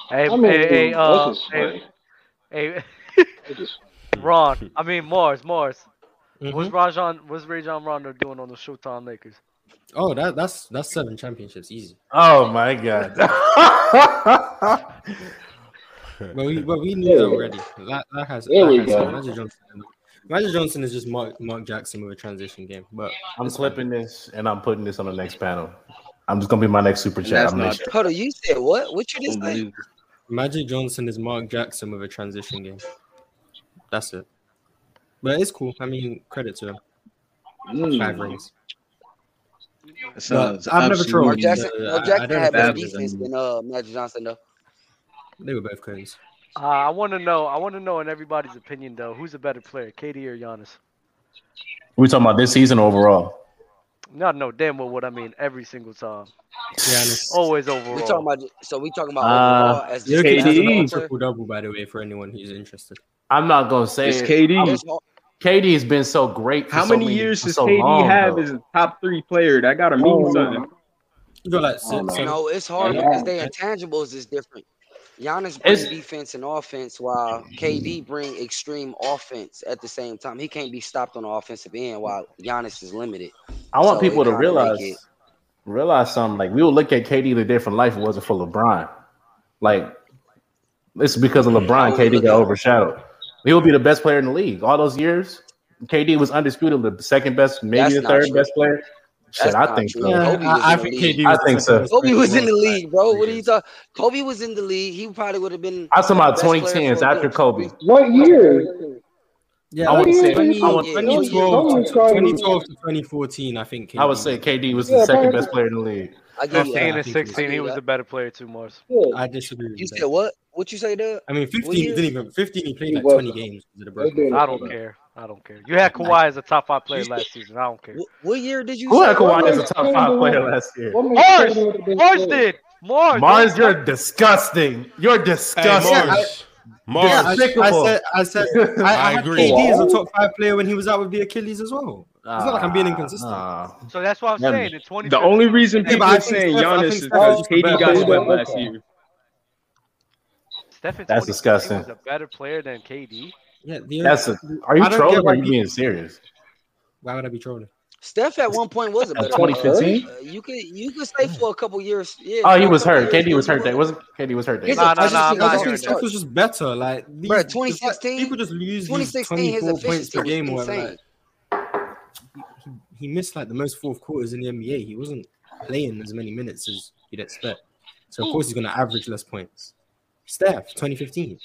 Hey, I mean, hey, hey, dude, uh, this is hey, funny. hey, This is- Ron. I mean Mars, Mars. What's Mm-hmm. Mhm. Rajon? What's Rajon Rondo doing on the Showtime Lakers? Oh, that, that's that's seven championships easy. Oh my god. Well, we, well, we knew that already. That, that has. There that we has go. Magic Johnson. Magic Johnson is just Mark, Mark Jackson with a transition game, but I'm it's fine. clipping this and I'm putting this on the next panel. I'm just gonna be my next super And chat. that's I'm gonna not make Hold on, you said what? What you just say? unbelievable. Magic Johnson is Mark Jackson with a transition game. That's it. But it's cool. I mean, credit to him. Five Mm. rings. That But sounds I've never absolutely trolled. Mark Jackson, Uh, Mark I- I Jackson don't had better have it. defense than uh Magic Johnson though. They were both coons. Uh, I want to know. I want to know in everybody's opinion though, who's a better player, KD or Giannis? we talking about this season overall. No, no, damn well what I mean every single time. Giannis. Always We talking overall. about so we talking Oh, about Uh, overall as just Jokic has basketball another player? triple double, by the way, for anyone who's interested. I'm not gonna say It's it. KD. I'm- It's hard- KD has been so great. For How so many years for does so KD long, have though. as a top three player? That gotta mean Oh, something. no. You got like six. Oh, seven- No, it's hard Yeah. because their intangibles is different. Giannis brings It's- defense and offense, while KD bring extreme offense at the same time. He can't be stopped on the offensive end, while Giannis is limited. I want So people it to kinda make realize it- realize something. Like we would look at KD the different life it wasn't for LeBron. Like it's because of LeBron, Oh, KD look got at- overshadowed. He would be the best player in the league all those years. KD was undisputed the second best, maybe That's the not third true. best player. Shit, That's I not think true. so. Kobe was in the league. Kobe was in the league, I think so. bro. What are you talking? Kobe was in the league. He probably would have been. I'm talking about the best player 2010s for a after bit. Kobe. What year? Yeah, I I would would say- I say would- 2012 to Kobe tried- 2012 to 2014. I think I would say KD was the Yeah, second probably. best player in the league. I give you 15 that. and 16, give he you was that. the better player too, Morris. I disagree. With You that. said what? What you say, Doug? I mean, 15 What year? didn't even 15. He played He like wasn't. 20 games. to the They break. didn't. I don't care. I don't care. You had Kawhi as a top five player last season. I don't care. What year did you? Who say? had Kawhi as a top five player last year? Mars, Mars did. Mars, Mars, you're disgusting. You're disgusting. Hey, Mars. Mars. Yeah, I, I said, I said, I, I, I had agree. KD as a top five player when he was out with the Achilles as well. it's not like I'm being inconsistent. Uh, So that's why I'm Ah. Yeah. saying in 20. The only reason Yeah, people but I are think saying Steph- I Giannis think is Steph because is the KD best got player. swept last year. Stephen That's disgusting. was a better player than KD. Yeah, That's a, are you I don't get trolling or why are you people- being serious? Why would I be trolling? Steph at one point was a In better. player. 2015? Uh, You could you could say for a couple years. Yeah. Oh, for he a was couple hurt. years, KD was he hurt. That wasn't KD was hurt. That He's a- year. Nah, I just, nah, think, nah, I just you're think Steph right. was just better. Like, these, Bruh, it's like 2016 people just lose these 2016, his 24 points efficiency per was game or whatever. insane. Like, he, he missed like the most fourth quarters in the NBA. He wasn't playing as many minutes as you'd expect. So of course he's going to average less points. Steph, 2015.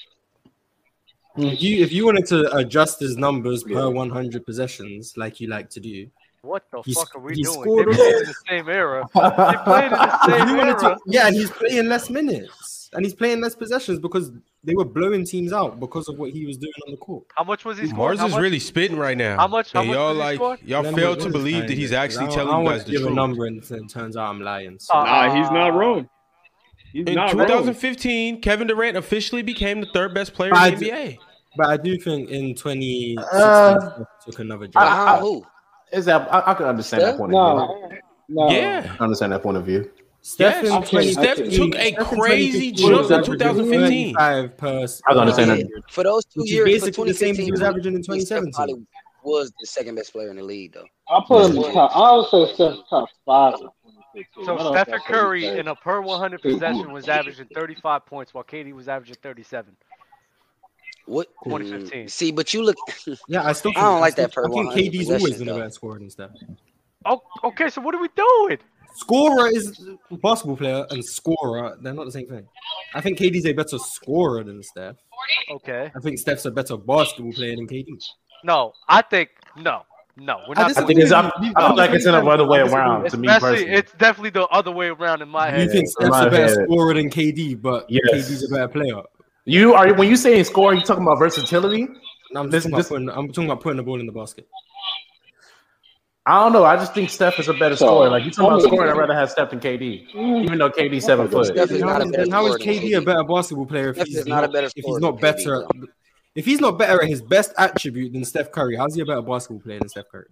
If you if you wanted to adjust his numbers per 100 possessions, like you like to do, What the He's- fuck are we he doing? They scored played all- in the same era. They played in the If same you wanted era. to- yeah, and he's playing less minutes and he's playing less possessions because they were blowing teams out because of what he was doing on the court. How much was he scoring? Mars How is much- really spitting right now. How much- how And much did y'all he like score? y'all Remember, fail this to is believe fine, that he's because actually I don't- I telling don't you want guys to the give a truth. number and it turns out I'm lying. Uh, So Nah, he's not wrong. He's In not wrong. 2015, Kevin Durant officially became the third best player But I in the do- NBA. But I do think in 2016 Uh, Steph took another I- I- job. who? Is that I, I can understand that point of view. No, no. Yeah. I understand that point of view. Steph, in Yes. Steph 2015 took a Steph in crazy 2015 was jump in averaging 2015. 35 per I don't understand Yeah, that. for those two Which is years, for basically the same as he 2015, was averaging in 2016, Steph 2017. probably was the second best player in the league, though. I put him in top. I also Steph top five in 2015. I So don't Stephen think he's Curry third. in a per 100 possession was averaging 35 points while KD was averaging 37. What? 2015. See, but you look. Yeah, I still I don't like that still- per I think 100 KD's always possessions, been a though. better scorer than Steph. Oh, okay. So what are we doing? Scorer is basketball player and scorer. They're not the same thing. I think KD's a better scorer than Steph. Okay. I think Steph's a better basketball player than KD. No, I think no, no. We're I not. disagree I think it's- with I- you. I feel like it's in the other way I disagree. around to me Especially, personally. it's definitely the other way around in my You head. think Steph's my a better head. scorer than KD, but Yes. KD's a better player. You are when you say score, you talking about versatility. I'm, just This- talking about this- putting, I'm talking about putting the ball in the basket. I don't know. I just think Steph is a better So, scorer. Like you talking I about mean- scoring, I'd rather have Steph than KD, even though KD's seven foot. Steph is Then not how a is, better then how is scorer than KD a KD? better basketball player if Steph he's is not a not, better if scorer he's than not KD, better if he's not better at his best attribute than Steph Curry? How's he a better basketball player than Steph Curry?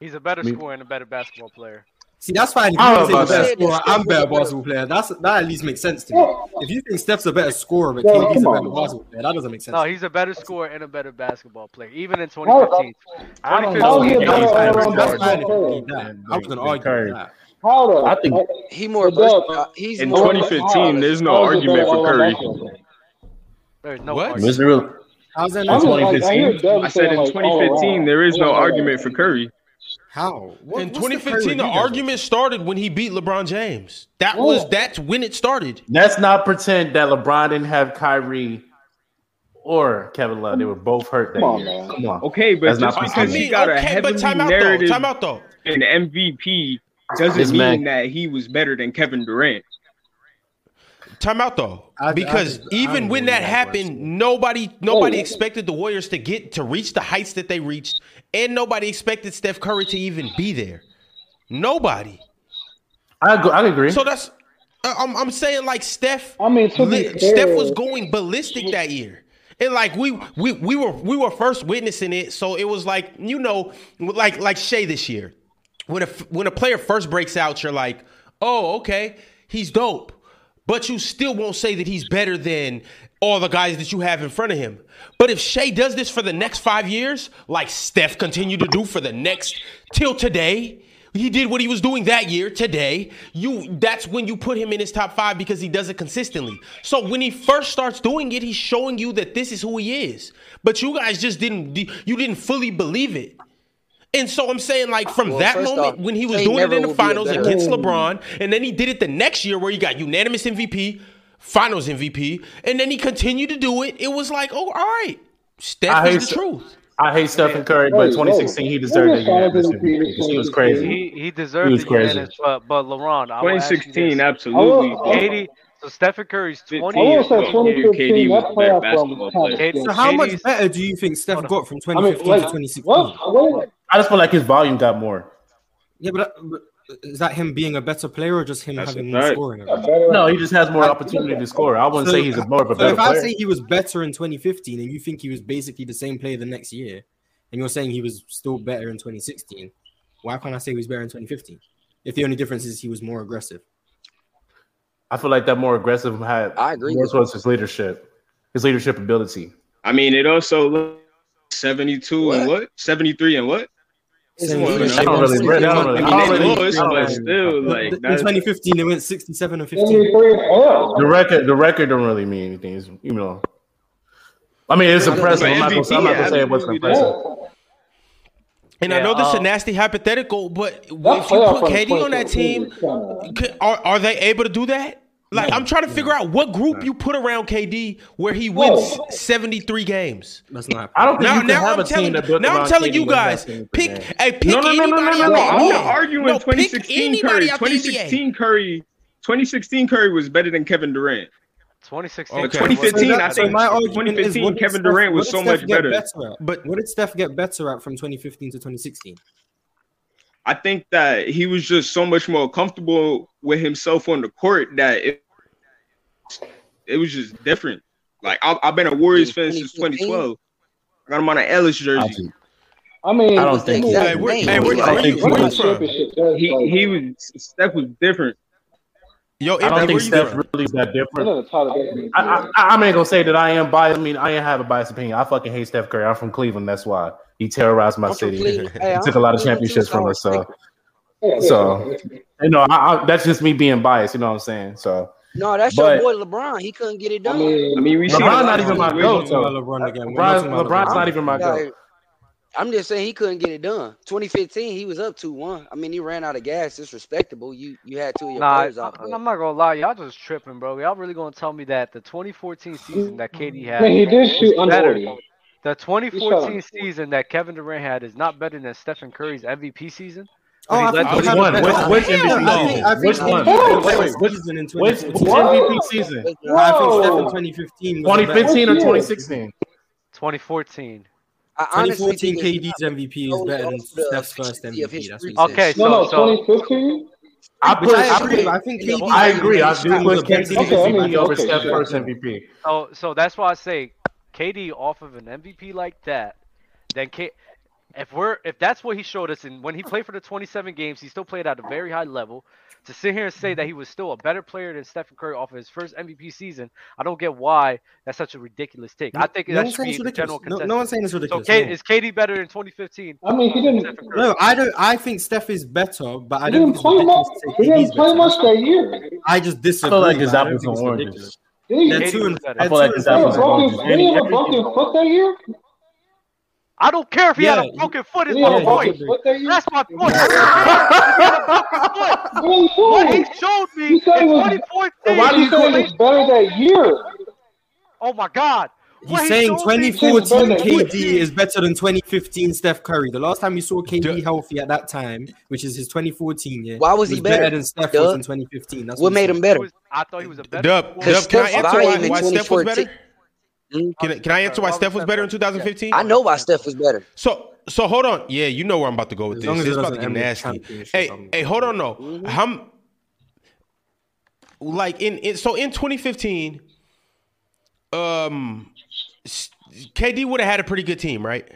He's a better Me- scorer and a better basketball player. See, that's fine. If I you don't say know you're a about better that. scorer, I'm a better basketball player. That's that at least makes sense to me. If you think Steph's a better scorer, but Yeah, KD's a come better on, man. basketball player, that doesn't make sense. No, he's a better scorer and a better basketball player, even in How- 2015. I don't How know. is he a KD's better better all-around That's scorer fine if than- basketball you player? think that. than- I was gonna than argue Curry. with that. Hold up. I think- He more But Doug, versatile. He's In more 2015, versatile. there's no how is he a argument better for Curry. all-around basketball player? There's no What? argument. What's the real? How's that I'm not? just like I hear 2015? Doug I said saying in oh, like oh, all 2015, around. there is I'm no like, all argument around. for Curry. How? What, in what's Steph Curry 2015, the do, though? argument started when he beat LeBron James. That Yeah. Oh. was that's when it started. Let's not pretend that LeBron didn't have Kyrie or Kevin Love. They were both hurt that Come on, year. man. Come on. Okay, but That's just not I because pretending. he mean, got a okay, but heavily time out though. narrated Time out though. an MVP doesn't This mean man- that he was better than Kevin Durant. Time out though, I- I because just- I Oh. even don't when know that what happened, was- nobody nobody yeah. expected the Warriors to get to reach the heights that they reached, and nobody expected Steph Curry to even be there. Nobody. I agree. I agree. So that's I- I'm, I'm saying like Steph. I mean, to be li- Steph was fair- going ballistic that year, and like we we we were we were first witnessing it. So it was like you know like like Shea this year, when a f- when a player first breaks out, you're like, oh okay, he's dope, but you still won't say that he's better than all the guys that you have in front of him. But if Shea does this for the next five years, like Steph continued to do for the next till today. He did what he was doing that year today. You that's when you put him in his top 5 because he does it consistently. So when he first starts doing it, he's showing you that this is who he is. But you guys just didn't you didn't fully believe it. And so I'm saying, like, from Well, that first moment off, when he was Clay doing it never in will the be a finals better- against LeBron, and then he did it the next year where he got unanimous MVP, finals MVP, and then he continued to do it, it was like, oh, all right, Steph I hate is the Ste- truth. I hate Stephen Curry, but 2016 he deserved it. unanimous MVP because He was crazy. He, he He deserved was the crazy. unanimous, but uh, but LeBron, I will ask you 2016, this. absolutely. I will- Katie, so Stephen Curry's twenty. I will years say old. 2015, that playoff run was kind of player. sketchy. So how much Katie's- better do you think Steph got from I mean, 2015 like, to 2016? what? I just feel like his volume got more. Yeah, but, but is that him being a better player or just him That's having a more fact. scoring? No, he just has more opportunity to score. I wouldn't So- say he's a more of a so better if I player. say he was better in 2015 and you think he was basically the same player the next year, and you're saying he was still better in 2016, why can't I say he was better in 2015? If the only difference is he was more aggressive. I feel like that more aggressive had I agree more towards his leadership, his leadership ability. I mean, it also looked 72 and what? 73 and what? It's Come on, leadership. man. I don't really- I don't really- I mean, I don't they really- lost, I don't but really- still, In like, that's, 2015, they went 67 and 15. 73 and 12. The record, the record don't really mean anything. It's, you know, I mean, it's Yeah, impressive. I'm not gonna, say- I'm not yeah, gonna say it wasn't absolutely impressive. And I Yeah, know this is a um, nasty hypothetical, but if you That playoff put run KD on that 2015 team, was kinda- c- are, are they able to do that? Like, I'm trying to figure out what group you put around KD where he wins 73 games. That's not. I don't think now, you can now have I'm a team telling, that built now I'm around telling KD you wins that guys, thing pick today. hey, pick no, no, no, no, no, anybody no, no. out I'm there. not arguing No, pick 2016 Curry. anybody out the NBA. 2016 Curry. 2016 Curry was better than Kevin Durant. 2016. But 2015, So that- I so think my argument is, 2015 what did Kevin Steph- Durant what was did so Steph much get better. at? But what did Steph get better at from 2015 to 2016? I think that he was just so much more comfortable with himself on the court that it, it was just different. Like I, I've been a Warriors fan since 2012. I got him on an Ellis jersey. I mean, I don't think I mean, so. Hey, where- hey, where- like, where you- what where you a from? championship does, He like, he was Steph was different. Yo, I don't think Steph really is that you different. know the title that- I, I, I'm ain't gonna say that I am biased. I mean, I ain't have a biased opinion. I fucking hate Steph Curry. I'm from Cleveland. That's why he terrorized my city. Cleveland. Hey, he I'm took a lot of from Cleveland, championships too, from so us. So, so you know, I, I, that's just me being biased. You know what I'm saying? So, No, that's But- your boy LeBron. He couldn't get it done. I mean, we LeBron's seen a lot not of even my goat. situations So where LeBron again. LeBron's, LeBron's not even my goat. Like, I'm just saying he couldn't get it done. 2015, he was up 2-1. I mean, he ran out of gas. It's respectable. You you had two of your Nah, I, players out there. am not gonna lie, y'all just tripping, bro. Y'all really gonna tell me that the 2014 season that KD had, Man, he did shoot is under better- 40. The He 2014 season that Kevin Durant had is not better than Stephen Curry's MVP season. Oh, When I he led think the Which Kevin one? Durant- Which, I which think- MVP I think- I season? think Which Steph one? Curry's Wait, wait, best which, season in which, which 2015. MVP season? I think Steph in Whoa. 2015. was a better- 2015 or 2016? 2014. I honestly 2014 think it's KD's MVP is better than Steph's first MVP. That's what he said. Okay, No, no, so so 2015? I Which put. I I, agree. put, I think KD. I agree. I do was a put better KD's season. Okay, I mean, MVP over okay, Steph's sure. first MVP. so so that's why I say KD off of an MVP like that, then K. If we're if that's what he showed us, and when he played for the 27 games, he still played at a very high level. To sit here and say that he was still a better player than Stephen Curry off of his first MVP season, I don't get why that's such a ridiculous take. I think No that one's should saying be it's the general ridiculous. No- no consensus. one's saying it's ridiculous, So, K- no. is KD better in 2015? I mean, he didn't. No, I don't. I think Steph is better, but I He don't didn't think it's play much. ridiculous to say He KD's didn't play better. much that year. I just I disagree. feel like it's but I don't apples think and it's oranges. ridiculous. Did he, They're did two and I feel like they're two and it's he apples have a and four. broken, oranges. did he have a Every- broken foot that year? I don't care if he had Yeah, a broken foot. Is Did he have my a Yeah, point. he broken did. foot that year? That's my point. I don't care. He had a broken foot. What are you What he doing? showed me You in said it was. 2014. But why do you say it was better that year? Oh my God! He's What he saying showed me- 2014 He's better than KD is better than 2015 Steph Curry. The last time you saw KD healthy at that time, which is his 2014 year, Why was he better? than Steph Duh. was in 2015? That's What I'm made him saying. better? I thought he was a better. Dub, scorer. Dub, can I Steph's answer why, volume in why Steph was better? 2014. Can I, can I answer why Steph was better in 2015? I know why Steph was better. So so hold on. Yeah, you know where I'm about to go with As this. long as it It's about to doesn't end get with nasty. championship, Hey, I'm- hey, hold on though. How m- like in, in so in 2015, um s- KD would have had a pretty good team, right?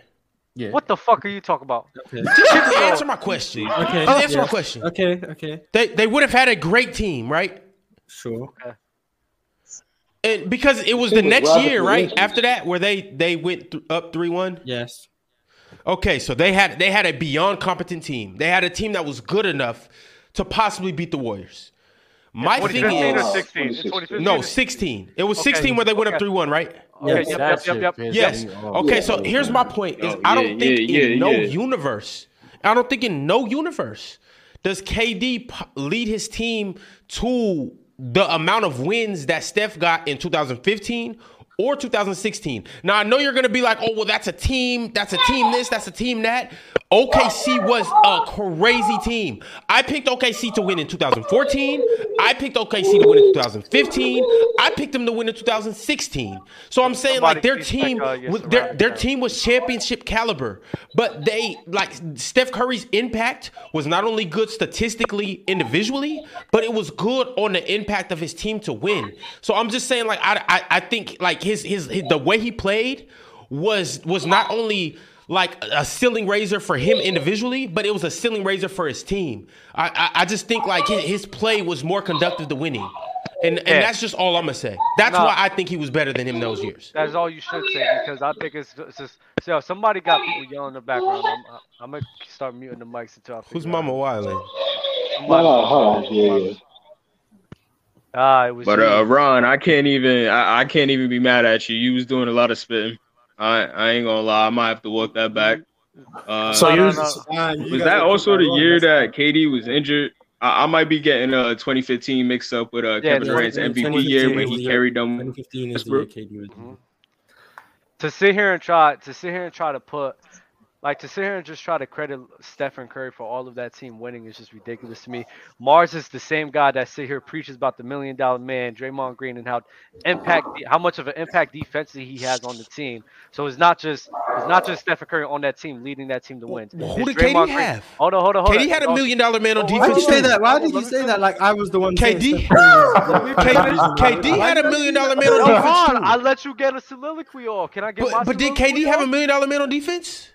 Yeah. What the fuck are you talking about? Just answer my question. Okay. Just answer yeah. my question. Okay. Okay. They they would have had a great team, right? Sure. And because it was the Team was next rival year, to right? injuries. After that, where they they went th- up three one. Yes. Okay, so they had they had a beyond competent team. They had a team that was good enough to possibly beat the Warriors. My thing 2015 or is 16? It's 2015 no or 16. It was Okay. 16 where they went Okay. up 3-1, right? Okay, Yes, yep, that yep, shit yep, yep. Yes. pissed me off. Okay, so here's my point: is Oh, yeah, I don't think yeah, in yeah, no yeah. universe, I don't think in no universe does KD p- lead his team to the amount of wins that Steph got in 2015 or 2016. Now I know you're gonna be like, oh well, that's a team, that's a team this, that's a team that. OKC was a crazy team. I picked OKC to win in 2014. I picked OKC to win in 2015. I picked them to win in 2016. So I'm saying like their team, uh, was- their, their team was championship caliber, but they like Steph Curry's impact was not only good statistically individually, but it was good on the impact of his team to win. So I'm just saying like I I, I think like his, his his the way he played was was not only like a ceiling raiser for him individually, but it was a ceiling raiser for his team. I I, I just think like his, his play was more conductive to winning. And, and Yeah. that's just all I'm gonna say. That's No. why I think he was better than him those years. That's all you should say because I think it's, it's just so if somebody got people yelling in the background. I'm, I'm gonna start muting the mics until I Who's Mama Wiley? No, hold on. Yeah, yeah. Ah, it was. But you. uh, Ron, I can't even I, I can't even be mad at you. You was doing a lot of spitting. I I ain't gonna lie. I might have to walk that back. Uh, So you- was that also the year that KD was injured? I, I might be getting uh 2015 mixed up with uh Yeah, Kevin Durant's MVP year when he carried them. 2015 is the year Westbrook. KD was Mm-hmm. injured. to sit here and try to sit here and try to put like to sit here and just try to credit Stephen Curry for all of that team winning is just ridiculous to me. Mars is the same guy that sit here preaches about the million dollar man, Draymond Green, and how impact how much of an impact defensively he has on the team. So it's not just it's not just Stephen Curry on that team leading that team to win. Well, who It's did KD Draymond Green- have? Hold on, hold on, hold on. KD had a Oh, million dollar man oh, on Why defense. did you say too. that? Why did you say that? Like I was the one. saying KD? Steph Curry was- KD, KD had a million dollar man on Hold defense. on, too. I let you get a soliloquy off. Can I get my But, but did soliloquy KD have off? a million dollar man on defense?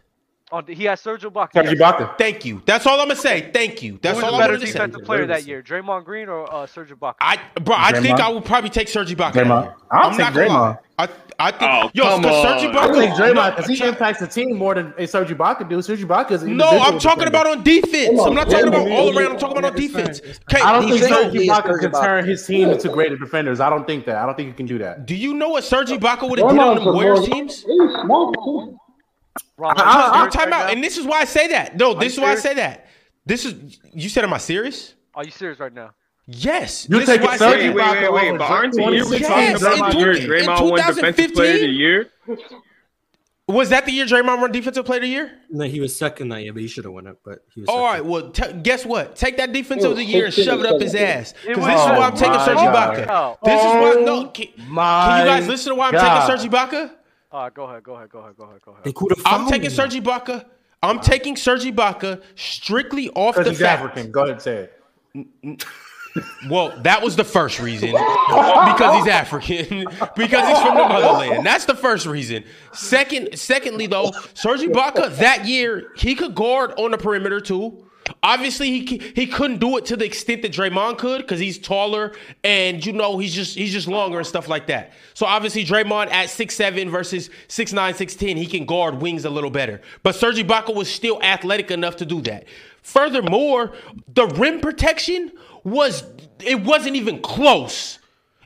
Oh, he had Sergio Ibaka. yes. Thank you. That's all I'm gonna say. Thank you. That's Who was all the I'm better gonna say. defensive player that year, Draymond Green or uh, Serge Ibaka? I, bro, I think Draymond? I would probably take Serge Ibaka. Draymond. I'll I'm take not gonna lie. Draymond. I, I think Oh, yo, come because Serge on. I think Ibaka. Draymond because he impacts the team more than a Serge Ibaka do. Serge Ibaka is an No, individual I'm talking defender. about on defense. I'm not Yeah, talking about yeah, all yeah, around. I'm talking about on defense. K- I don't think Serge defensively, it's Ibaka Serge can Ibaka. turn his team into greater defenders. I don't think that. I don't think he can do that. Do you know what Serge Ibaka would have did on the Warriors teams? Ron, I, are I, you serious am talking right about, now? and this is why I say that. No, Are you this is why I serious? say that. This is you said. Am I serious? Are you serious right now? Yes. You this is take why I it Serge said- Ibaka Wait, wait, wait, over but aren't you- you were Yes, talking about in the two- year in Draymond won defensive player of the 2015? year. Was that the year Draymond won defensive player Oh. of the year? No, he was second that year, but he should have won it. But he was. All right, well, t- guess what? Take that defense of the year and shove Oh, it up his ass. Oh Because this is why I'm taking Serge Ibaka. This is why. No, can, can you guys listen to why I'm taking Serge Ibaka? All right, go ahead, go ahead, go ahead, go ahead, go ahead. I'm taking Serge Ibaka. I'm taking Serge Ibaka strictly off Because the he's fact. African. Go ahead and say it. Well, that was the first reason because he's African, because he's from the motherland. That's the first reason. Second, secondly though, Serge Ibaka that year he could guard on the perimeter too. Obviously, he c- he couldn't do it to the extent that Draymond could because he's taller and you know he's just he's just longer and stuff like that. So obviously, Draymond at 6'7 versus 6'9, 6'10, he can guard wings a little better. But Serge Ibaka was still athletic enough to do that. Furthermore, the rim protection was it wasn't even close.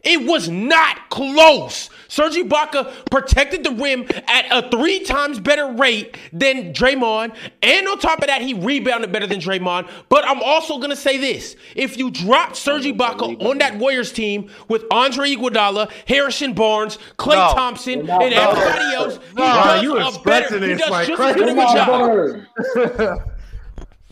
It was not close. Serge Ibaka protected the rim at a three times better rate than Draymond, and on top of that, he rebounded better than Draymond. But I'm also gonna say this: if you dropped Serge Ibaka on that Warriors team with Andre Iguodala, Harrison Barnes, Klay No. Thompson, No. and everybody else, he Ron, does you a better. expecting He this, does like, just as crazy. good of a job.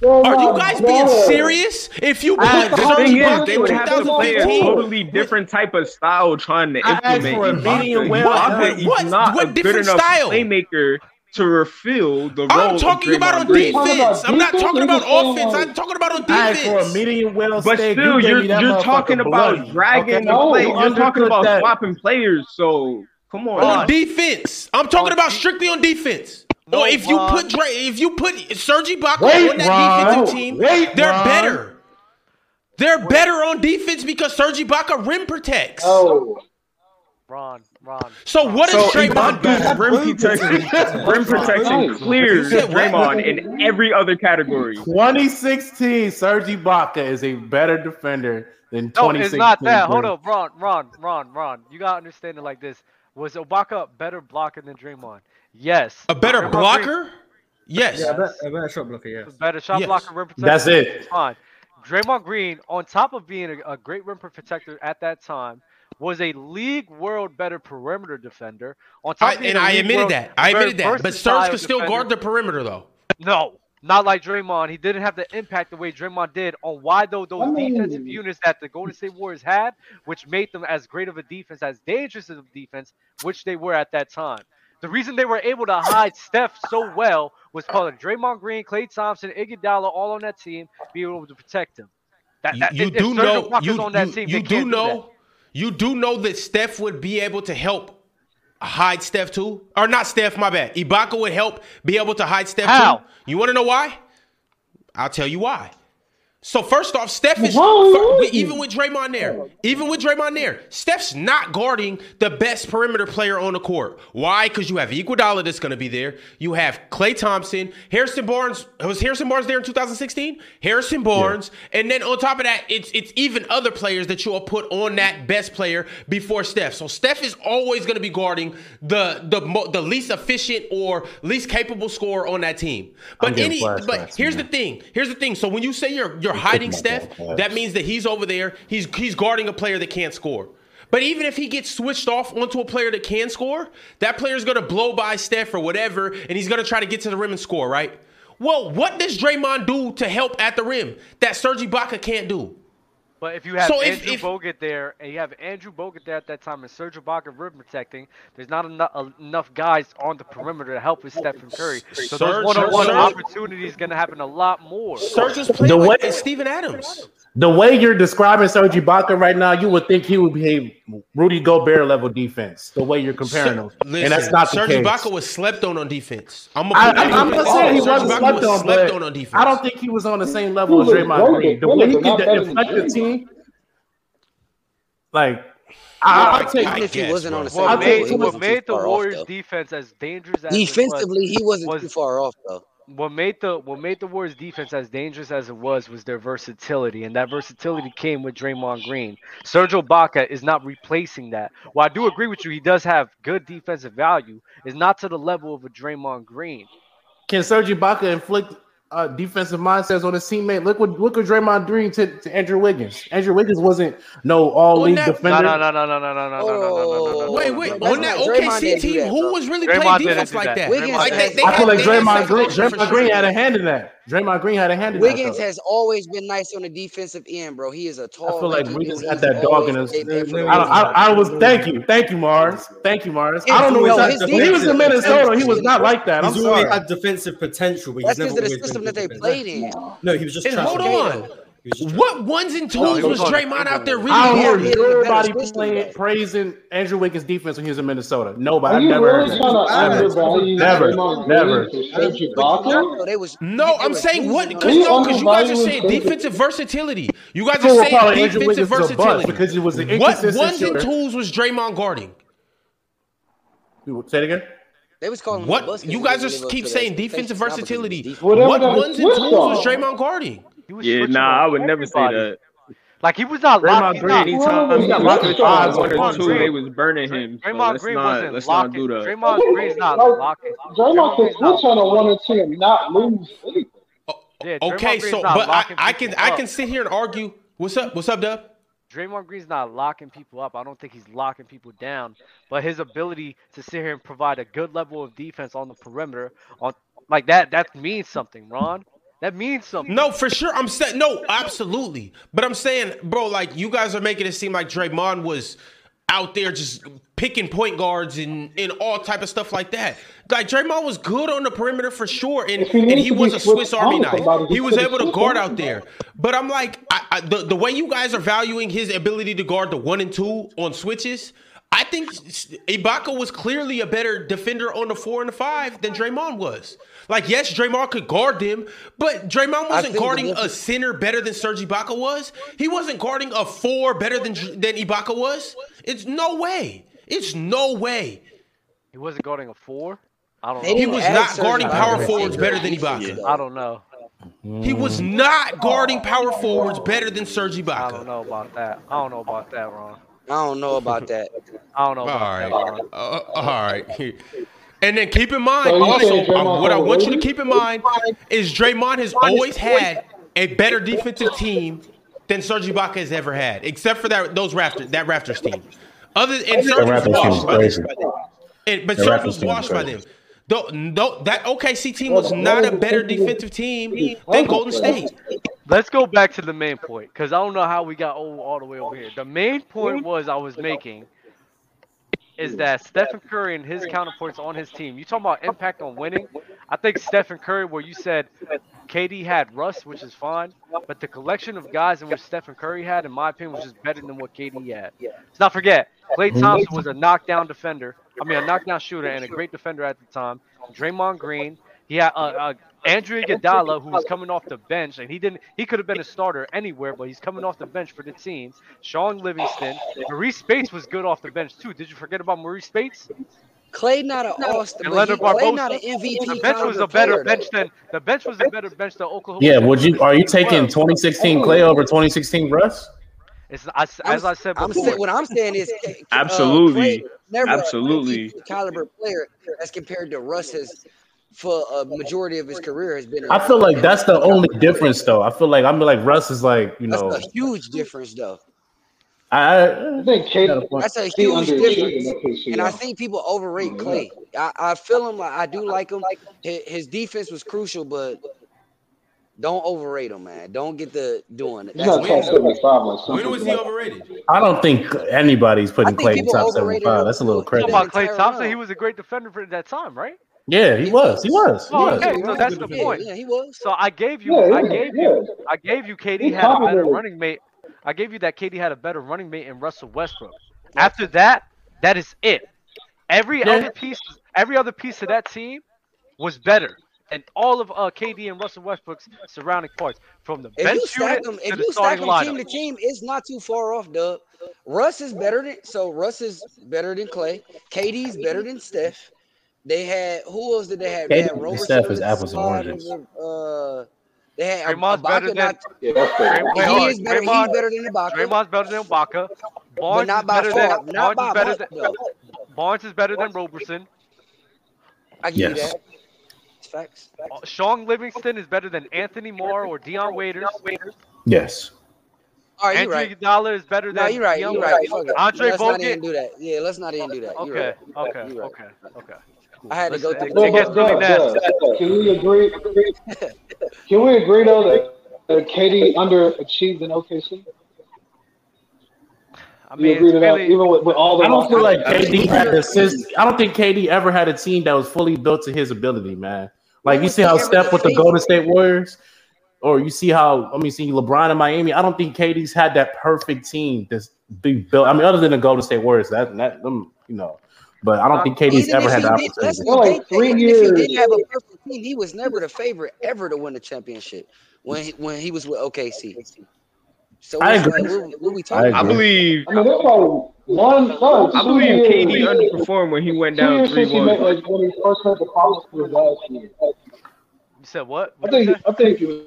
Are you guys being serious? If you But put the Serge thing is, Ibaka they in would have to play a 2015, totally different type of style trying to I asked implement for a medium Ibaka. well uh, Ibaka is What- not what a good different enough style? playmaker to refill the role. I'm of talking about Draymond on Green. defense. I'm not talking about offense. I'm talking about on I asked for a defense. medium well But steak. still, you you are gave me that you're motherfucker talking about bloody, dragging okay? the play. No, You're talking understood about that. swapping players. So come on. On defense. I'm talking about strictly on defense. or if you Ron. put Dre, if you put Serge Ibaka Wait, on that Ron. defensive team, Wait, they're Ron. better. They're better on defense because Serge Ibaka rim protects. Oh. Ron, Ron. So what does So Draymond Draymond do? rim protection, rim protection Right. clears You said what? Draymond in every other category. 2016, Serge Ibaka is a better defender than No, it's 2016. not that. Hold Draymond. up, Ron, Ron, Ron, Ron. You gotta understand it like this. Was Obaka a better blocker than Draymond? Yes. A better Draymond Green- blocker? Yes. Yeah, I bet, I bet a shot blocker. Yes. better shot Yes. blocker, rim protector. That's it. It's fine. Draymond Green, on top of being a, a great rim protector at that time, was a league world better perimeter defender. On top, I, of being and a I league admitted world that. I very admitted that. But Serge versatile could still defender- guard the perimeter though. No, not like Draymond. He didn't have the impact the way Draymond did on why though those I mean- defensive units that the Golden State Warriors had, which made them as great of a defense, as dangerous of a defense, which they were at that time. The reason they were able to hide Steph so well was because of Draymond Green, Klay Thompson, Iguodala, all on that team, being able to protect them. That, You- that, you if- if do Serge know Ibaka's you, on that you- team, you they do can't do that. know you do know that Steph would be able to help hide Steph too, or not Steph? My bad. Ibaka would help be able to hide Steph How? too. You want to know why? I'll tell you why. So first off, Steph is Whoa. fir- we- even with Draymond there, even with Draymond there, Steph's not guarding the best perimeter player on the court. Why? Because you have Iguodala that's going to be there. You have Clay Thompson, Harrison Barnes. Was Harrison Barnes there in 2016? Harrison Barnes, and then on top of that, it's it's even other players that you'll put on that best player before Steph. So Steph is always going to be guarding the the mo- the least efficient or least capable scorer on that team. But getting any flashbacks, but here's the thing. Here's the thing. So when you say you're you're hiding Steph, that means that he's over there. He's he's guarding a player that can't score. But even if he gets switched off onto a player that can score, that player's gonna blow by Steph or whatever, and he's gonna try to get to the rim and score, right? Well, what does Draymond do to help at the rim that Serge Ibaka can't do? But if you have So if- Andrew if- Bogut there, and you have Andrew Bogut there at that time, and Serge Ibaka rim protecting, there's not enough, enough guys on the perimeter to help with Stephen Curry. So Serge- those one-on-one Serge- opportunities going to happen a lot more. Serge is playing The like way- it's Steven Adams. The way you're describing Serge Ibaka right now, you would think he would behave Rudy Gobert level defense. The way you're comparing him, and that's Listen, not the Serge case. Ibaka was slept on on defense. I'm, I, am not saying he Serge wasn't Ibaka slept was on, slept but on on defense. I don't think he was on the same level as was Draymond broken. Green. The Really, way he but could not better than deflect the Draymond. team, like I, I'll take. Even if he wasn't on the same What level, made, he what wasn't too made the far off, Warriors' though. defense as dangerous as it was- Defensively, he wasn't was too far off though. what made the what made the Warriors defense as dangerous as it was was their versatility, and that versatility came with Draymond Green. Serge Ibaka is not replacing that. While I do agree with you, he does have good defensive value. It's not to the level of a Draymond Green. Can Serge Ibaka inflict uh, defensive mindsets on his teammate? Look what look what Draymond Green to, to Andrew Wiggins. Andrew Wiggins wasn't no all league No, defender. no, no, no, no, no, no, no, no, no, no, no. Wait, no, wait. no, no, no. On that Draymond OKC didn't do team, that, who though. was really Draymond playing didn't defense do like that. that? Wiggins Like, has- they- they I feel had- like they had Draymond Green, separation for Draymond Green sure. had a hand in that. Draymond Green had a hand in Wiggins that. has always been nice on the defensive end, bro. He is a Though. I tall. feel like lanky Wiggins dude. had He's that dog always in his. stayed I, there for the don't- I, I was. Thank you, thank you, Mars. Thank you, Mars. I don't know. Yo, What his when he was defensive in Minnesota, he was potential- not like that. I'm He's always sorry. had defensive potential, but That's he's because of never the always system that been good they defensive. played in. No, he was just And trash. hold on. What ones and No, he twos was was on the Draymond out there I really don't hear guarding? He had a better nobody system, playing, praising Andrew Wiggins' defense when he was in Minnesota. Nobody. Are I've you never really heard trying to that. Never. undervalue Never. Draymond Never. Green to Serge Ibaka? They was No, I'm saying what? Because He no, because you guys are undervalued saying Serge. defensive versatility. You guys People are were calling saying Andrew defensive Wiggins a bust versatility. because he was an what inconsistent ones and shooter. twos was Draymond guarding? Say it again. They was calling him a bus What 'cause you he guys didn't just live up keep to the saying expectations. defensive versatility? Whatever What that ones and switch twos on. was Draymond guarding? He was Yeah, switching nah, on I would never say everybody. that. Like he was not locked. Draymond he's Green, not- anytime Well, he got that's with fine. five one or Draymond two, Green- they was burning him. So Draymond let's Green not wasn't let's not locking. do that. Draymond Green's not Like, locking. Draymond can Green's not switch on a one or two and not lose anything. Yeah, Draymond Okay, Green's so not but I, locking I can people I up. can sit here and argue. What's up? What's up, Dub? Draymond Green's not locking people up. I don't think he's locking people down, but his ability to sit here and provide a good level of defense on the perimeter, on like that, that means something, Ron. That means something. No, for sure. I'm saying no, absolutely. But I'm saying, bro, like you guys are making it seem like Draymond was out there just picking point guards and, and all type of stuff like that. Like Draymond was good on the perimeter for sure, and, If he and needs he to be was a switched Swiss Army on to knife. somebody, he He was could've able to switched guard on out to there. But I'm like, I, I, the the way you guys are valuing his ability to guard the one and two on switches. I think Ibaka was clearly a better defender on the four and the five than Draymond was. Like, yes, Draymond could guard them, but Draymond I wasn't think guarding the a difference- center better than Serge Ibaka was. He wasn't guarding a four better than than Ibaka was. It's no way. It's no way. He wasn't guarding a four. I don't. They know. didn't He was add not Serge guarding Ibaka. power forwards better than Ibaka. I don't know. He was not guarding power forwards better than Serge Ibaka. Mm. Oh. I don't know about that. I don't know about that, Ron. I don't know about that. I don't know All about right, that, Ron. Uh, all right. And then keep in mind, So you also, saying Draymond uh, what I want you to overrated? keep in mind is Draymond has always had a better defensive team than Serge Ibaka has ever had, except for that those Raptors that Raptors team. Other and That Serge was Raptors team is washed by crazy. them. And, but That Serge Raptors was team is washed by them. crazy. Though, though, that OKC team was not a better defensive team than Golden State. Let's go back to the main point because I don't know how we got all, all the way over here. The main point was I was making is that Stephen Curry and his counterparts on his team. You talking about impact on winning? I think Stephen Curry, where you said KD had Russ, which is fine, but the collection of guys in which Stephen Curry had, in my opinion, was just better than what KD had. Let's not forget, Clay Thompson was a knockdown defender. I mean, a knockdown shooter and a great defender at the time. Draymond Green. He had uh, uh, Andrew Iguodala, who was coming off the bench, and he didn't. He could have been a starter anywhere, but he's coming off the bench for the team. Sean Livingston, Maurice Spates was good off the bench too. Did you forget about Maurice Spates? Clay not an All-Star. but And he- Leonard Clay Barbosa. not an MVP. The bench was caliber a better player, though. bench than the bench was a better bench than Oklahoma. Yeah, City would you was are you as well. taking oh. 2016 Clay over 2016 Uh, Russ? It's, I, as I said I'm before, saying, what I'm saying is, uh, Absolutely. Clay never uh, a Absolutely. caliber player as compared to Russ has for a majority of his career has been. a- I feel like that's the only difference, though. I feel like I'm like Russ is like you That's know. a huge difference, though. I, I I think Kate- That's a He huge underrated that difference. piece, And I yeah. think people overrate Yeah. Clay. I, I feel him. Like I do like him. His, his defense was crucial, but don't overrate him, man. Don't get the doing it. He's not top That's- 75 like some When people was he like. overrated? I don't think anybody's I putting think Clay in people top overrated 75. That's a little talking crazy. about Clay Thompson, he was a great defender for that time, right? Yeah, he was. He was. He Oh, was. okay, so that's the point. Yeah, he was. So I gave you, Yeah, I yeah, gave you, I gave you. KD He's had a better complimentary. running mate. I gave you that KD had a better running mate in Russell Westbrook. After that, that is it. Every other piece, every other piece of that team was better, and all of uh, KD and Russell Westbrook's surrounding parts, from the If bench you unit stack him, to if the you stack starting him lineup. team to team, it's not too far off, Dub. Russ is better than so Russ is better than Clay. KD's better than Steph. They had who else did they have? They had KD and Robertson Steph on is the apples and squad, oranges. Uh, they had Draymond's better Ibaka than. not. Dray- He wait, hold on. is better. Draymond- he's better than Ibaka, Draymond's better than Ibaka. but Barnes is not by better far. than Not Barnes by is better much than though. Barnes is better than Roberson. I give you Yes. that. It's facts. Uh, Sean Livingston is better than Anthony Moore or Deion Waiters. Yes. All right, you're Andrew right. Iguodala is better No, than you're right. Deion You're right. Waiters. Fuck it. Andre let's not even Bogut. do that. Yeah, let's not even do that. You're Okay, right. okay, You're right. okay, okay. I had to go Listen, through. No, but Doug, Doug, Doug, can we agree? Can we agree though that, that Katie underachieved in OKC? I you mean, agree it's to that? really- Even with, with all the I don't feel like losses? KD had the assist. I don't think KD ever had a team that was fully built to his ability, man. Like you see how Steph with the Golden State Warriors, or you see how I mean, see LeBron in Miami. I don't think KD's had that perfect team that's be built. I mean, other than the Golden State Warriors, that that them, you know. But I don't think KD's Uh, Even ever if had he the did- let's opportunity. not think that even If he did have a perfect team, he was never the favorite ever to win the championship when he, when he was with OKC. So I it's agree. Like, what, what we talking I about? believe. I mean, they're probably one, no, I two believe years- KD underperformed when he went Two down years three since he one. met, like when he first met the promise was last year. You said what? I think I think it was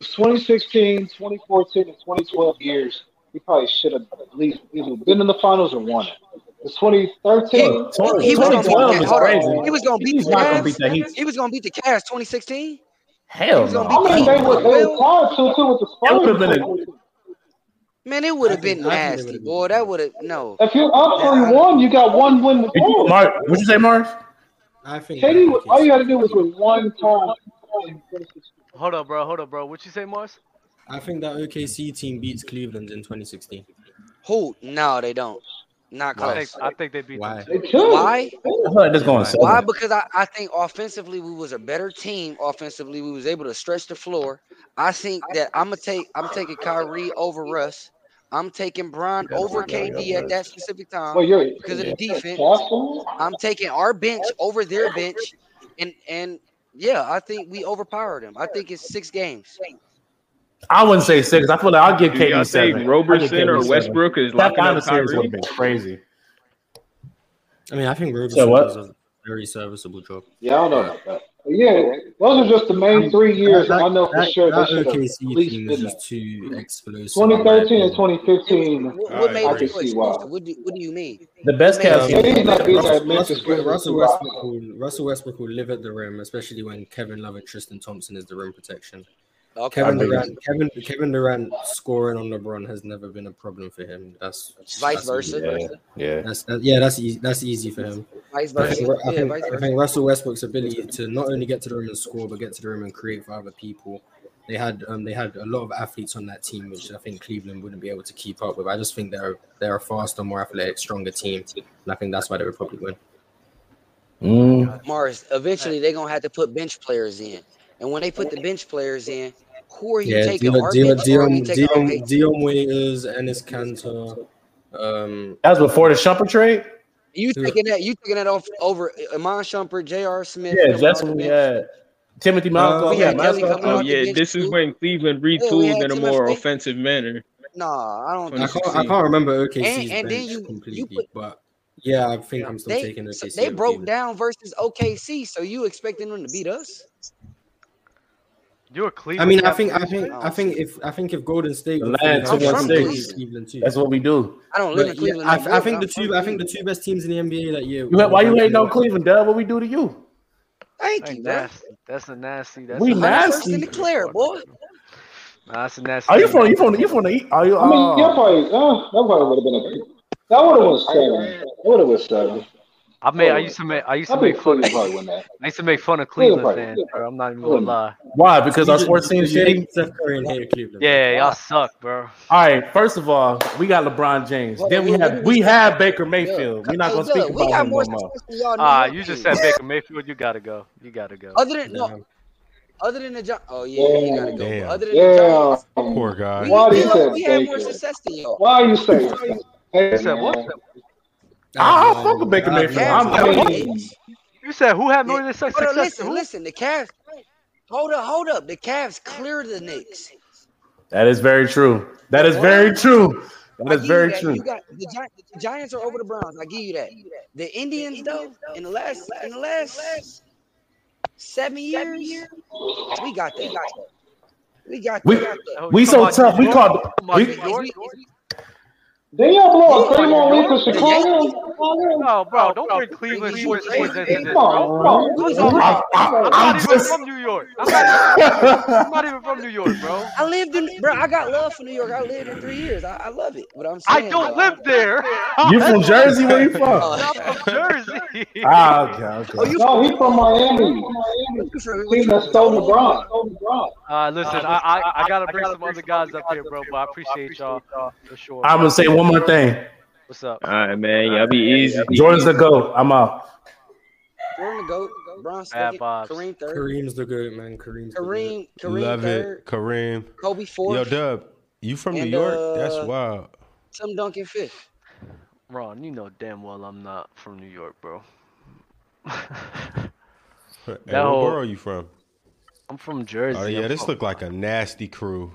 2016, 2014, and 2012 years. He probably should have at least either been in the finals or won it. It's 2013. He, he was gonna beat 2012 the, is hold on. crazy. He was gonna beat He's the not gonna Cavs. beat that Heat. He was gonna beat the Cavs 2016. Hell gonna no. I beat the mean, they Heat. were, they were tied two two with the That Spurs. would've been a- Man, it would have been nasty, boy. That would have no. If you're up three one, you got one win. Did you- Mark, what'd you say, Mark? I think Katie, all you got to do was win one time. Hold up, bro. Hold up, bro. What you say, Mars? I think that OKC team beats Cleveland in 2016. Who? No, they don't. Not Why? close. I think they beat. Why? Why? I feel like this going Why? seven. Because I, I think offensively we was a better team. Offensively, we was able to stretch the floor. I think that I'm gonna take I'm taking Kyrie over Russ. I'm taking Bron over KD at that specific time Well, you're- because of the you're defense. careful. I'm taking our bench over their bench, and and yeah, I think we overpowered them. I think it's six games. I wouldn't say six. I feel like I'll give Do y'all KD think seven. Roberson or Westbrook is that locking up final series Kyrie? would have been crazy. I mean, I think Roberson Said what? does a very serviceable job. Yeah, I don't know about that. But yeah, those are just the main three years That- I know for that- sure they that should have OKC at least team been was there. just too explosive. 2013 and 2015. What made I you can so see why. expensive? What do, what do you mean? The best Yeah, cast. um, He's not being that Russell, Memphis Russell, Grizzlies Russell too. Westbrook will, Russell Westbrook will live at the rim, especially when Kevin Love and Tristan Thompson is the rim protection. Okay. Kevin I agree. Durant, Kevin, Kevin Durant scoring on LeBron has never been a problem for him. That's Vice that's versa. easy. Yeah. that's, that, yeah, that's easy, that's easy for him. Vice I think, versa. I, Yeah, think, vice I versa. think Russell Westbrook's ability to not only get to the rim and score, but get to the rim and create for other people. They had um, they had a lot of athletes on that team, which I think Cleveland wouldn't be able to keep up with. I just think they're they're a faster, more athletic, stronger team, and I think that's why they would probably win. Mm. Morris, eventually they're gonna have to put bench players in. And when they put the bench players in, who are you Yeah, taking? Dion, Are Dion, they- are you Dion, taking- Dion, okay, Dion Waiters, Ennis Cantor. Um, That was before the Shumpert trade. You taking that? You taking that off over Amon Shumpert, J.R. Smith? Yeah, coming that's off when the we bench? had Timothy Uh, Malcolm. we yeah, had Kelly Malcolm. coming Oh off the yeah, bench, this is too. when Cleveland Yeah, we retooled had in a Tim more F- offensive manner. Nah, I don't I think can't, so. I can't remember OKC's And- and then bench you- you completely, put- but yeah, I think I'm still They taking OKC. so they over broke Cleveland. down versus OKC, so you expecting them to beat us? You're I Cleveland. mean, I Cavaliers think, I fan? think, I think if I think if Golden State, The were Lions fully took I'm one from healthy, six. Cleveland. Cleveland too. That's what we do. I don't live in But yeah, Cleveland. I, no I more, think the but I'm two, from I think the two best teams in the NBA that year. You had, why you hating on Cleveland, Dub? What we do to you? Thank Ain't you, bro. nasty. That's a nasty. That's We a I'm first nasty. in the clear, boy. Nah, that's a nasty. Are you team. from? You from? You from the? East? Are you? I mean, yeah, Uh, probably. Uh, that probably would have been a. That would have won seven. That would have won seven. I made. I used to make. I used I to think make fun. Of, Cleveland probably win that. I used to make fun of Cleveland Cleveland probably- fans. Bro. I'm not even gonna lie. why? Because our sports team teams. shitty. Steph Curry and hate Cleveland. Yeah, y'all suck, bro. All right. First of all, we got LeBron James. Hold then on, we what- what have did we we- have Baker Mayfield. We're not Hey, gonna Zilla, speak we about got him more no more. success than y'all. New Ah, York you just team. said Baker Mayfield. You gotta go. You gotta go. Other than Yeah. no, other than the Gi- oh yeah, you gotta go. but Damn. Other than the Yeah. Giants, Poor guy. we, Why do we, you say we had more Baker? success than y'all. Why are you saying that? Hey, You said what? man. I don't fuck with Baker Mayfield. Cavs I'm, got I'm, more mean- wins. You said who had more Yeah. than six Hold on, success? listen, Who? listen. The Cavs. Hold up, hold up. The Cavs cleared the Knicks. That is very true. That is Hold very on. true. That I is give you very that. true. You got the, Gi- the Giants are over the Browns. I give you that. The Indians though, in the last in the last seven years, we got that. We got We that. Oh, you we talking so about tough. New We York? called. You talking We, about New York? Then y'all blow a Yeah. three more weeks with The Yankees, Chicago? No, Oh, bro, don't bring Cleveland Yankees were sports teams into crazy. Come this, bro. on, We bro. was I, already. I, I'm I'm not even just. from New York. I'm not even from New York. I'm not even from New York, bro. I lived in, bro. I got love for New York. I lived in three years. I, I love it. But I'm I saying, don't though, live there. You from Jersey? Where you from? Uh, I'm from Jersey. Ah, okay, oh, okay. you No, from? he from Miami. What you from? What you Team from? that stole Hold on. LeBron. Uh, listen, I, I, I gotta bring some other guys up here, bro. But I appreciate y'all for sure. I'm gonna say one more thing. What's up? All right, man. Y'all be easy. Jordan's the goat. I'm out. Jordan the goat. Bron Bad second. vibes. Kareem third. Kareem's the goat, man. Kareem's the goat. Kareem. Kareem Love third. it, Kareem. Kobe Yo, fourth. Dub, you from And, New York? That's uh, wild. Tim Duncan fifth. Ron, you know damn well I'm not from New York, bro. Hey, what that whole- borough you from? I'm from Jersey. Oh I'm yeah, this from- look like a nasty crew.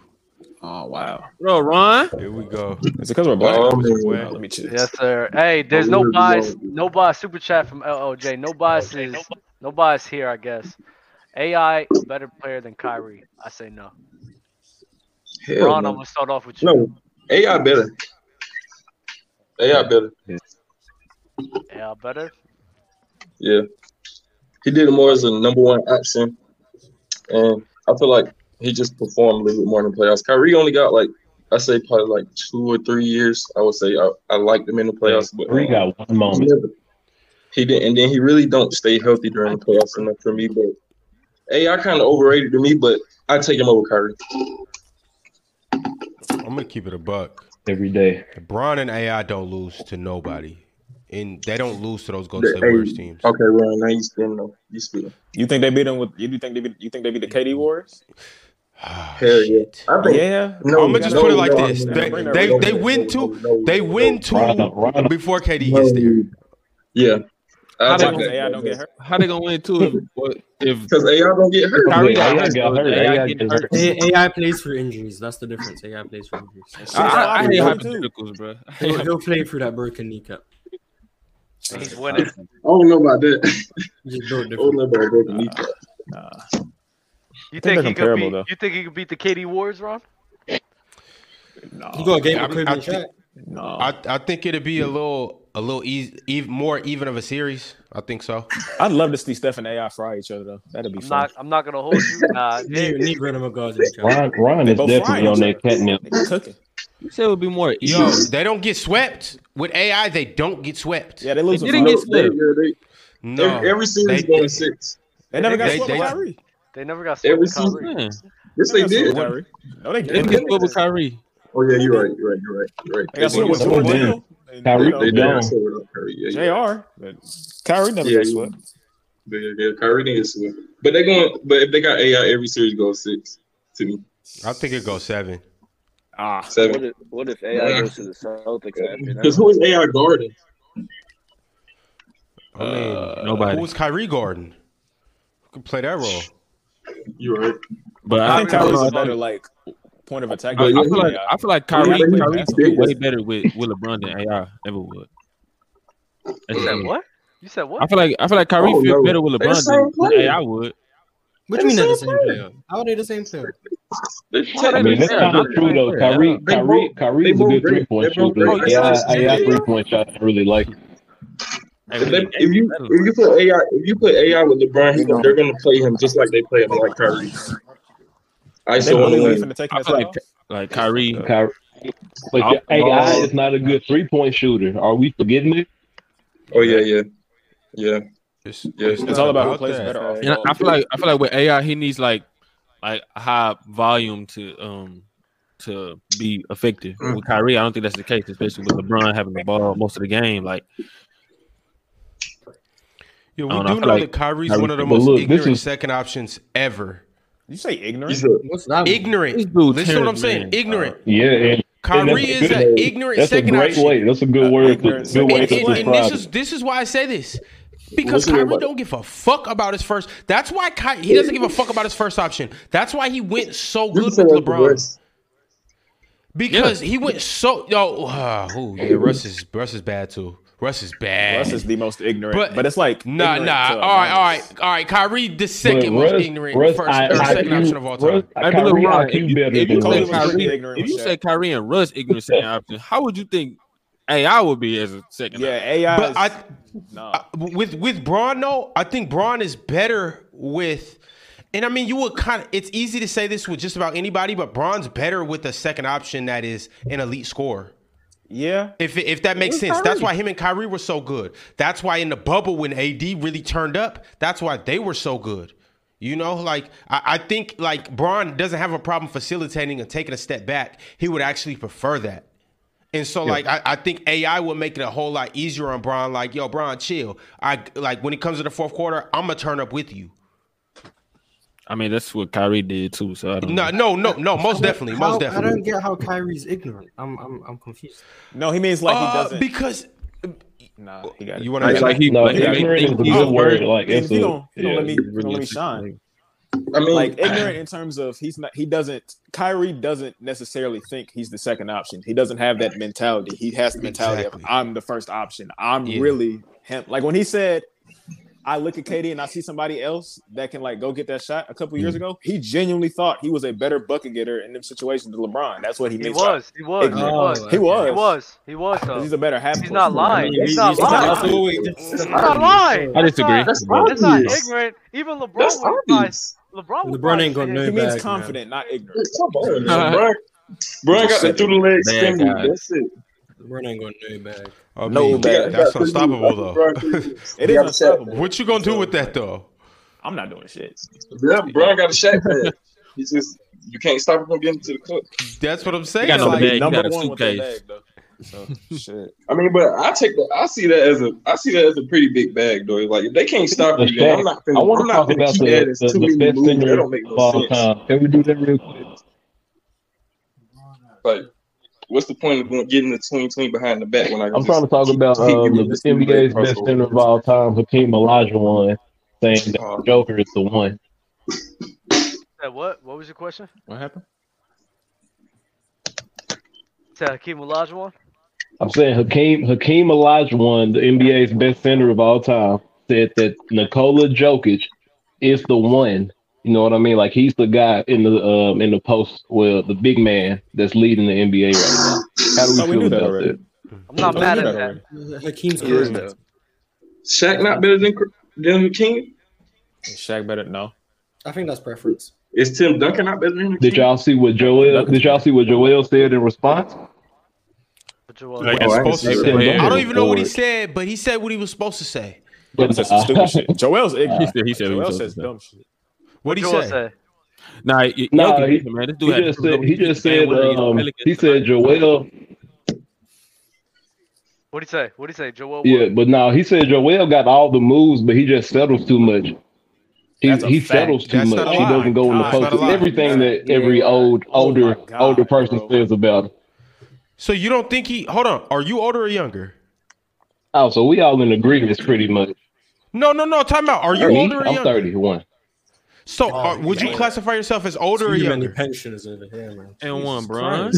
Oh wow. Bro, Ron. Here we go. Is it because we're black? That Oh, was wet. let me check. Yes, sir. Hey, there's no bias, no bias super chat from LLJ. No bias is no bias here, I guess. AI a better player than Kyrie. I say no. Hell Ron, no. I'm gonna start off with you. No, AI better. AI better. AI better. Yeah, he did it more as a number one option, and I feel like he just performed a little bit more in the playoffs. Kyrie only got like I say probably like two or three years. I would say I, I liked him in the playoffs, but We um, got one he moment. never- he didn't. And then he really don't stay healthy during the playoffs enough for me. But AI kind of overrated to me, but I take him over Kyrie. I'm gonna keep it a buck. Every day. Bron and AI don't lose to nobody, and they don't lose to those Golden The- State Warriors hey, teams. okay, Ron, now you spin though. You spin. You think they beat them with? You do think they beat? You think they beat the KD Warriors? Ah, Hell yeah. shit. I think Yeah. no, I'm gonna just no, put it like no, this: no, they no, no, they, no, they no, win no, two, no, they no, win two Ron, Ron, before KD no. gets there. Yeah, I How they why? Because gonna take that. AI don't get hurt. how they gonna win too if what- if Because AI don't get hurt. Yeah, Kyrie got AI hurt? got hurt. AI AI getting get hurt. hurt. A- AI plays for injuries. That's the difference. AI plays for injuries. I, I, I hate He'll- hypotheticals, bro. I hate He'll, he'll play through that broken kneecap. He's winning. I don't know about that. I don't know about that. Nico. You I think they're think, he could comparable, beat? though. You think he could beat the KD Wars, Ron? You got a game I- with Kobe I and thi- Shaq. No, I, I think it'd be a little a little easy, even more even of a series. I think so. I'd love to see Steph and AI fry each other though. That'd be I'm fun. not. I'm not gonna hold you. Nah, Negro, Negro and McGuards each other. Ron- Ron They is both definitely frying on each that other. catnip. You said it would be more. Yo, they don't get swept with AI. They don't get swept. Yeah, they lose They a didn't fight. get swept. They- they- no, Every, every series they- going six. They never got swept with Kyrie. They never got Every swept with season. Kyrie. Yes, they did. No, Oh, they didn't get swept with Kyrie. Oh yeah, you're right. You're right. You're right. You're right. They got swept with Someone Jordan did. Hill and- Kyrie They, they did Young. get swept without Kyrie. Yeah, yeah. JR. But Kyrie never Yeah, got you- swept. But yeah, yeah, Kyrie didn't get swept. But they going. But if they got AI, every series goes six. To me, I think it goes seven. Ah, seven. What if, what if AI Nah. goes to the Celtics after that? Because who is AI guarding? I mean, nobody. Who's Kyrie Gordon? Who can play that role? You're right. But I think Kyrie Kyrie's a was better Oh, like point of attack. I, I guy feel than like AI. I feel like Yeah, Kyrie, but he- Kyrie that's would do big. way better with, with LeBron than AI ever would. That's You said me. what? You said what? I feel like I feel like Kyrie Oh, fit no. better with They're the LeBron same than, than player. AI would. What do you mean they're the same player? How are they the same player? I mean, that's kind of true though. Kyrie, Kyrie, Kyrie is a good three point shooter. great. AI, AI three point Oh, shots I really like. If, they, if you if you put AI if you put AI with LeBron, he's gonna, they're going to play him just like they play him like Kyrie. I They so want to really win. finna take I feel like like Kyrie. Kyrie. But I'll- your AI I'll- is not a good three point shooter. Are we forgetting it? Oh yeah, yeah, yeah. yeah. it's It's all not about who about plays that. better off And I- I feel like I feel like with AI, he needs like like high volume to um to be effective. Mm. With Kyrie, I don't think that's the case, especially with LeBron having the ball most of the game. Like Yeah, I we don't know, I do feel know like that Kyrie's Kyrie- one of the but most look, this ignorant is- second options ever. You say ignorant? What's that? Ignorant. This dude Listen to what I'm Terrence saying. Mann. Ignorant. Uh, Yeah, and Kyrie is a an ignorant That's second a great option. way. That's a good word. To, So- good way and, to and- and this describe. is it. this is why I say this because Listen to Kyrie everybody. don't give a fuck about his first. That's why Ky, he doesn't give a fuck about his first option. That's why he went so good with LeBron because he went so yo. Uh, oh yeah, Russ is Russ is bad too. Russ is bad. Russ is the most ignorant, but, it's like uh, Nah, ignorant nah. All to a right, minus. all right, all right. Kyrie, the second most Russ- ignorant Russ, first I- or I- second you- option of all time. Russ, Hey, but Kyrie, LeBron, I- you better if than you say Russ. Kyrie, Pretty ignorant if you shot. say Kyrie and Russ ignorant second option, how would you think AI would be as a second? Yeah, AI. But I, no. I- with with Braun though, I think Braun is better with, and I mean you would kind of. It's easy to say this with just about anybody, but Braun's better with a second option that is an elite scorer. Yeah. If if that makes Where's sense, that's Kyrie? why him and Kyrie were so good. That's why in the bubble when AD really turned up, that's why they were so good. You know, like I, I think like Braun doesn't have a problem facilitating and taking a step back. He would actually prefer that. And so, like, I, I think AI will make it a whole lot easier on Bron. Like, yo, Bron, chill. I like when it comes to the fourth quarter, I'm gonna turn up with you. I mean, that's what Kyrie did too. So I don't No, no, no, no. Most definitely, How- most I definitely. don't get how Kyrie's ignorant. I'm I'm I'm confused. No, he means Uh, because Nah, he got it. You wanna- Like, like like he- no, like, he ignorant think is a he's good a word. word. Like it's If a, you don't- you don't let me, yeah, you don't let me it's shine. I mean- like ignorant in terms of he's not. He doesn't. Kyrie doesn't necessarily think he's the second option. He doesn't have that mentality. He has the mentality of I'm the first option. I'm Yeah. really him. Like when he said, "I look at Katie and I see somebody else that can like go get that shot." A couple years Mhm. ago, he genuinely thought he was a better bucket getter in them situations than LeBron. That's what he He means. was. He was. He ignorant. was. He was. He was. He was. Though. 'Cause He's a better half. He's not lying. He's not lying. He's not lying. I disagree. That's That's not, that's not obvious. ignorant. Even LeBron That's would probably. LeBron would LeBron ain't gonna know He means back, confident, not ignorant. Come on, man. Bron- Bron got the through the leg spin move. That's it. LeBron ain't gonna know back. I No, mean, man. that's That's unstoppable though. It is unstoppable. What you gonna do with that though? I'm not doing shit. Yeah, Bron got a shot pad. He's just you can't stop him from getting to the cup. That's what I'm He saying. got no like, bag, he got a suitcase. So shit. I mean, but I take the, I see that as a I see that as a pretty big bag though. Like if they can't stop The you, then I'm fact- not I finna, want to I'm not talk finna about the, keep adding the, too the many best moves. That singer don't make of no all sense. time. Can we do that real quick? Like, what's the point of going- getting the tween tween behind the back when I? I'm trying to talk about keep um, giving the this dude NBA's red best cross center of all time, Hakeem Olajuwon, saying that the Joker is the one. Said what? What was your question? What happened? Said Hakeem Olajuwon. I'm saying Hakeem Hakeem Olajuwon, the NBA's best center of all time, said that Nikola Jokic is the one. You know what I mean? Like he's the guy in the um, in the post, well, the big man that's leading the NBA right now. How do we Oh, we feel knew that about already. that? I'm not Oh, mad you at know that. Hakeem's Yeah. charisma. Shaq not better than than Hakeem. Shaq better no. I think that's preference. Is Tim Duncan not better than Hakeem? Did y'all see what Joel? Did y'all see what Joel said in response? Like it's Oh, I supposed to ain't say. seen that. I don't even know what he Forward. said, but he said what he was supposed to say. But, said some stupid shit. Joel's ignorant. He said- he said what he Joel was says supposed to dumb shit. What he said? Nah, y- No, Jokic, he, man, this he dude had just two said he double-digit just game said winners against the um, Pelicans. he said Joel. What do you say? What do you say, Joel? Yeah, but no, he said Joel got all the moves, but he just settles too much. He, That's a he fact. settles too That's not much. a He lie. doesn't go in the Nah, it's not post. a lie. Everything that Yeah. every old Oh older my God, older person says about him. So you don't think he? Hold on. Are you older or younger? Oh, so we all in agreement, pretty much. No, no, no. Time out. Are you Me? older or I'm younger? 31. So are, would you yeah. classify yourself as older or Too many younger? pensions over here, man. And one, bro. Y'all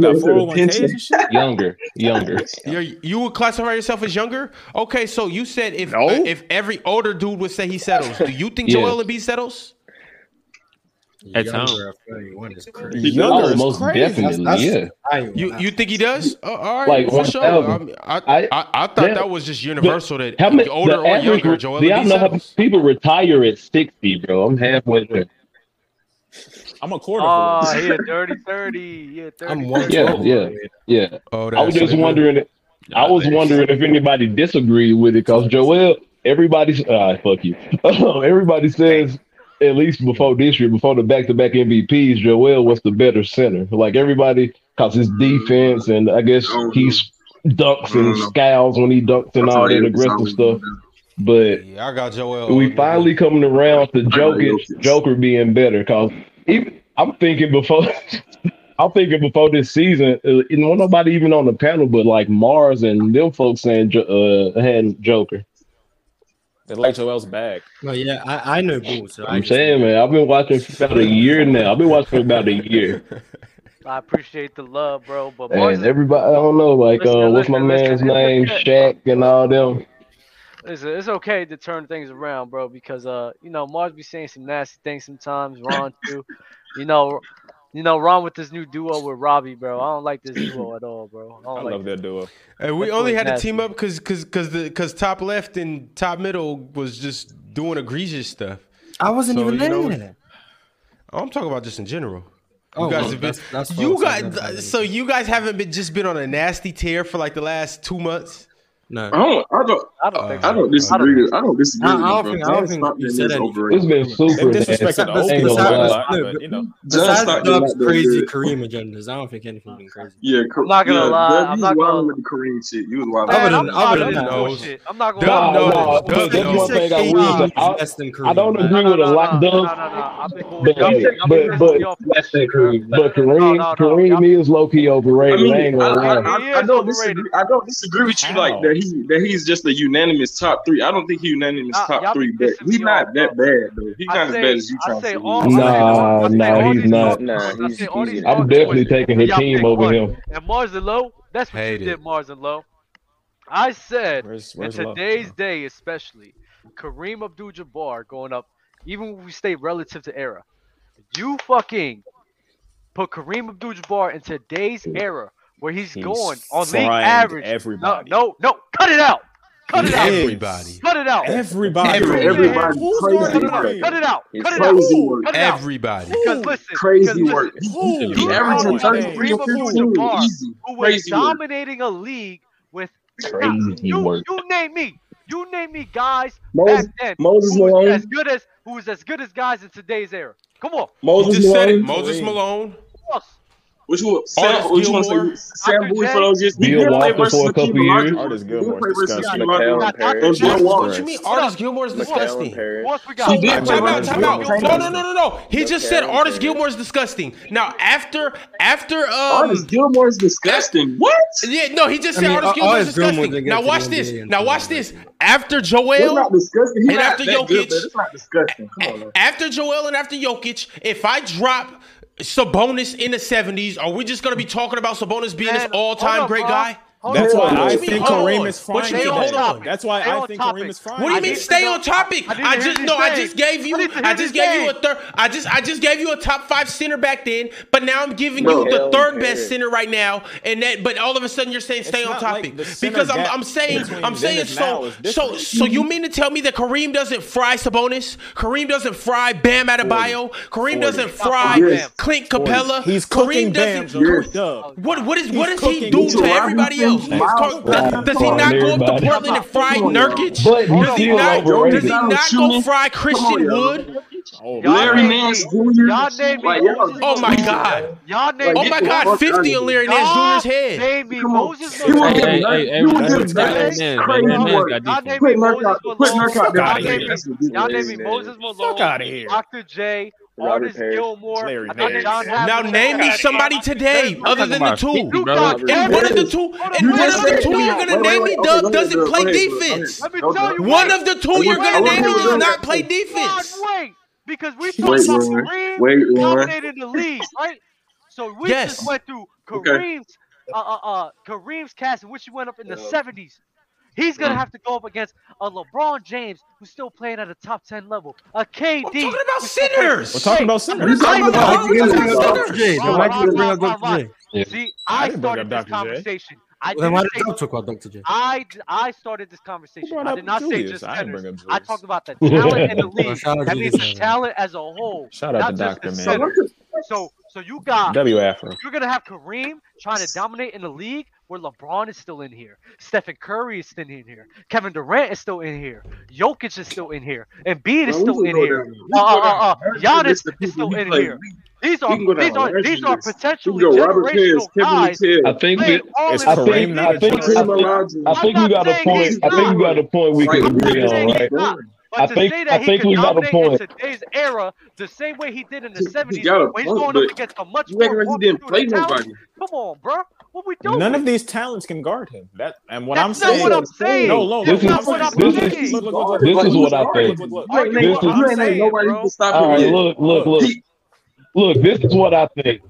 got 401ks and Younger, younger. You're, you would classify yourself as younger? Okay, so you said if uh, if every older dude would say he settles, do you think Yeah. Joel Embiid settles? At Younger times. Younger is most crazy. definitely, yeah. You you think he does? Uh, all right, Like, for sure. 1,000. I, mean, I, I, I, thought that, that- was just universal that How many older the or average, younger Joel do y'all Embiid know how settles. many people retire at 60, bro? I'm halfway there. I'm a quarter. Oh, yeah, dirty thirty. Yeah, thirty. I'm one. Yeah, yeah, yeah. Oh, I was that's just it. wondering. If, I was wondering if anybody disagreed with it because Joel, everybody's ah, fuck you. Everybody says at least before this year, before the back-to-back MVPs, Joel was the better center. Like everybody, because Mm-hmm. his defense and I guess he's dunks and scowls when he dunks and Oh, Mm-hmm. That's all how that they- aggressive that's how stuff. But Yeah, I got Joel. we finally coming around to Jokic, Joker being better because I'm thinking before I'm thinking before this season, uh, and well, nobody even on the panel, but like Mars and them folks saying Jo- uh, had Joker. They like Joel's bag. No, yeah, I, I know balls. So I I'm saying, man, I've been watching for about a year now. I've been watching for about a year, I appreciate the love, bro. But Mars and everybody, I don't know, like, uh, what's my man's name, Shaq, and all them. Listen, it's okay to turn things around, bro, because uh, you know, Mars be saying some nasty things sometimes. Ron too, you know, you know, Ron with this new duo with Robbie, bro. I don't like this duo at all, bro. I, don't like love that duo. And we That's only really had to nasty. team up because because because the because top left and top middle was just doing egregious stuff. I wasn't So, even you there. know, Oh, I'm talking about just in general. You Oh, guys well, have been. that's- that's what I'm you saying, that's guys. So you guys haven't been just been on a nasty tear for like the last two months. No, I don't. I don't. I don't, think I don't disagree. with- I don't disagree. I- I with you, bro. don't think- I don't John think Stockton you is said anything. overrated. It's been super They've disrespected nasty. the Ain't Oakland gonna Sox, lie. no, but, you know. Besides Stockton Dub's not that crazy good. Kareem agendas, I don't think anything been crazy. Yeah, I'm not gonna lie, Dub, I'm you not was gonna- wilding with the Korean shit. You was wilding. Man, I'm I tired wouldn't of this know. bullshit. I'm not gonna. Dub lie. knows. Dub Dub knows. knows. That's one thing I Hey, will say. Dub. I- I don't agree with a lot, Dub. I've been going. But, I've been- I've been but, but, pissed off. but Kareem, Kareem is low key overrated. I, ain't I, gonna I, lie. I, I don't disagree. I don't disagree with you like that. He that he's just a unanimous top three. I don't think he unanimous Nah, y'all top be three, but he's not that bad though. He's I not as say- bad as you I trying say to. be. all- Nah, nah, he's not. I say all these I'm Mars definitely boys, taking and y'all Hakeem pick over one. him. And Mars and Low, that's what you did, Mars and Low. I said where's in Lowe? today's day, especially Kareem Abdul-Jabbar going up, even when we stay relative to era, you fucking put Kareem Abdul-Jabbar in today's era where he's, He's going on league frying average. everybody. No, no, no, cut it out. Cut it out. Everybody. Cut it out. Everybody. Everybody. Who's Crazy going- work. Cut it out. It's Cut it out. crazy work. Cut it out. Everybody. Because listen, Crazy because work. listen, He you averaging are 33 Kareem to 15. Abdul-Jabbar, Easy. who was Crazy work. dominating a league with Crazy work. you name me, you name me guys Moses, back then Moses who was as Malone. good as who was as good as guys in today's era. Come on, Moses just said it. Malone. Moses Malone. Who else? Which one? Artis Sam, which one? Gilmore. Say, Sam Bowie J. for those years. He Bill did play Walton versus for a Hakeem couple Olajuwon. years. He Artis did Gilmore's play versus disgusting. Hakeem Mikal Olajuwon. Perry. And Bill What you Walton. mean? Artis Gilmore is disgusting. He did play Time out, versus time out. Hakeem No, no, no, no, no. He Mikal just said Perry. Artis Gilmore is disgusting. Now after after um Artis Gilmore is disgusting. What? Yeah, no, he just I said mean, Artis Ar- Gilmore is Artis Gilmore disgusting. didn't get Now to watch the this. NBA Now watch this. After He's Joel not disgusting. He's and not after that good, Jokic, man. It's not disgusting. Come on. man. after Joel and after Jokic, if I drop Sabonis in the 70s, are we just gonna be talking about Sabonis being this Man, all-time hold up, great Ron. guy? Hold That's on. why I think Kareem is frying What you mean, today. hold on? That's why Stay I on think topic. Kareem is frying What do you today. mean stay on topic? I need to I hear just this no, I thing. just gave you I need to I hear just this gave you a thing. third I just I just gave you a top five center back then, but now I'm giving Bro, you the hell third no. best center right now. And that but all of a sudden you're saying stay It's on not like topic. the center because I'm gap I'm saying between I'm then saying and now so is so different. so you mean to tell me that Kareem doesn't fry Sabonis? Kareem doesn't fry Bam Adebayo? Kareem doesn't fry Yes. Clint Capella? He's Kareem cooking Bam. doesn't what what is what does he Oh, cooking do Mitchell to everybody else? Robinson, Does, Miles does he Robinson. not go up to Everybody. Portland and fry Come on, Nurkic? y'all. But he's does he still not does overrated. he not go Shooting. fry Christian y'all. Wood? Larry Nance Jr. Y'all named like, me- Oh my god. Y'all named Oh my god, 50 on Larry Nance Jr.'s head. Baby, Moses You Malone. want them- Hey, hey, hey, you want them- That's Larry Nance, crazy Larry Nance work. got Y'all defense. name me Quit Moses knockout- quit Malone. knockout Y'all down name here. me- That's ridiculous. Y'all name me Moses Malone, Dr. J, Robert Artis Harris. Gilmore. Larry I thought Nance. John Now Havlicek- name me somebody today other than the two. You got And one of the two, and one of the two you're gonna name me, Doug, doesn't play defense. Let me tell you One what. of the two you're gonna name me does not play defense. God, wait, because we talked Wait, about Warren. Kareem Wait, Warren. dominated the league, right? So we Yes. just went through Okay. Kareem's uh, uh, uh, Kareem's cast, in which he went up in the Yeah. seventies. He's gonna Mm. have to go up against a LeBron James who's still playing at a top ten level, a KD. We're talking about sinners. We're talking about sinners. We're talking about We're talking sinners. about Dr. sinners. J. Nobody Ron, can bring Ron, up Ron, Dr. Ron. J. See, I I didn't bring started up Dr. this J. conversation. I Then didn't why did say y'all talk about Dr. J? I I started this conversation. brought I up did not say Julius. just I didn't centers. bring up I Julius. talked about the talent in the league. Shout out that Julius means the Cesar. talent as a whole. Shout out not to just Dr. the Man. centers. So so you got W. Afro. You're gonna have Kareem trying to dominate in the league where LeBron is still in here. Stephen Curry is still in here. Kevin Durant is still in here. Jokic is still in here. Embiid is Bro, we still can in go here. down. We Uh, can go uh, uh, down. uh, Giannis List of is people still we in play. here. These are can go down these are the these are list. potentially We can go Robert generational Harris, Kevin guys. Hill. I playing think that- all is in the Kareem same not- I league. think Kareem- I think we got a point. I think we got a point we can agree on, right? I But to think say that I he think can we got a dominate point. in today's era the same way he did in the He- he 70s, got a when he's point, going but up against a much you more act like he multitude didn't of play talent. nobody. Come on, bro. What we doing? None of these talents can guard him. That and what I'm That's not saying. what I'm saying. No, no, This no, is- this is- Look, look, look, look, this look, is look, what I look, think. look, look, You ain't look, ain't look, look, I'm saying, nobody bro. can stop All right, look, look, look, look. This is what I think.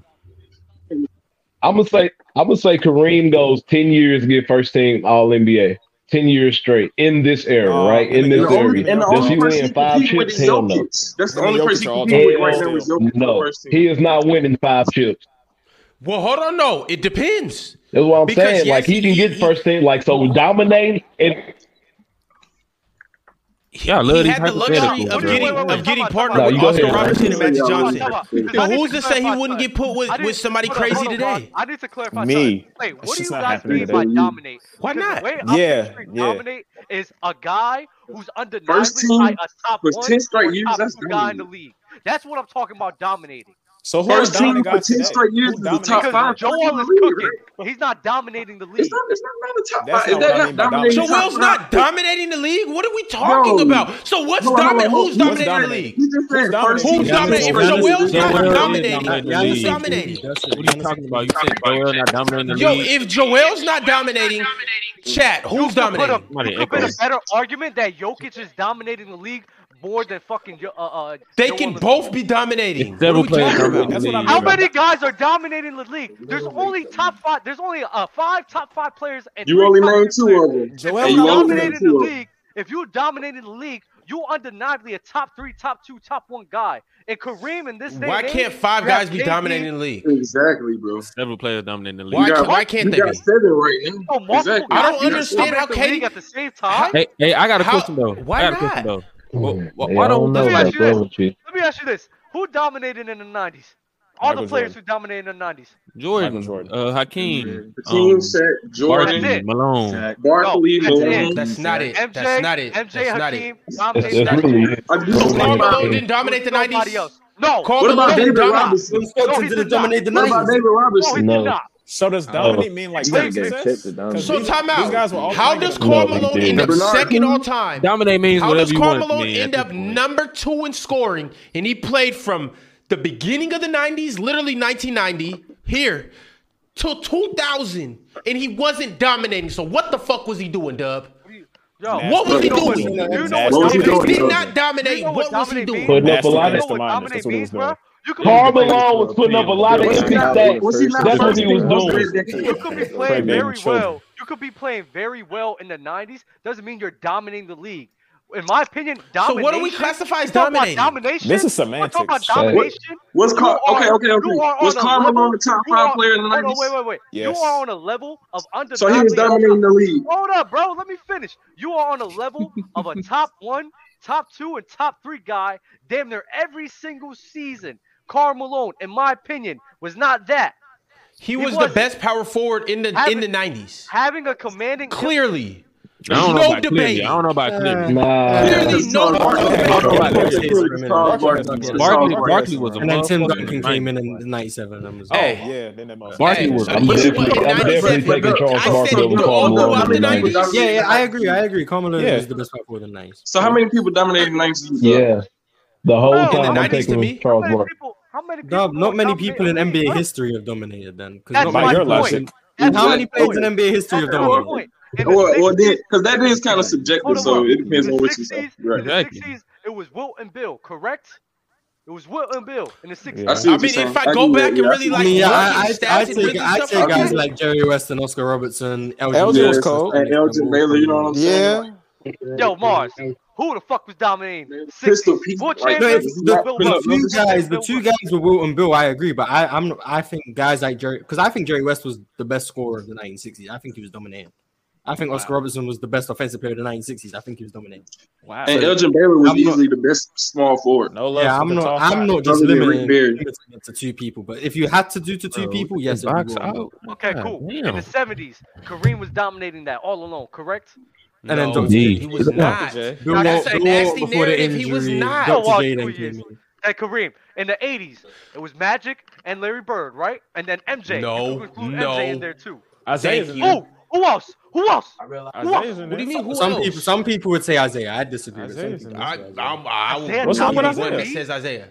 I'm gonna say, I'm gonna say, Kareem goes ten years to get first team All NBA, ten years straight in this era, No, right? In Oh, and this the only- era, and the does only he person win he five compete with chips? is Hell no. Jokic. That's the only person he compete with right now is Hell Jokic on the No, first team. he is not winning five chips. Well, hold on, no, it depends. That's what I'm Because, saying. yes, like he can get first team, like so dominate and Yeah, he had the luxury of getting of getting partnered No, with you go Austin ahead. Robertson and Magic Yeah, Johnson. I So who's to say he wouldn't get put with, with somebody crazy today? I need to clarify. Me. Something. Wait, That's what do just you not guys happening mean by today. dominate? Why Because not? The way I'm Yeah, picturing yeah. Dominate is a guy who's First undeniably team like a top was one 10 straight or years, top that's two guy in the league. That's what I'm talking about dominating. So who First are team dominant for guys 10 today? straight years Who is the dominates top today? five Joel person in the is league, cooking. He's not dominating the league. It's not, it's not, That's Is not what that I not mean by dominate. dominating top Joel's not five? dominating the league. What are we talking about? So what's Hold on, hold on, dominant? hold on. Who's dominating the league? You just said first team. Who's dominating? If Joel's not dominating, who's dominating? What are you talking about? You said Joel not dominating the Yo, league. if Joel's not dominating, chat, who's dominating? Somebody could have echo. been a better argument that Jokic is dominating the league more than fucking Jo- uh, uh, They can both be dominating. Several What are we players talking dominating about? the league, How many guys are dominating the league? There's only top five. There's only uh, five top five players. And You three only top named ten two players. of them. If And you you only named dominated the two of them. league, if you dominated the league, you undeniably a top three, top two, top one guy. And Kareem in this day Why and age, can't five you have guys be KD, dominating the league? Exactly, bro. Several players dominating the league. Why, can, why can't they be? Oh, multiple Exactly. I guys don't who are understand how dominating the Katie- league at the same time. Hey, hey, I got a How- question though. why I got a not? question though. Why, why I don't don't know Let me about ask you this. that with you. Let me ask you this: Who dominated in the '90s? All Michael the players who dominated in the '90s. Jordan, uh, Hakeem, Hakeem, um, Shaq, Jordan, Barkley, That's it. Malone. Barkley, No, that's Malone. it. That's not it. MJ, That's not it. MJ That's not Hakeem, it. dominated That's- that's the really 90s. it. I'm just- Carl I'm not Malone kidding. didn't dominate the Nobody nineties. else. No. Carl What about Malone David didn't dominate. Robinson? No, he did not. dominate the What about 90s? David Robinson? No, he did No. not. So does dominate mean like He's gonna get success? tipped at dominate. 'Cause So these- time these guys were all out. How playing does together. Carl No, they Malone didn't. end up Bernard second all time? Dominate means How whatever does you Carl want it to Malone mean at end this up number two in scoring? And he played from the beginning of the nineties, literally 1990, here till 2000, and he wasn't dominating. So what the fuck was he doing, Dub? Yo, what was he You know what- doing? you know what If he dominate did means? not dominate, You know what was he dominate doing? means? Putting up a lot of- You know what dominate means, bro? Carl Malone was putting up a lot of empty stats. That's what he was doing. You could be playing very well. You could be playing very well in the '90s. Doesn't mean you're dominating the league. In my opinion, So domination. what do we classify as You talking about dominating? Domination. This is We're semantics. talking about domination. What's You Car- are- okay, okay, okay. you are Was on Karl level- Malone a top you five are- player in the hold on, 90s? Wait, wait, wait. Yes. You are on a level of under. So he was dominating the league. Hold up, bro. Let me finish. You are on a level of a top one, top two, and top three guy. Damn near every single season. Carl Malone, in my opinion, was not that. He was the wasn't. best power forward in the in Having- the nineties. Having a commanding Clearly. I don't know No about Cleary. debate. I don't know about Cleary. Nah. Clearly, no Barkley, Barkley was a And then Tim Duncan motherfucker. came in in the 97. And was Oh, Hey. yeah. Then that motherfucker. Barkley was a I'm definitely, motherfucker. I'm definitely taking Charles Barkley over Karl Malone in the 90s. Yeah, yeah, I agree. I agree. Karl Malone Yeah. was the best player for the 90s. So how many people dominated the 90s? Yeah. The whole In the time I'm 90s taking to was me? Charles Barkley. No, not many people in NBA history have dominated then. 'cause That's not my many point. people- That's How my many players in point. NBA history have dominated? Well, well, because that is kind of subjective, so it depends on what you say. Right. It was Wilt and Bill, correct? It was Wilt and Bill in the 60s. I see what I you're mean, saying. if I I go do- back and yeah, I really, see I mean, yeah, I, look at I, I stats and take, really I stuff take like guys that. like Jerry West and Oscar Robertson. LG was cold. And Elgin Baylor, you know what I'm saying? Yo, Mars, who the fuck was dominating? Pistol 60s? Pete, World Like, no, champions? it's the, Bill the Russell. few guys, the two guys with Wilt and Bill, I agree. But I, I'm, I think guys like Jerry, because I think Jerry West was the best scorer of the 1960s. I think he was dominating. I think Oscar Robertson was the best offensive player of the 1960s. I think he was dominating. Wow. And So- Elgin Baylor was I'm not- easily the best small forward. No yeah, I'm not. I'm not just Other than limiting, Rick Barry. limiting it to two people. But if you had to do to Oh, two people, yes, it would box be Wilt and Bill. Okay, cool. In the 70s, Kareem was dominating that all alone, correct? And then No, Dr. indeed. J. He was Bill Walt- not. Now, that's a Bill Walt nasty before the narrative. He was injury, not. Dr. Well, J two then years. came in. That Kareem in the 80s, it was Magic and Larry Bird, right? And then MJ. You No, could include no. MJ in there too. Isaia's Thank in you. there. Who? Who else? Who else? Who else? Isaiah's in What do you there. mean, who some else? people, some people would say Isaiah. I disagree. With some Isaiah's people. I, I'm, I will Isaiah What's wrong with be the one Isaiah? that says Isaiah.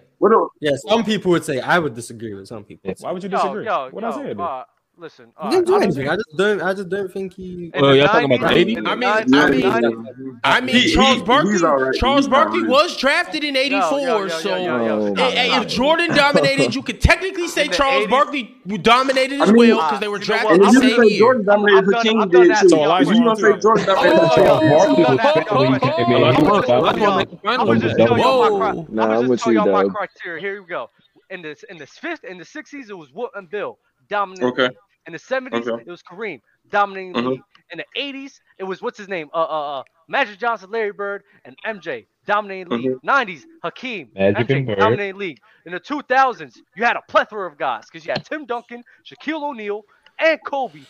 Yeah, some people would say I would disagree with some people. Why would Yo, Yo, yo, uh, listen. I Uh, didn't do I'm- anything. I just don't. I just don't think he. In Well, the y'all talking about the 90s? 80s? I mean, I mean, I mean, Charles Barkley. Charles Barkley was drafted in '84, so eh, eh, if Jordan dominated, you could technically say Charles Barkley dominated as I mean, well because they were drafted And the if you same say year. Jordan dominated, the King did too. If you gonna say Jordan Oh, Oh, dominated, the King Charles Barkley was technically. I mean, he was Whoa. Nah, I'm with tell you, y'all my dog. criteria. Here we go. In the in the fifth in the sixties, it was Wilt and Bill dominating. Okay. the league. In the seventies, Okay. it was Kareem dominating. the Mhm. league. In the eighties, it was what's his name? Uh, uh, uh Magic Johnson, Larry Bird, and MJ dominating the league. Mhm. 90s Hakeem, Magic MJ and Bird. dominating league. In the two thousands, you had a plethora of guys because you had Tim Duncan, Shaquille O'Neal, and Kobe.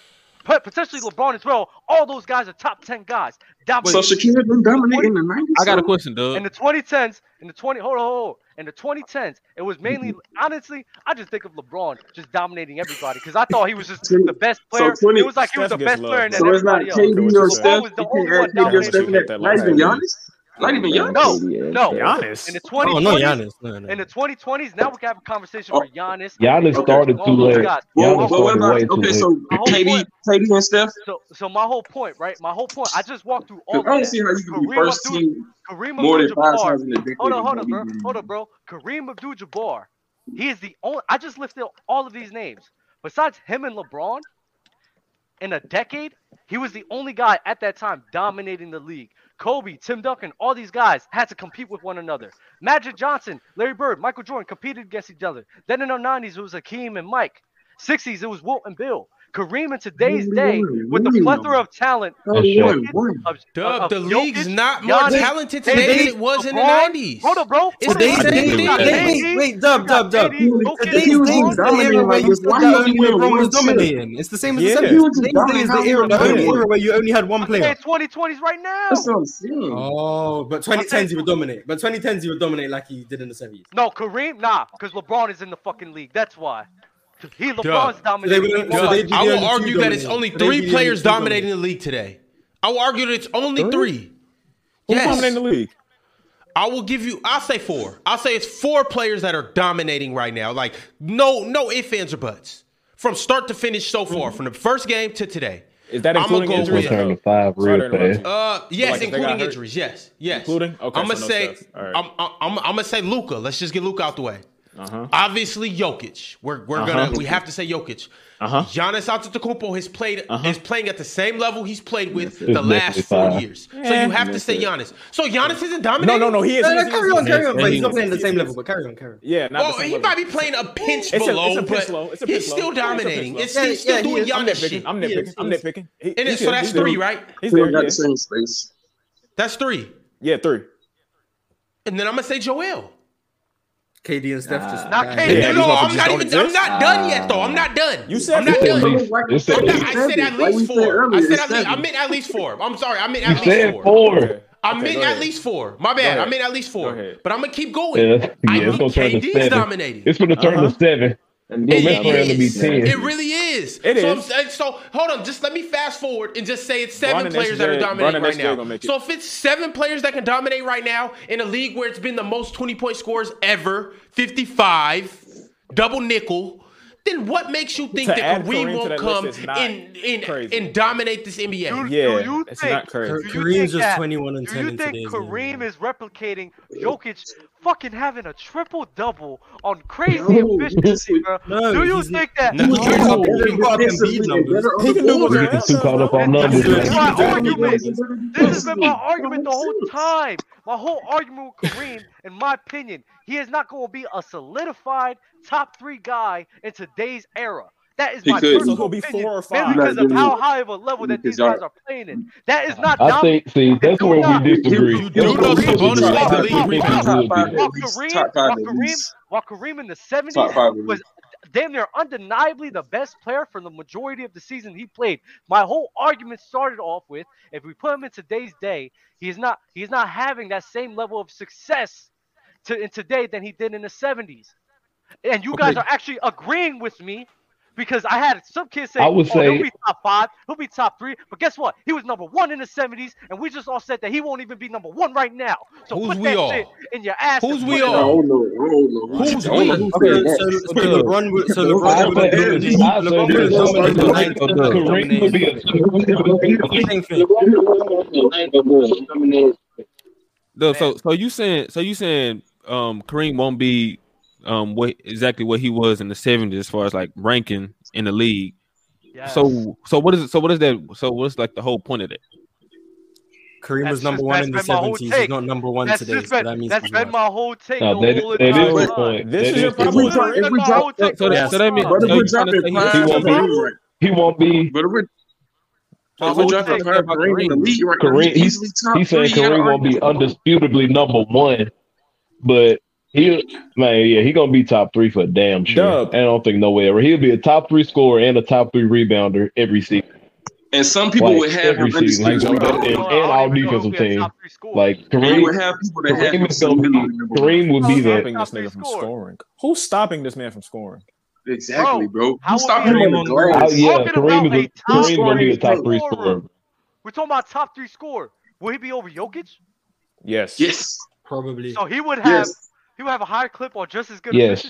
pot- Potentially LeBron as well. All those guys are top ten guys. So dominating Shaquille didn't dominate in the 90s. I got a question, in Doug. the 2010s, in the 20 hold on, hold on. in the 2010s, it was mainly honestly, I just think of LeBron just dominating everybody because I thought he was just the best player. So 20 it was like he was the Steph best gets player, love. and then So it's not everybody else. KD or Steph. was the You can't only one add KD or dominating. Steph in that. Not even Giannis. Not even Giannis. No, no, In the 2020s, Oh, no, Giannis. No, no. in the 2020s, now we can have a Oh. conversation where Giannis. Giannis Okay. started all too those late. guys. Giannis Well, started well, way too Okay, late. so My whole KD, point- KD and Steph. So, so my whole point, right? My whole point. I just walked through all. Because Of I don't that. see how you can be Kareem first Abdul- team Kareem more than five Abdul-Jabbar. times in a decade. Hold on, and hold not on, bro. even- Hold on, bro. Kareem Abdul-Jabbar. He is the only. I just listed all of these names. Besides him and LeBron, in a decade, he was the only guy at that time dominating the league. Kobe, Tim Duncan, all these guys had to compete with one another. Magic Johnson, Larry Bird, Michael Jordan competed against each other. Then in the 90s, it was Hakeem and Mike. 60s, it was Wilt and Bill. Kareem in today's day, with the plethora of talent, That's it. of- of- Dub, of the Jokic, league's not more Giannis, talented today than KD, it was in the LeBron. 90s. Hold on, bro. It's Hold on, the same bro. thing. You got Wait, KD, wait, wait, dub, you got dub, dub. KD, Jokic, Today's LeBron. day is the era where you still the only where LeBron was dominating. It's the same as the Yeah. 70s. Today's day is the Yeah. era, the only Yeah. era where you only had one player. It's 2020s right now. That's what I'm hmm. saying. Oh, but 2010s he would dominate. But 2010s he would dominate like he did in the 70s. No, Kareem, nah, because LeBron is in the fucking league. That's why. He LeBron's dominating. They were- the so league. they'd be I the will only argue two that it's dominating. only They'd be the three only players two dominating the league today. I will argue that it's only three. Who's Yes. dominating the league? I will give you. I'll say four. I'll say it's four players that are dominating right now. Like no, no ifs ands or buts from start to finish so far, from the first game to today. Is that I'ma including go injuries? with- We're turning to five real Sorry to fast. interrupt you. Uh, yes, Like, if they got including hurt? injuries. Yes, yes. Including? Okay, I'm gonna so no say. Steph. All right. I'm, I'm. I'm. I'm gonna say Luca. Let's just get Luca out the way. Uh-huh. Obviously, Jokic. We're we're Uh-huh. gonna we have to say Jokic. Uh-huh. Giannis Antetokounmpo has played is playing at the same level he's played with It's the last definitely four fire. years. So Yeah. you have to That's say it. Giannis. So Giannis isn't dominating. No, no, no, he is- No, no, he is- carry on, carry on, but he's not playing at the same level, but carry on, carry on. Yeah, not well, he might be playing a It's pinch a- below, it's a pinch but low. It's a he's pinch low. still It's a pinch dominating. low. It's, Yeah, he's still yeah, he doing is. I'm Giannis nitpicking. shit. I'm nitpicking. He is. I'm nitpicking. He- And he's so there. that's He's there. three, right? He's there, yeah. space. That's three. Yeah, three. And then I'm gonna say Joel. KD and Steph just Not KD. Yeah, no, these I'm not motherfuckers even. don't I'm not exist. done yet, though. I'm not done. You said I'm not at done. least. You said I'm at not- I said least. at Like we least said four. I earlier, said it's at least. I seven. meant at least four. I'm sorry. I meant You at least said four. four. I Okay, meant go at ahead. least four. My Go bad. I ahead. meant at least four. ahead. But I'm gonna keep Yeah, going. that's- I yeah, it's think gonna turn to KD's seven. dominating. It's gonna turn Uh-huh. to seven. Little Mac Brown to be ten. It really is. It so, is. I'm- so hold on, just let me fast forward and just say it's seven Bron and players SJ that are dominating Bron and right SJ now. gonna make it. So if it's seven players that can dominate right now in a league where it's been the most 20 point scores ever, 55, double nickel, then what makes you think To that add we Kareem to won't that come list is not and, and, crazy. and dominate this NBA? Yeah, it's not Ka- crazy. Kareem's just that- 21 and do 10 you in think today's game. Kareem is replicating Jokic fucking having a triple double on crazy efficiency, bro? no, do you he's think that? No, he's not better than Embiid numbers. He can do what You're just too caught up on numbers. This is my man. argument. This has been my argument the whole time. My whole argument with Kareem, in my opinion, he is not going to be a solidified top three guy in today's era. That is He my could. personal So he'll be opinion, four or mainly five. You're because not of giving how me- high of a level that these y'all- guys are playing in. That is not I dominant. think. See, that's where we disagree. You do know Sabonis led the league. While Kareem, while Kareem, while Kareem in the Top seventies five at was damn near undeniably the best player for the majority of the season he played. My whole argument started off with if we put him in today's day, he's not he's not having that same level of success to in today than he did in the seventies. And you guys Okay. are actually agreeing with me. Because I had some kids say, I would oh, he'll say- be top five, he'll be top three. But guess what? He was number one in the 70s, and we just all said that he won't even be number one right now. So Who's put we that all? shit in your ass. Who's and we put it all? on. Who's we? Okay, so, LeBron would- so LeBron would would dominate- LeBron would dominate the ninth of the- Kareem would be a No, so so you saying so you saying um Kareem won't be um what exactly what he was in the seventies as far as like ranking in the league. So so what is it? So what is that? So what's like the whole point of that? Kareem was number one in the seventies. He's not number one That's today. just So been, that means that's he's been not. my whole take. No, the that is- whole that entire is his time. point. This That is your is his problem. point. Literally If we been my drop- whole So, take so, the that, so whole that means time. so you trying to say he- He won't be. He won't be. so what you trying to say about Kareem? Kareem, he's, he's saying Kareem won't be undisputably number one, but he, man, yeah, he gonna be top three for damn sure. I don't think no way ever. He'll be a top three scorer and a top three rebounder every season. And some people Like, would have him every season, he's gonna undisputed. be and, and all defensive team. Like They Kareem, would have people that have Kareem, is gonna be, Kareem would be Who's the stopping this nigga from scoring? Who's stopping this man from scoring? Exactly, bro. how Who stopped would him he- on the glass? Oh, yeah, Kareem is a, Kareem gonna be a top three scorer. We're talking about top three scorer. Will he be over Jokic? Yes. Yes. Probably. So he would have Yes. he would have a higher clip or just as good. Yes.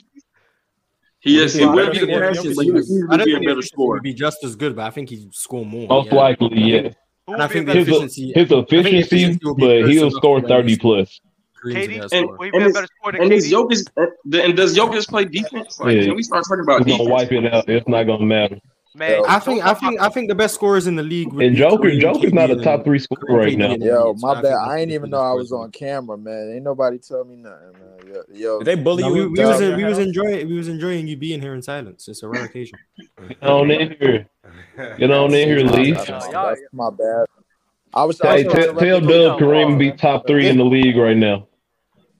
He is- he will be the best, but he will easily be a better scorer. Be just as good, but I think he'd score more. Most yeah. likely, yes. And I think the His, efficiency. his I think the efficiency, will be but close he'll enough score to where thirty he's- plus. Kareem's the best And, scorer. and, is, and is Jokic, uh, and does Jokic play defense? Like, Yeah. can we start talking about He's defense? gonna wipe it out. It's not gonna matter. I think I think I think the best scorers in the league. Would And be Joker, Kareem, Joker's not KD, a and- top three scorer right now. Yo, my bad. I ain't even know I was on camera, man. Ain't nobody tell me nothing, man. Yo, yo. Did they bully you? We, we, Nah, was, we was enjoying we was enjoying you being here in silence. It's a rare occasion. Get on in here. Get on in here, Lee. That's my bad. I was, I was trying, Hey, tell, to tell replicate- uh, Dub Kareem be top three in the league right now.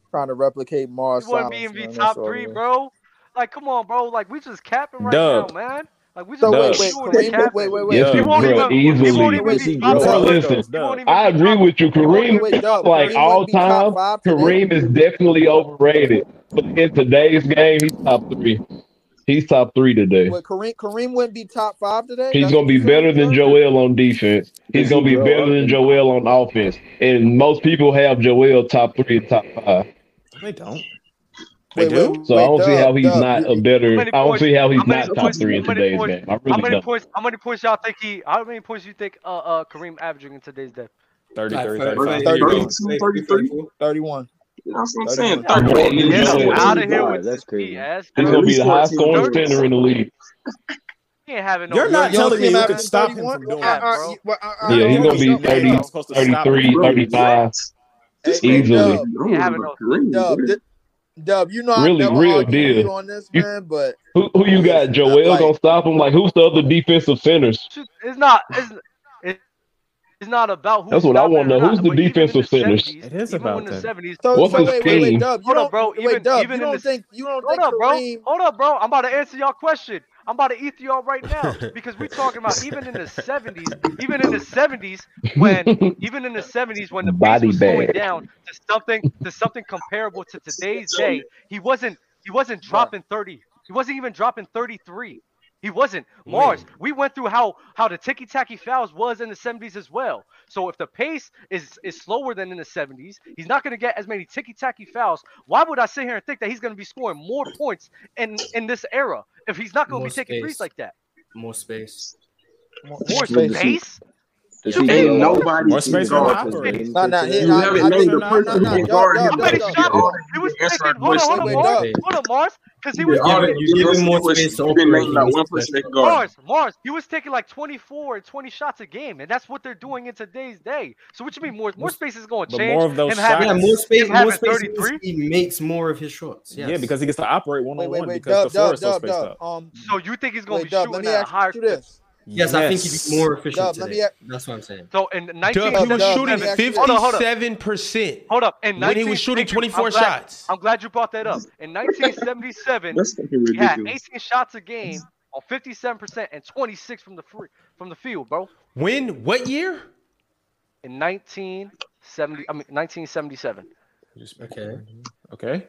trying to replicate Mars. You want silence, me in man. the That's top all three, it is. bro? Like, come on, bro. Like, we just capping right Dub. now, man. Like, we just So wait, Dub. wait, doing Kareem, capping. wait, wait, wait. Yeah, He won't bro, even- easily. he won't even be top Bro, five. listen, He won't even I agree with you. Kareem, wait, Dub, like Kareem all wouldn't be top time, Kareem is definitely overrated. But in today's game, he's top three. He's top three today. What Kareem Kareem wouldn't be top five today? He's That's gonna what be you better than Joel on defense. He's gonna be better than Joel on offense. And most people have Joel top three and top five. They don't. They do. So I don't see how he's not a better. I don't see how he's not top three in today's game. I How really many don't. points? How many points y'all think he? How many points you think uh, uh Kareem averaging in today's day? 30, 30, 35. 32, 33, 31. That's what I'm saying. Thirty four 34 years years old. old. Outta here with that's crazy. That's He's gonna be the highest scoring center in the league. He ain't having no. You're not telling me you can stop him from doing that, bro. Yeah, he's gonna be 30, supposed to stop 33, him. 35 easily. Dub, th- Dub, you know Really, I never real argue with deal. you on this, man, but Who who you got? Joel gonna stop him? Like who's the other defensive centers? It's not. It's, it- it's not about who. That's what I stopping want to or know. not, Who's the but even in defensive centers? It is about that. 70s. So- What's so his wait, wait, wait, team? Dub, you Hold don't, up, bro. wait, Even, Dub, even you in don't the- think- you don't hold think up, bro. Kareem- Hold up, bro. I'm about to answer y'all question. I'm about to ETH y'all right now because we're talking about even in the 70s, even in the 70s, when even in the 70s when the pace Body was slowing bag. down to something to something comparable to today's day, he wasn't he wasn't dropping 30. He wasn't even dropping 33. He wasn't. Mars, we went through how how the ticky tacky fouls was in the 70s as well. So if the pace is is slower than in the 70s, he's not going to get as many ticky tacky fouls. Why would I sit here and think that he's going to be scoring more points in in this era if he's not going to More be taking threes space. like that? More space. More, space. space? Does You he ain't get nobody more space can than guard the him. operator? Nah, nah, You yeah, nah, haven't I named think- the nah, person nah, who can nah, guard him nah, better. nah, nah, All He was answer our taking hold on, hold on, question. Mars, Wait, hold on, Mars, because he You was didn't- taking you didn't give him more space to operate, he was special. Mars, Mars, he was taking like 24 and 20 shots a game, and that's what they're doing in today's day. So what you mean more more space is going to but change? more of those him having- shots. Yeah, more space. him More having space. 33? means He makes more of his shots. Yes. Yeah, because he gets to operate one on one wait, because Dub, the floor Dub, is so Dub, spaced Dub. out. um, so you think he's going to wait, be Dub, shooting let me at a ask higher you this. Yes, I think he'd be more efficient Dub, let today. me ask- That's what I'm saying. So in Dub, 19, he was let shooting me ask you- hold on, hold on. fifty-seven percent. Hold up. And when he was shooting twenty-four shots. I'm glad you brought that up. In 1977, That's fucking he had ridiculous. 18 shots a game on 57% and 26 from the free from the field, bro. When? What year? In 1970, I mean 1977. Okay. Okay.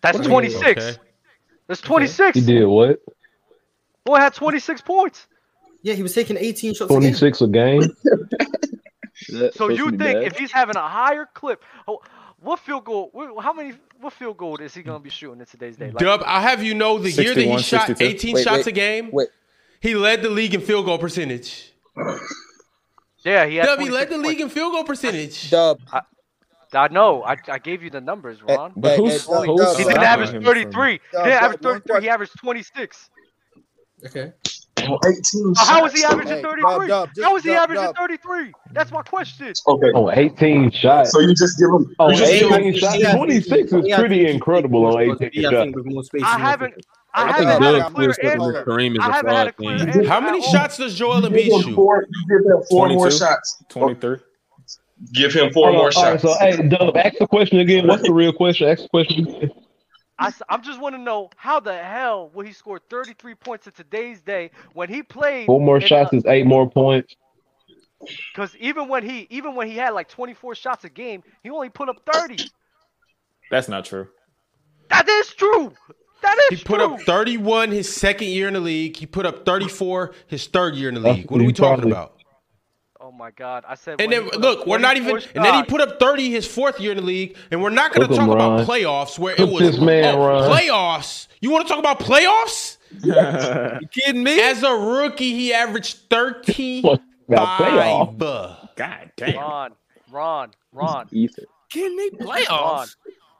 That's What do you mean, 26. okay? That's 26. He did what? Boy had 26 points. Yeah, he was taking 18 shots. Twenty six a game. So you think if he's having a higher clip, oh, what field goal? wh- How many? What field goal is he gonna be shooting in today's day? Like, Dub, I'll have you know the year that he 61, shot 62. 18 Wait, shots wait, a game. Wait. He led the league in field goal percentage. yeah, he had. Dub, he led 26 the league in field goal percentage. Dub. I, I know. I, I gave you the numbers, Ron. but Hey, who's- hey, Dub, who's Dub, he didn't Dub, average Dub, 33. He Dub, didn't Dub, average one 33. He averaged 26. Okay. Oh, 18 So how is he averaging Hey, Dub, 33? Dub, just How is he Dub, averaging Dub. 33? That's my question. Okay. Oh, 18 shots. So you just give him- Oh, you just give him- 18 shots. Yeah. 26 is Yeah. pretty incredible on 18 Yeah, I shots. think with more space. I he's more haven't. efficient. I think haven't had Dub a clear was the- answer. Kareem is I a haven't had a fraud clear thing. answer. Oh. How many at all. shots does Joel Embiid him shoot? Four, you give him four more 22? shots. 23. Give him four more shots. so, hey, Dub, ask the question again. What's the real question? Ask the question again. I, am just want to know how the hell will he score 33 points in today's day when he played uh, Four more shots is eight more points. Because even when he even when he had like 24 shots a game, he only put up 30. That's not true. That is true. That He put up 31 his second year in the league. He put up 34 his third year in the league. What are we talking about? Oh my God! I said. when And then he put up look, we're not even. 24 And then he shots. put up thirty his fourth year in the league, and we're not going to Cook 'em, talk about Ron. playoffs where Cook it was this man, oh, Ron. playoffs. You want to talk about playoffs? You kidding me? As a rookie, he averaged thirty-five. About playoff? God Ron, Ron, Ron. Ether. Can they playoffs?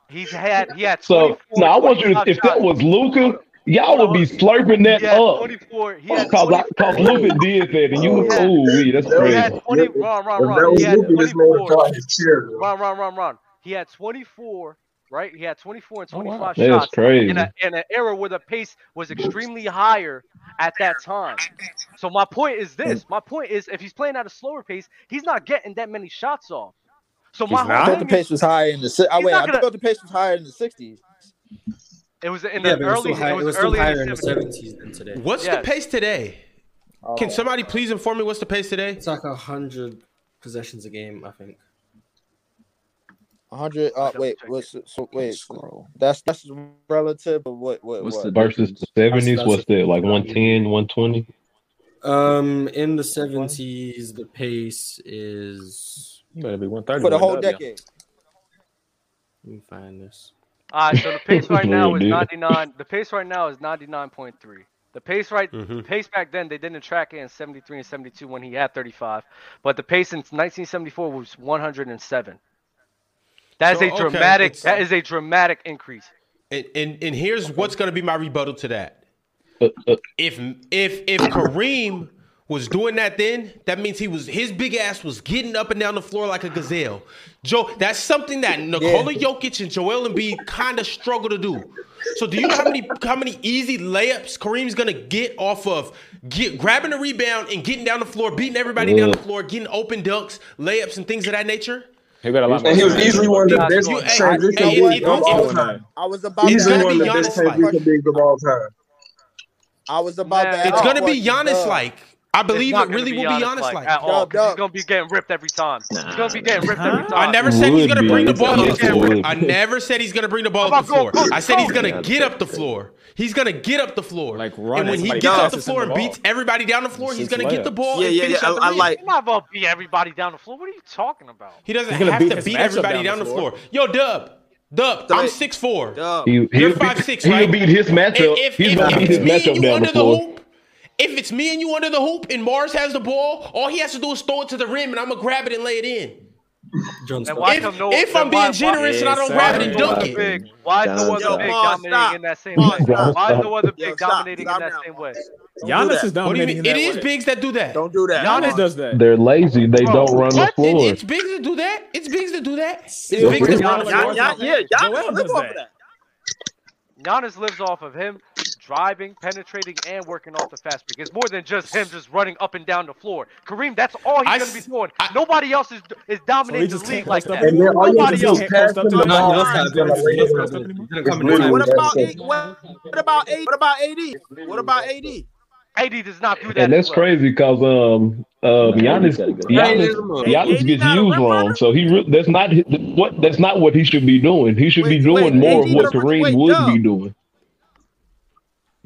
He's had he had So, 24. now I want you to, if that was Luca, y'all would be slurping that he had up. 24. He had Because Luca did that, and you He had- ooh, wee, that's he crazy. had 20. Ron, Ron, if that Ron. was He had Luka, this man would 24. draw his chair, bro. Ron, Ron, Ron, Ron. He had 24. Right, he had 24 and 25 That's shots crazy. in, a, in an era where the pace was extremely higher at that time. So my point is this: my point is, if he's playing at a slower pace, he's not getting that many shots off. So my I whole thought the thing pace was higher in the. si- I He's wait, not I gonna- thought the pace was higher in the '60s. It was in Yeah, the but it was early. still high- it was, early higher in the 70s. than today. What's the pace today? Oh. Can somebody please inform me what's the pace today? It's like a hundred possessions a game, I think. 100. Uh, wait, what's so? Wait, that's that's relative. But what? What? what? Versus the seventies, what's that? Like 110, 120? Um, in the seventies, the pace is better be one thirty for the whole decade? Let me find this. All right, so the pace right now is Dude. 99. The pace right now is 99.3. The pace right, the pace back then they didn't track it in 73 and 72 when he had 35, but the pace in 1974 was 107. That is So, a okay, dramatic. it's- that is a dramatic increase. And and, and here's what's going to be my rebuttal to that. uh. If if if Kareem was doing that then, that means he was his big ass was getting up and down the floor like a gazelle. Joe, that's something that Nikola Jokic and Joel Embiid kind of struggle to do. So do you know how many how many easy layups Kareem's gonna get off of get grabbing the rebound and getting down the floor, beating everybody down the Yeah. floor, getting open dunks, layups, and things of that nature? He got a lot. And he was easily one of the You- best you- hey, transition hey, bigs if- of if- all if- time. I was about Easily to one of the ask best you a transition bigs of all time. I was about to ask It's you a gonna be question, Giannis Doug. like. I believe not it gonna really be will be Giannis-like Giannis like. at all. 'cause He's gonna be getting ripped every time. He's gonna be getting ripped every time. I never said he's gonna bring the ball up the floor. Would. I never said he's gonna bring the ball Come on, up the floor. go, go, I said he's go. gonna get up the floor. He's gonna get up the floor. Like run And when it, he like gets up passes the him floor the and ball. beats everybody down the floor, he's Shoots gonna get the layups. ball. Yeah, and yeah, finish yeah, Up the I- I rim. like- You're not gonna beat everybody down the floor. What are you talking about? He doesn't He's gonna have beat to his beat matchup everybody down down the the floor. Yo, Dub, Dub, I'm six four. He, he'll, You're beat- five six. he'll right? beat his matchup. If, if, he's if, gonna beat if his it's me and matchup you down under the the floor. hoop, if it's me and you under the hoop, and Mars has the ball, all he has to do is throw it to the rim, and I'm gonna grab it and lay it in. Then why If, come no- if then I'm being why- generous and I don't why grab is it and no other dunk it, big- Why is no Done, other done. big Come on, dominating in that same Come way? on, stop. Why is no other big Yo, stop. dominating in that same way? Giannis What is do you mean? dominating It that is way. bigs that do that. Don't do that. Giannis does that. They're lazy. They don't run the It- floor. it's bigs that do that. It's bigs that do that. It's bigs Yeah, that really? run the Gian- floor. Gian- yeah, Giannis live off of that. Giannis lives off of him driving, penetrating, and working off the fast break. It's more than just him just running up and down the floor. Kareem, that's all he's going to be doing. Nobody else is is dominating the league like that. And then all you have Nobody to do else. is pass them the ball. What about A- what what about A- what about AD? What about AD? AD does not do And that's crazy because um uh Giannis Giannis, Giannis gets used wrong, so he re- that's not hi- what that's not what he should be doing. He should be doing more of what Kareem would be doing.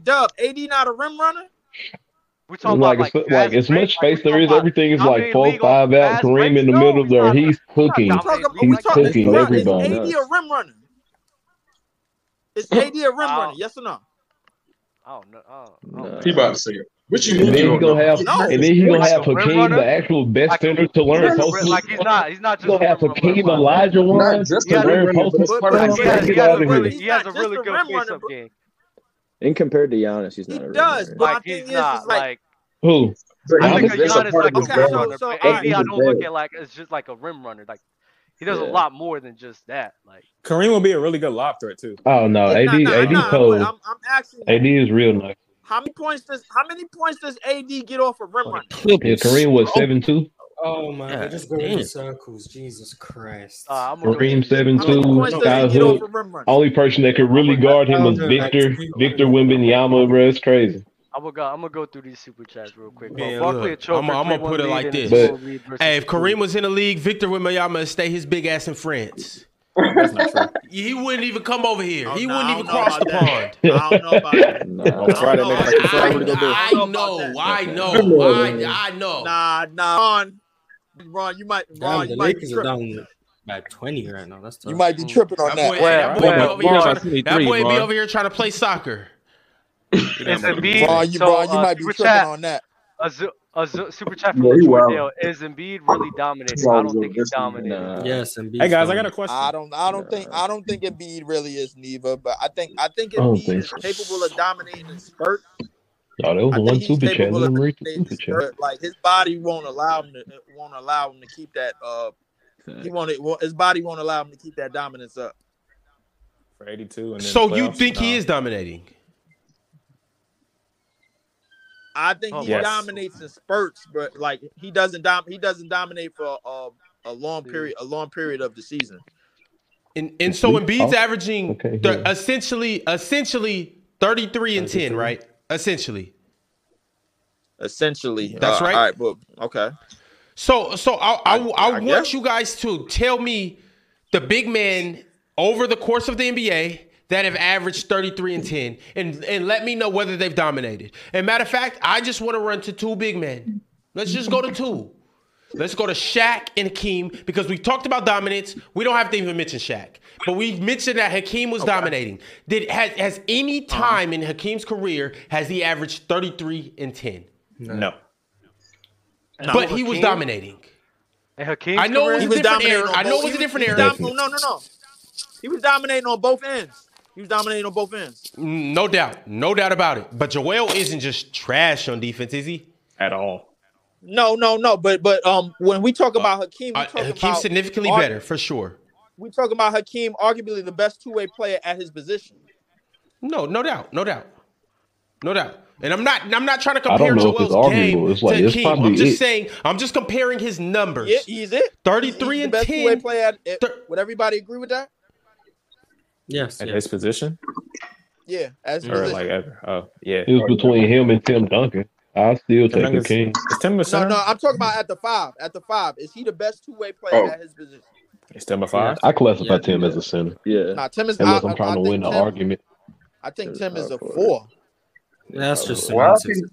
Dub, AD not a rim runner? We Like like, like as much space there is, everything is like four five out. Kareem in the middle there, he's cooking, he's cooking everybody. AD a rim runner? Is AD a rim runner? Yes or no? Oh no! Oh, He about to say it. What you And mean? then you he don't gonna know? have, and then he gonna have Hakeem, the actual best center to learn post moves like he's not. He's not He's gonna have Hakeem Elijah one Not just to a learn rim runner, post but moves. part of Like, the yeah, rim. get He's out of not here. just He has a really good face-up game. And compared to Giannis, he's not a Does but my Like, thing he's is, not, is like, Who? I think Giannis? Giannis like a rim runner. so, but all AD, right. I don't look at like it's just like a rim runner. Like he does a Yeah. lot more than just that. Like Kareem will be a really good lob threat too. Oh no, Nah, AD nah, AD nah, cold. I'm, I'm asking, AD is real nice. how many points does how many points does AD get off a rim runner? Yeah, Kareem was seven two. Oh my, God God, just going damn. in circles. Jesus Christ. Kareem seven How many two. points does he Sky's get hook. off a rim runner? Only person that could really guard him was Victor Victor Wimbenyama, bro. It's crazy. I'm gonna go. I'm gonna go through these super chats real quick. Man, Well, Barkley a look, choker, I'm, I'm gonna 3-1 put it lead like in this. his full lead versus hey, if Kareem. Kareem was in the league, Victor Wembanyama would stay his big ass in France. he wouldn't even come over here. he wouldn't even cross the pond. I don't know about that. I know, I I know, I Good know, lord, I, man. I know. Nah, nah, Ron, Ron, you might, Damn, Ron, you the might be Lakers are tripping. down by twenty right now. That's tough. You might be tripping on that. Boy, that boy, be, over here, trying to, that boy be over here trying to play soccer. Is Embiid? Ron, you, so, Ron, you uh, might be super tripping chat, on that. A, zo- a zo- super chat from Yeah, he Detroit wild. Dale. Is Embiid really dominating? I don't think he's dominating. Yes, and Hey, guys, I got a question. Um, I don't, I don't think, I don't think Embiid really is Neva, but I think, I think I don't Embiid think is so. capable of dominating in spurts. Oh, that was the one super chat. capable Let of him read the dominating super in chat. spurts. Like his body won't allow him to, uh, won't allow him to keep that. Uh, he won't, his body won't allow him to keep that dominance up. For eighty two, and then So you playoffs, think he nah. is dominating? I think Oh, he yes. dominates in spurts, but like he doesn't dom- he doesn't dominate for a, a long period a long period of the season. And and so Embiid's Oh, averaging thir- essentially essentially 33 and 10, right? Essentially. Essentially. That's Uh, right. All right, well, okay. So so I I, I want guess. you guys to tell me the big men over the course of the NBA that have averaged 33 and 10 and and let me know whether they've dominated. And matter of fact, I just want to run to two big men. Let's just go to two. Let's go to Shaq and Hakeem because we talked about dominance. We don't have to even mention Shaq, but we mentioned that Hakeem was dominating. Did has, has any Uh-huh. time in Hakeem's career has he averaged 33 and 10? No. But he was dominating. And Hakeem, I know it was He a was different dominating era. on I know both- it was a he different he era. dom- No, no, no. He was dominating on both ends. He was dominating on both ends. Mm, No doubt, no doubt about it. But Joel isn't just trash on defense, is he? At all. No, no, no. But but um, when we talk about Hakeem, we Uh, talking Hakeem's about significantly argu- better for sure. We talking about Hakeem, arguably the best two way player at his position. No, no doubt, no doubt, no doubt. And I'm not, I'm not trying to I don't compare know if it's Joel's arguable. game It's like, to it's Hakeem. probably I'm just it. saying, I'm just comparing his numbers. Yeah, he's it. Thirty-three He's the and best two way 10. player. At, at- would everybody agree with that? Yes. At his position? Yeah, as his Or position. like ever. Oh, yeah. It was between him and Tim Duncan. I Tim still take the Duncan's- king. Is Tim a No, center? no, I'm talking about at the five. At the five, is he the best two way player Oh. at his position? Is Tim a five? I classify Tim as a center. Yeah. Nah, Tim is- Unless I- I, I- am trying I to win think an Tim- argument. I think Tim is a four. That's just Why is, semantics.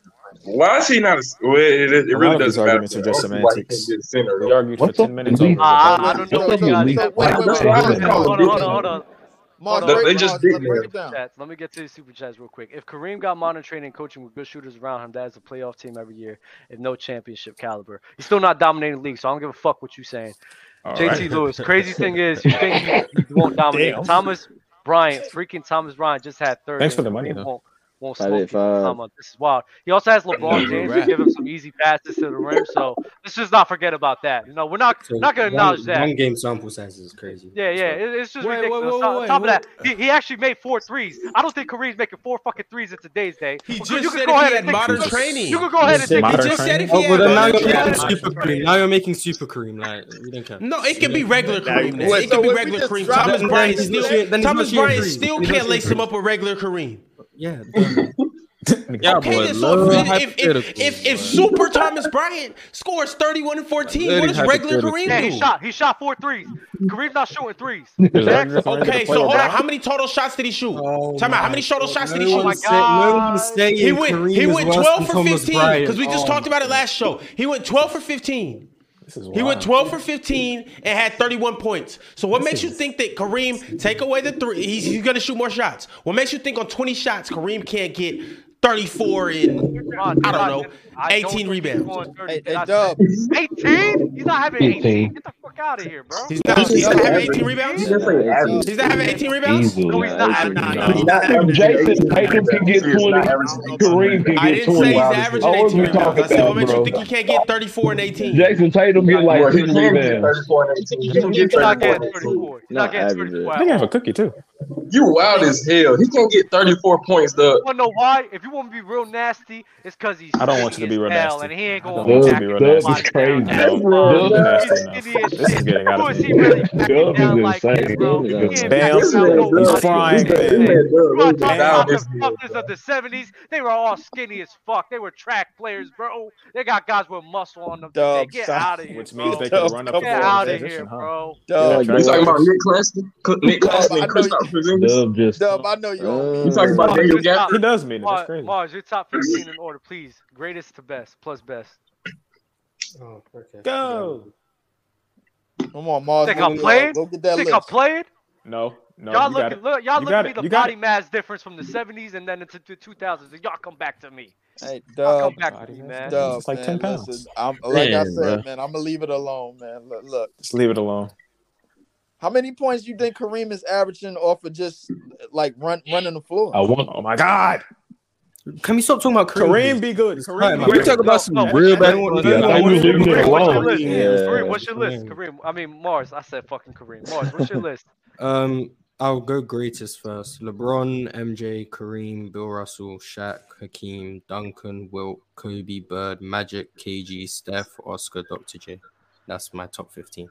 he, why is he not? A, well, it, it A lot really of these doesn't matter. arguments are just Obviously, why he semantics. can't be a center. We argued for What's up ten minutes with over. these- Ah, the- I don't know What's up about with y'all. these- Wait, wait, wait, That's why I hold was on, hold on, confused. hold on, hold on. Mars, They break, just Mars, did let's break it down. Stats. Let me get to the super chats real quick. If Kareem got modern training and coaching with good shooters around him, that is a playoff team every year, if no championship caliber. He's still not dominating the league, so I don't give a fuck what you saying. All JT right. Lewis, crazy thing is, you think he he won't dominate. Damn. Thomas Bryant, freaking Thomas Bryant just had third. Thanks and for the money, Kareem though. Won't, won't Five smoke eight people with five. Thomas. This is wild. He also has LeBron Number James to rat. give him some easy passes to the rim, so let's just not forget about that. You know, we're not, not going to acknowledge one, that. One game sample size is crazy. Yeah, yeah, it, it's just Wait, wait, ridiculous. wait, on wait, top wait. of that, he, he actually made four threes. I don't think Kareem's making four fucking threes in today's day. He just said if he had modern training. You can go ahead and think. Modern just said if he oh, well, had then now modern you're making training. super cream. Now you're making super cream. Like we don't care. No, it can be regular Kareem. Now. Wait, it so can be if we regular just Kareem. drop Thomas him, Bryant then he's not- still. then he's Thomas not your Bryant Kareem. still He's not can't your lace him Kareem. up with regular Kareem. Yeah. Okay, then, so if, if, if, if, if Super Thomas Bryant scores 31 and 14, what does regular Kareem Yeah, do? he shot. He shot four threes. Kareem's not shooting threes. okay, so hold on. How many total shots did he shoot? Time out. How many total shots did he shoot? He went, he went 12 for 15 because we just talked about it last show. He went 12 for 15. He went 12 for 15 and had 31 points. So what makes you think that Kareem take away the three? He's, he's going to shoot more shots. What makes you think on 20 shots Kareem can't get 34 and I don't know 18 rebounds? Hey, hey, Dub. 18? He's not having 18. Get the fuck out of here, bro. He's not, he's not having 18 rebounds. He's not having 18 rebounds. Easily. No, he's not. Nah, nah, nah. If Jason Tatum can get 20, Kareem can I get didn't 20. say he's averaging What was 18 we rebounds. talking I said, what about, makes you bro? think he can't get 34 and 18? Jason Tatum get like 10 rebounds. He's not getting 34. He's Not not getting average. 34. I think I have a cookie too. You wild as hell. He can't get 34 points, though. You wanna know why? If you want to be real nasty, it's because he's I don't want you to be real skinny as hell, nasty. and he ain't I don't going want you to to be real nasty. Dub is crazy. That's Dub real is nasty enough. This is getting out of hand. Dub is insane. Damn, you frying pan. Damn. about the fuckers of the 70s. They were all skinny as fuck. They were track players, bro. They got guys with muscle on them. today. Dub, Get stop. out of here. Which means bro. they can run up the Get floor out in of transition, here, huh? bro. Yeah, You Drake talking about Lawrence. Nick Claxton? Cl- Nick Claxton and Kristaps Porzingis? Dub just. Dub, I know you. You talking about Daniel Gafford? He does mean it. Mars, That's crazy. Mars, your top 15 in order, please. Greatest to best, plus best. Oh, okay. Go. Come on, Mars. Think I'm Go- playing? Go get that Think list. I'm playing? No, no. y'all you got look, it. look, y'all You look got at me it. the You got body it. mass difference from the 70s and then into the 2000s. And y'all come back to me. Hey, Y'all come Dub. back to me, man. Dub, It's like man, 10 pounds. listen, I'm, like I Man, said, bro. man, I'm gonna leave it alone, man. Look, look. Just leave it alone. how many points you think Kareem is averaging off of just like run running the floor? I want. Oh my God. Can we stop talking about Kareem? Kareem be good. Kareem Kareem. be be good. good. We talk about some real bad- Yeah, I Kareem think we be leave good. it Kareem, What's your alone. list? Yeah. Kareem, what's your list? Kareem, I mean, Mars. I said fucking Kareem. Mars, what's your list? Um, I'll go greatest first. LeBron, MJ, Kareem, Bill Russell, Shaq, Hakeem, Duncan, Wilt, Kobe, Bird, Magic, KG, Steph, Oscar, Dr. J. That's my top 15.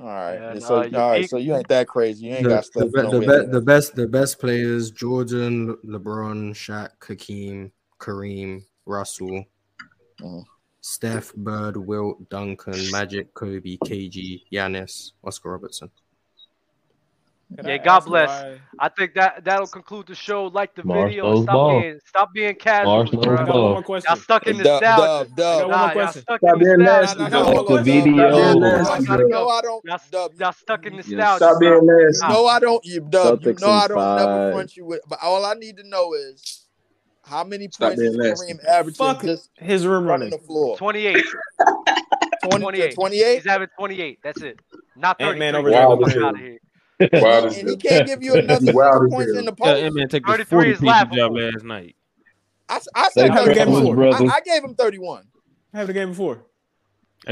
All right, Yeah, so nah, all you right, peak- so you ain't that crazy. You ain't The, got the, stuff. be- the, nowhere be- near. the best the best players Jordan, Le- LeBron, Shaq, Hakeem, Kareem, Russell, Mm. Steph, Bird, Wilt, Duncan, Magic, Kobe, KG, Giannis, Oscar Robertson. Can I Yeah, God ask bless. why- I think that that'll conclude the show. Like the Mars video. knows and Stop ball. being stop being casual, Mars knows bro. ball. I got one more Y'all question. stuck in the Dub, nostalgia. dub, dub. Nah, one more y'all question. stuck Stop in being the nasty, nostalgia. though. The Y'all video. know- nasty, y'all bro. know I don't. Dub, Y'all stuck in Yeah, nostalgia. stop being bro. nasty. You know I don't. You dub. Celtics you know in I don't never uh, five. front you with. But all I need to know is how many Stop points being is nasty. Kareem averaging Fuck just his room running running. the floor? 28. 20 28. 28? He's having 28. That's it. Not 30. Ant-Man over over there. there. out of here. And he can't give you another six points in the post. Yeah, man, take 33 the forty is piece you dropped last night. I, I said Say 31. Christmas, I, brother. I gave him 31. Have the game before.